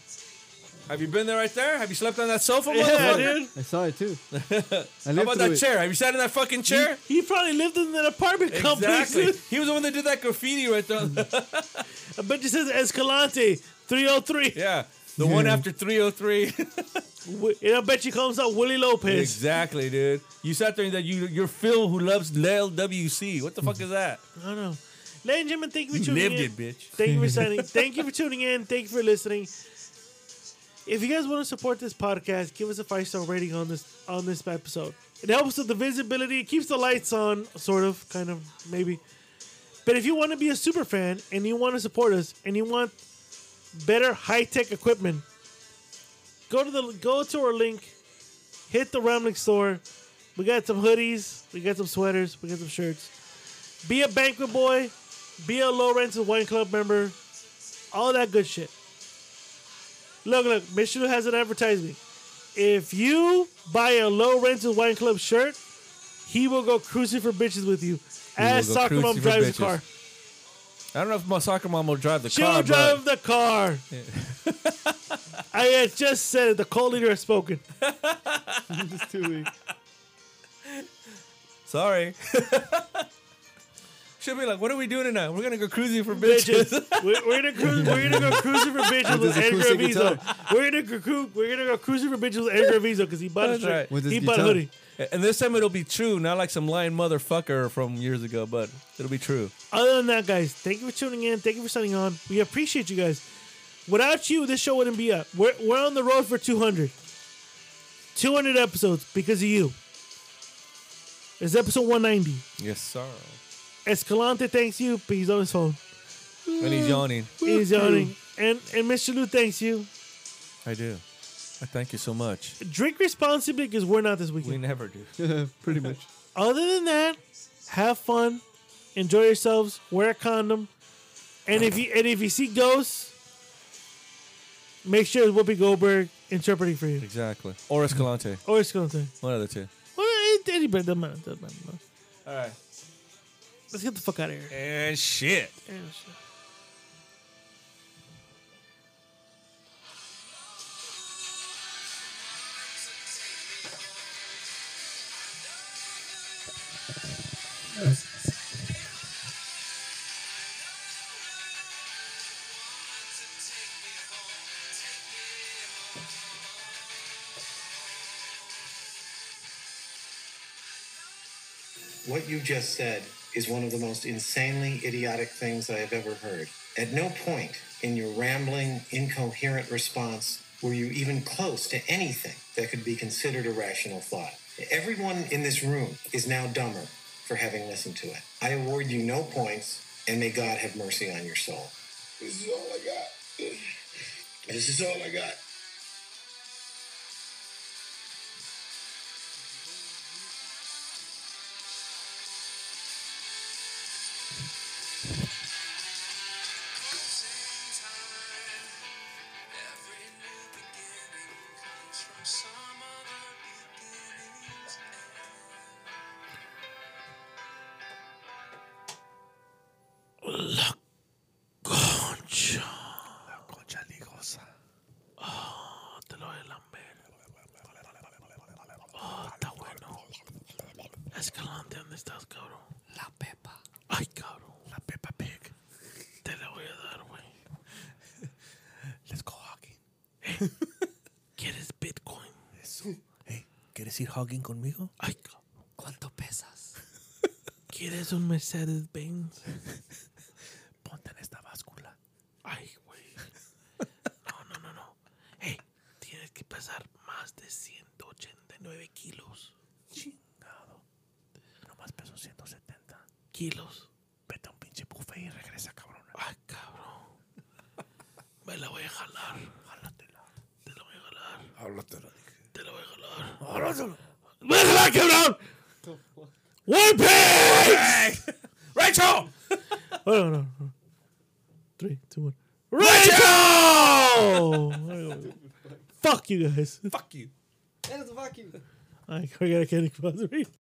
S2: Have you been there right there? Have you slept on that sofa,
S1: Yeah,
S2: motherfucker?
S1: dude.
S3: I saw
S2: [laughs]
S3: it too. I
S2: How
S3: lived
S2: about
S3: through
S2: that
S3: it. [laughs]
S2: chair? Have you sat in that fucking chair?
S1: He probably lived in that apartment complex.
S2: Exactly. He was the one that did that graffiti right there.
S1: [laughs] I bet you says Escalante 303.
S2: yeah. The one after [laughs] 303.
S1: Wi- And I bet you comes out Willie Lopez.
S2: [laughs] exactly, dude. You sat there and that you you're Phil who loves LWC. What the fuck is that?
S1: I don't know. Ladies and gentlemen, thank you for
S2: You
S1: tuning
S2: lived
S1: in.
S2: it, bitch.
S1: Thank you for signing. Thank you for tuning in. Thank you for listening. If you guys want to support this podcast, give us a five star rating on this on this episode. It helps with the visibility. It keeps the lights on, sort of, kind of, maybe. But if you want to be a super fan and you want to support us and you want better high tech equipment, go to the go to our link, hit the Ramlick store. We got some hoodies, we got some sweaters, we got some shirts. Be a banquet boy, be a low rental wine club member, all that good shit. Look, look, Michelin has an advertisement. If you buy a low rental wine club shirt, he will go cruising for bitches with you as
S2: go
S1: soccer mom
S2: cruising for
S1: drives the
S2: bitches.
S1: car.
S2: I don't know if my soccer mom will drive the
S1: She'll
S2: car,
S1: drive the car. [laughs] I had just said it. The cult leader has spoken.
S3: It's too weak.
S2: but sorry. [laughs] She'll be like, what are we doing tonight? We're gonna go cruising for bitches. [laughs]
S1: Bitches, we're, we're gonna cruise. We're gonna go cruising for bitches with
S3: his
S1: Edgar
S3: acoustic
S1: Avizo. We're gonna go cru- We're gonna go cruising for bitches with Edgar Avizo because he bought a
S2: That's
S1: shirt.
S2: right.
S3: With his
S1: he bought a
S3: guitar.
S1: hoodie.
S2: and this time it'll be true, not like some lying motherfucker from years ago, but it'll be true.
S1: Other than that, guys, thank you for tuning in. Thank you for signing on. We appreciate you guys. Without you, this show wouldn't be up. We're, we're on the road for 200. 200 episodes because of you. It's episode 190.
S2: Yes, sir.
S1: Escalante thanks you, but he's on his phone.
S2: And he's yawning.
S1: He's
S3: [laughs]
S1: yawning. And and Mr. Lou thanks you.
S2: I do. I thank you so much.
S1: Drink responsibly because we're not this
S2: We
S1: weekend.
S2: never do.
S3: Pretty much.
S1: Other than that, have fun, enjoy yourselves, wear a condom, and if you and if you see ghosts, make sure it's Whoopi Goldberg interpreting for you
S2: Exactly. Or Escalante.
S1: or Escalante.
S2: One of the two.
S1: Well, it, anybody doesn't matter. Doesn't matter.
S2: All right.
S1: Let's get the fuck out of here.
S2: And shit.
S1: Yeah, sure.
S5: What you just said is one of the most insanely idiotic things I have ever heard. At no point in your rambling, incoherent response were you even close to anything that could be considered a rational thought. Everyone in this room is now dumber for having listened to it. I award you no points, and may God have mercy on your soul.
S6: This is all I got. This is all I got.
S1: Ah, Ah, Escalante, ¿dónde estás, cabrón? La Pepa. Ay, cabrón. La Pepa Pig. ¿Quieres Bitcoin?
S2: Hey, ¿quieres ir jogging conmigo?
S1: Ay, ca- ¿cuánto pesas? ¿Quieres un Mercedes Benz?
S2: Ponte en esta báscula.
S1: Ay, güey. No, no, no, no. Hey, tienes que pesar más de 189 kilos.
S2: Chingado. Nomás peso 170.
S1: Kilos.
S2: Vete a un pinche buffet y regresa, cabrona.
S1: Ay,
S2: [laughs]
S1: cabrón. Me la voy a jalar. Jálatela. Te la voy a jalar. Te la voy a jalar. ¡Me la voy a jalar, cabrón! ¡One Piece! [laughs]
S2: ¡Rachel!
S1: Hold on, hold on. Three, two, one. Rachel! Fuck you guys.
S2: Fuck you.
S3: That's fucking.
S1: I gotta get it.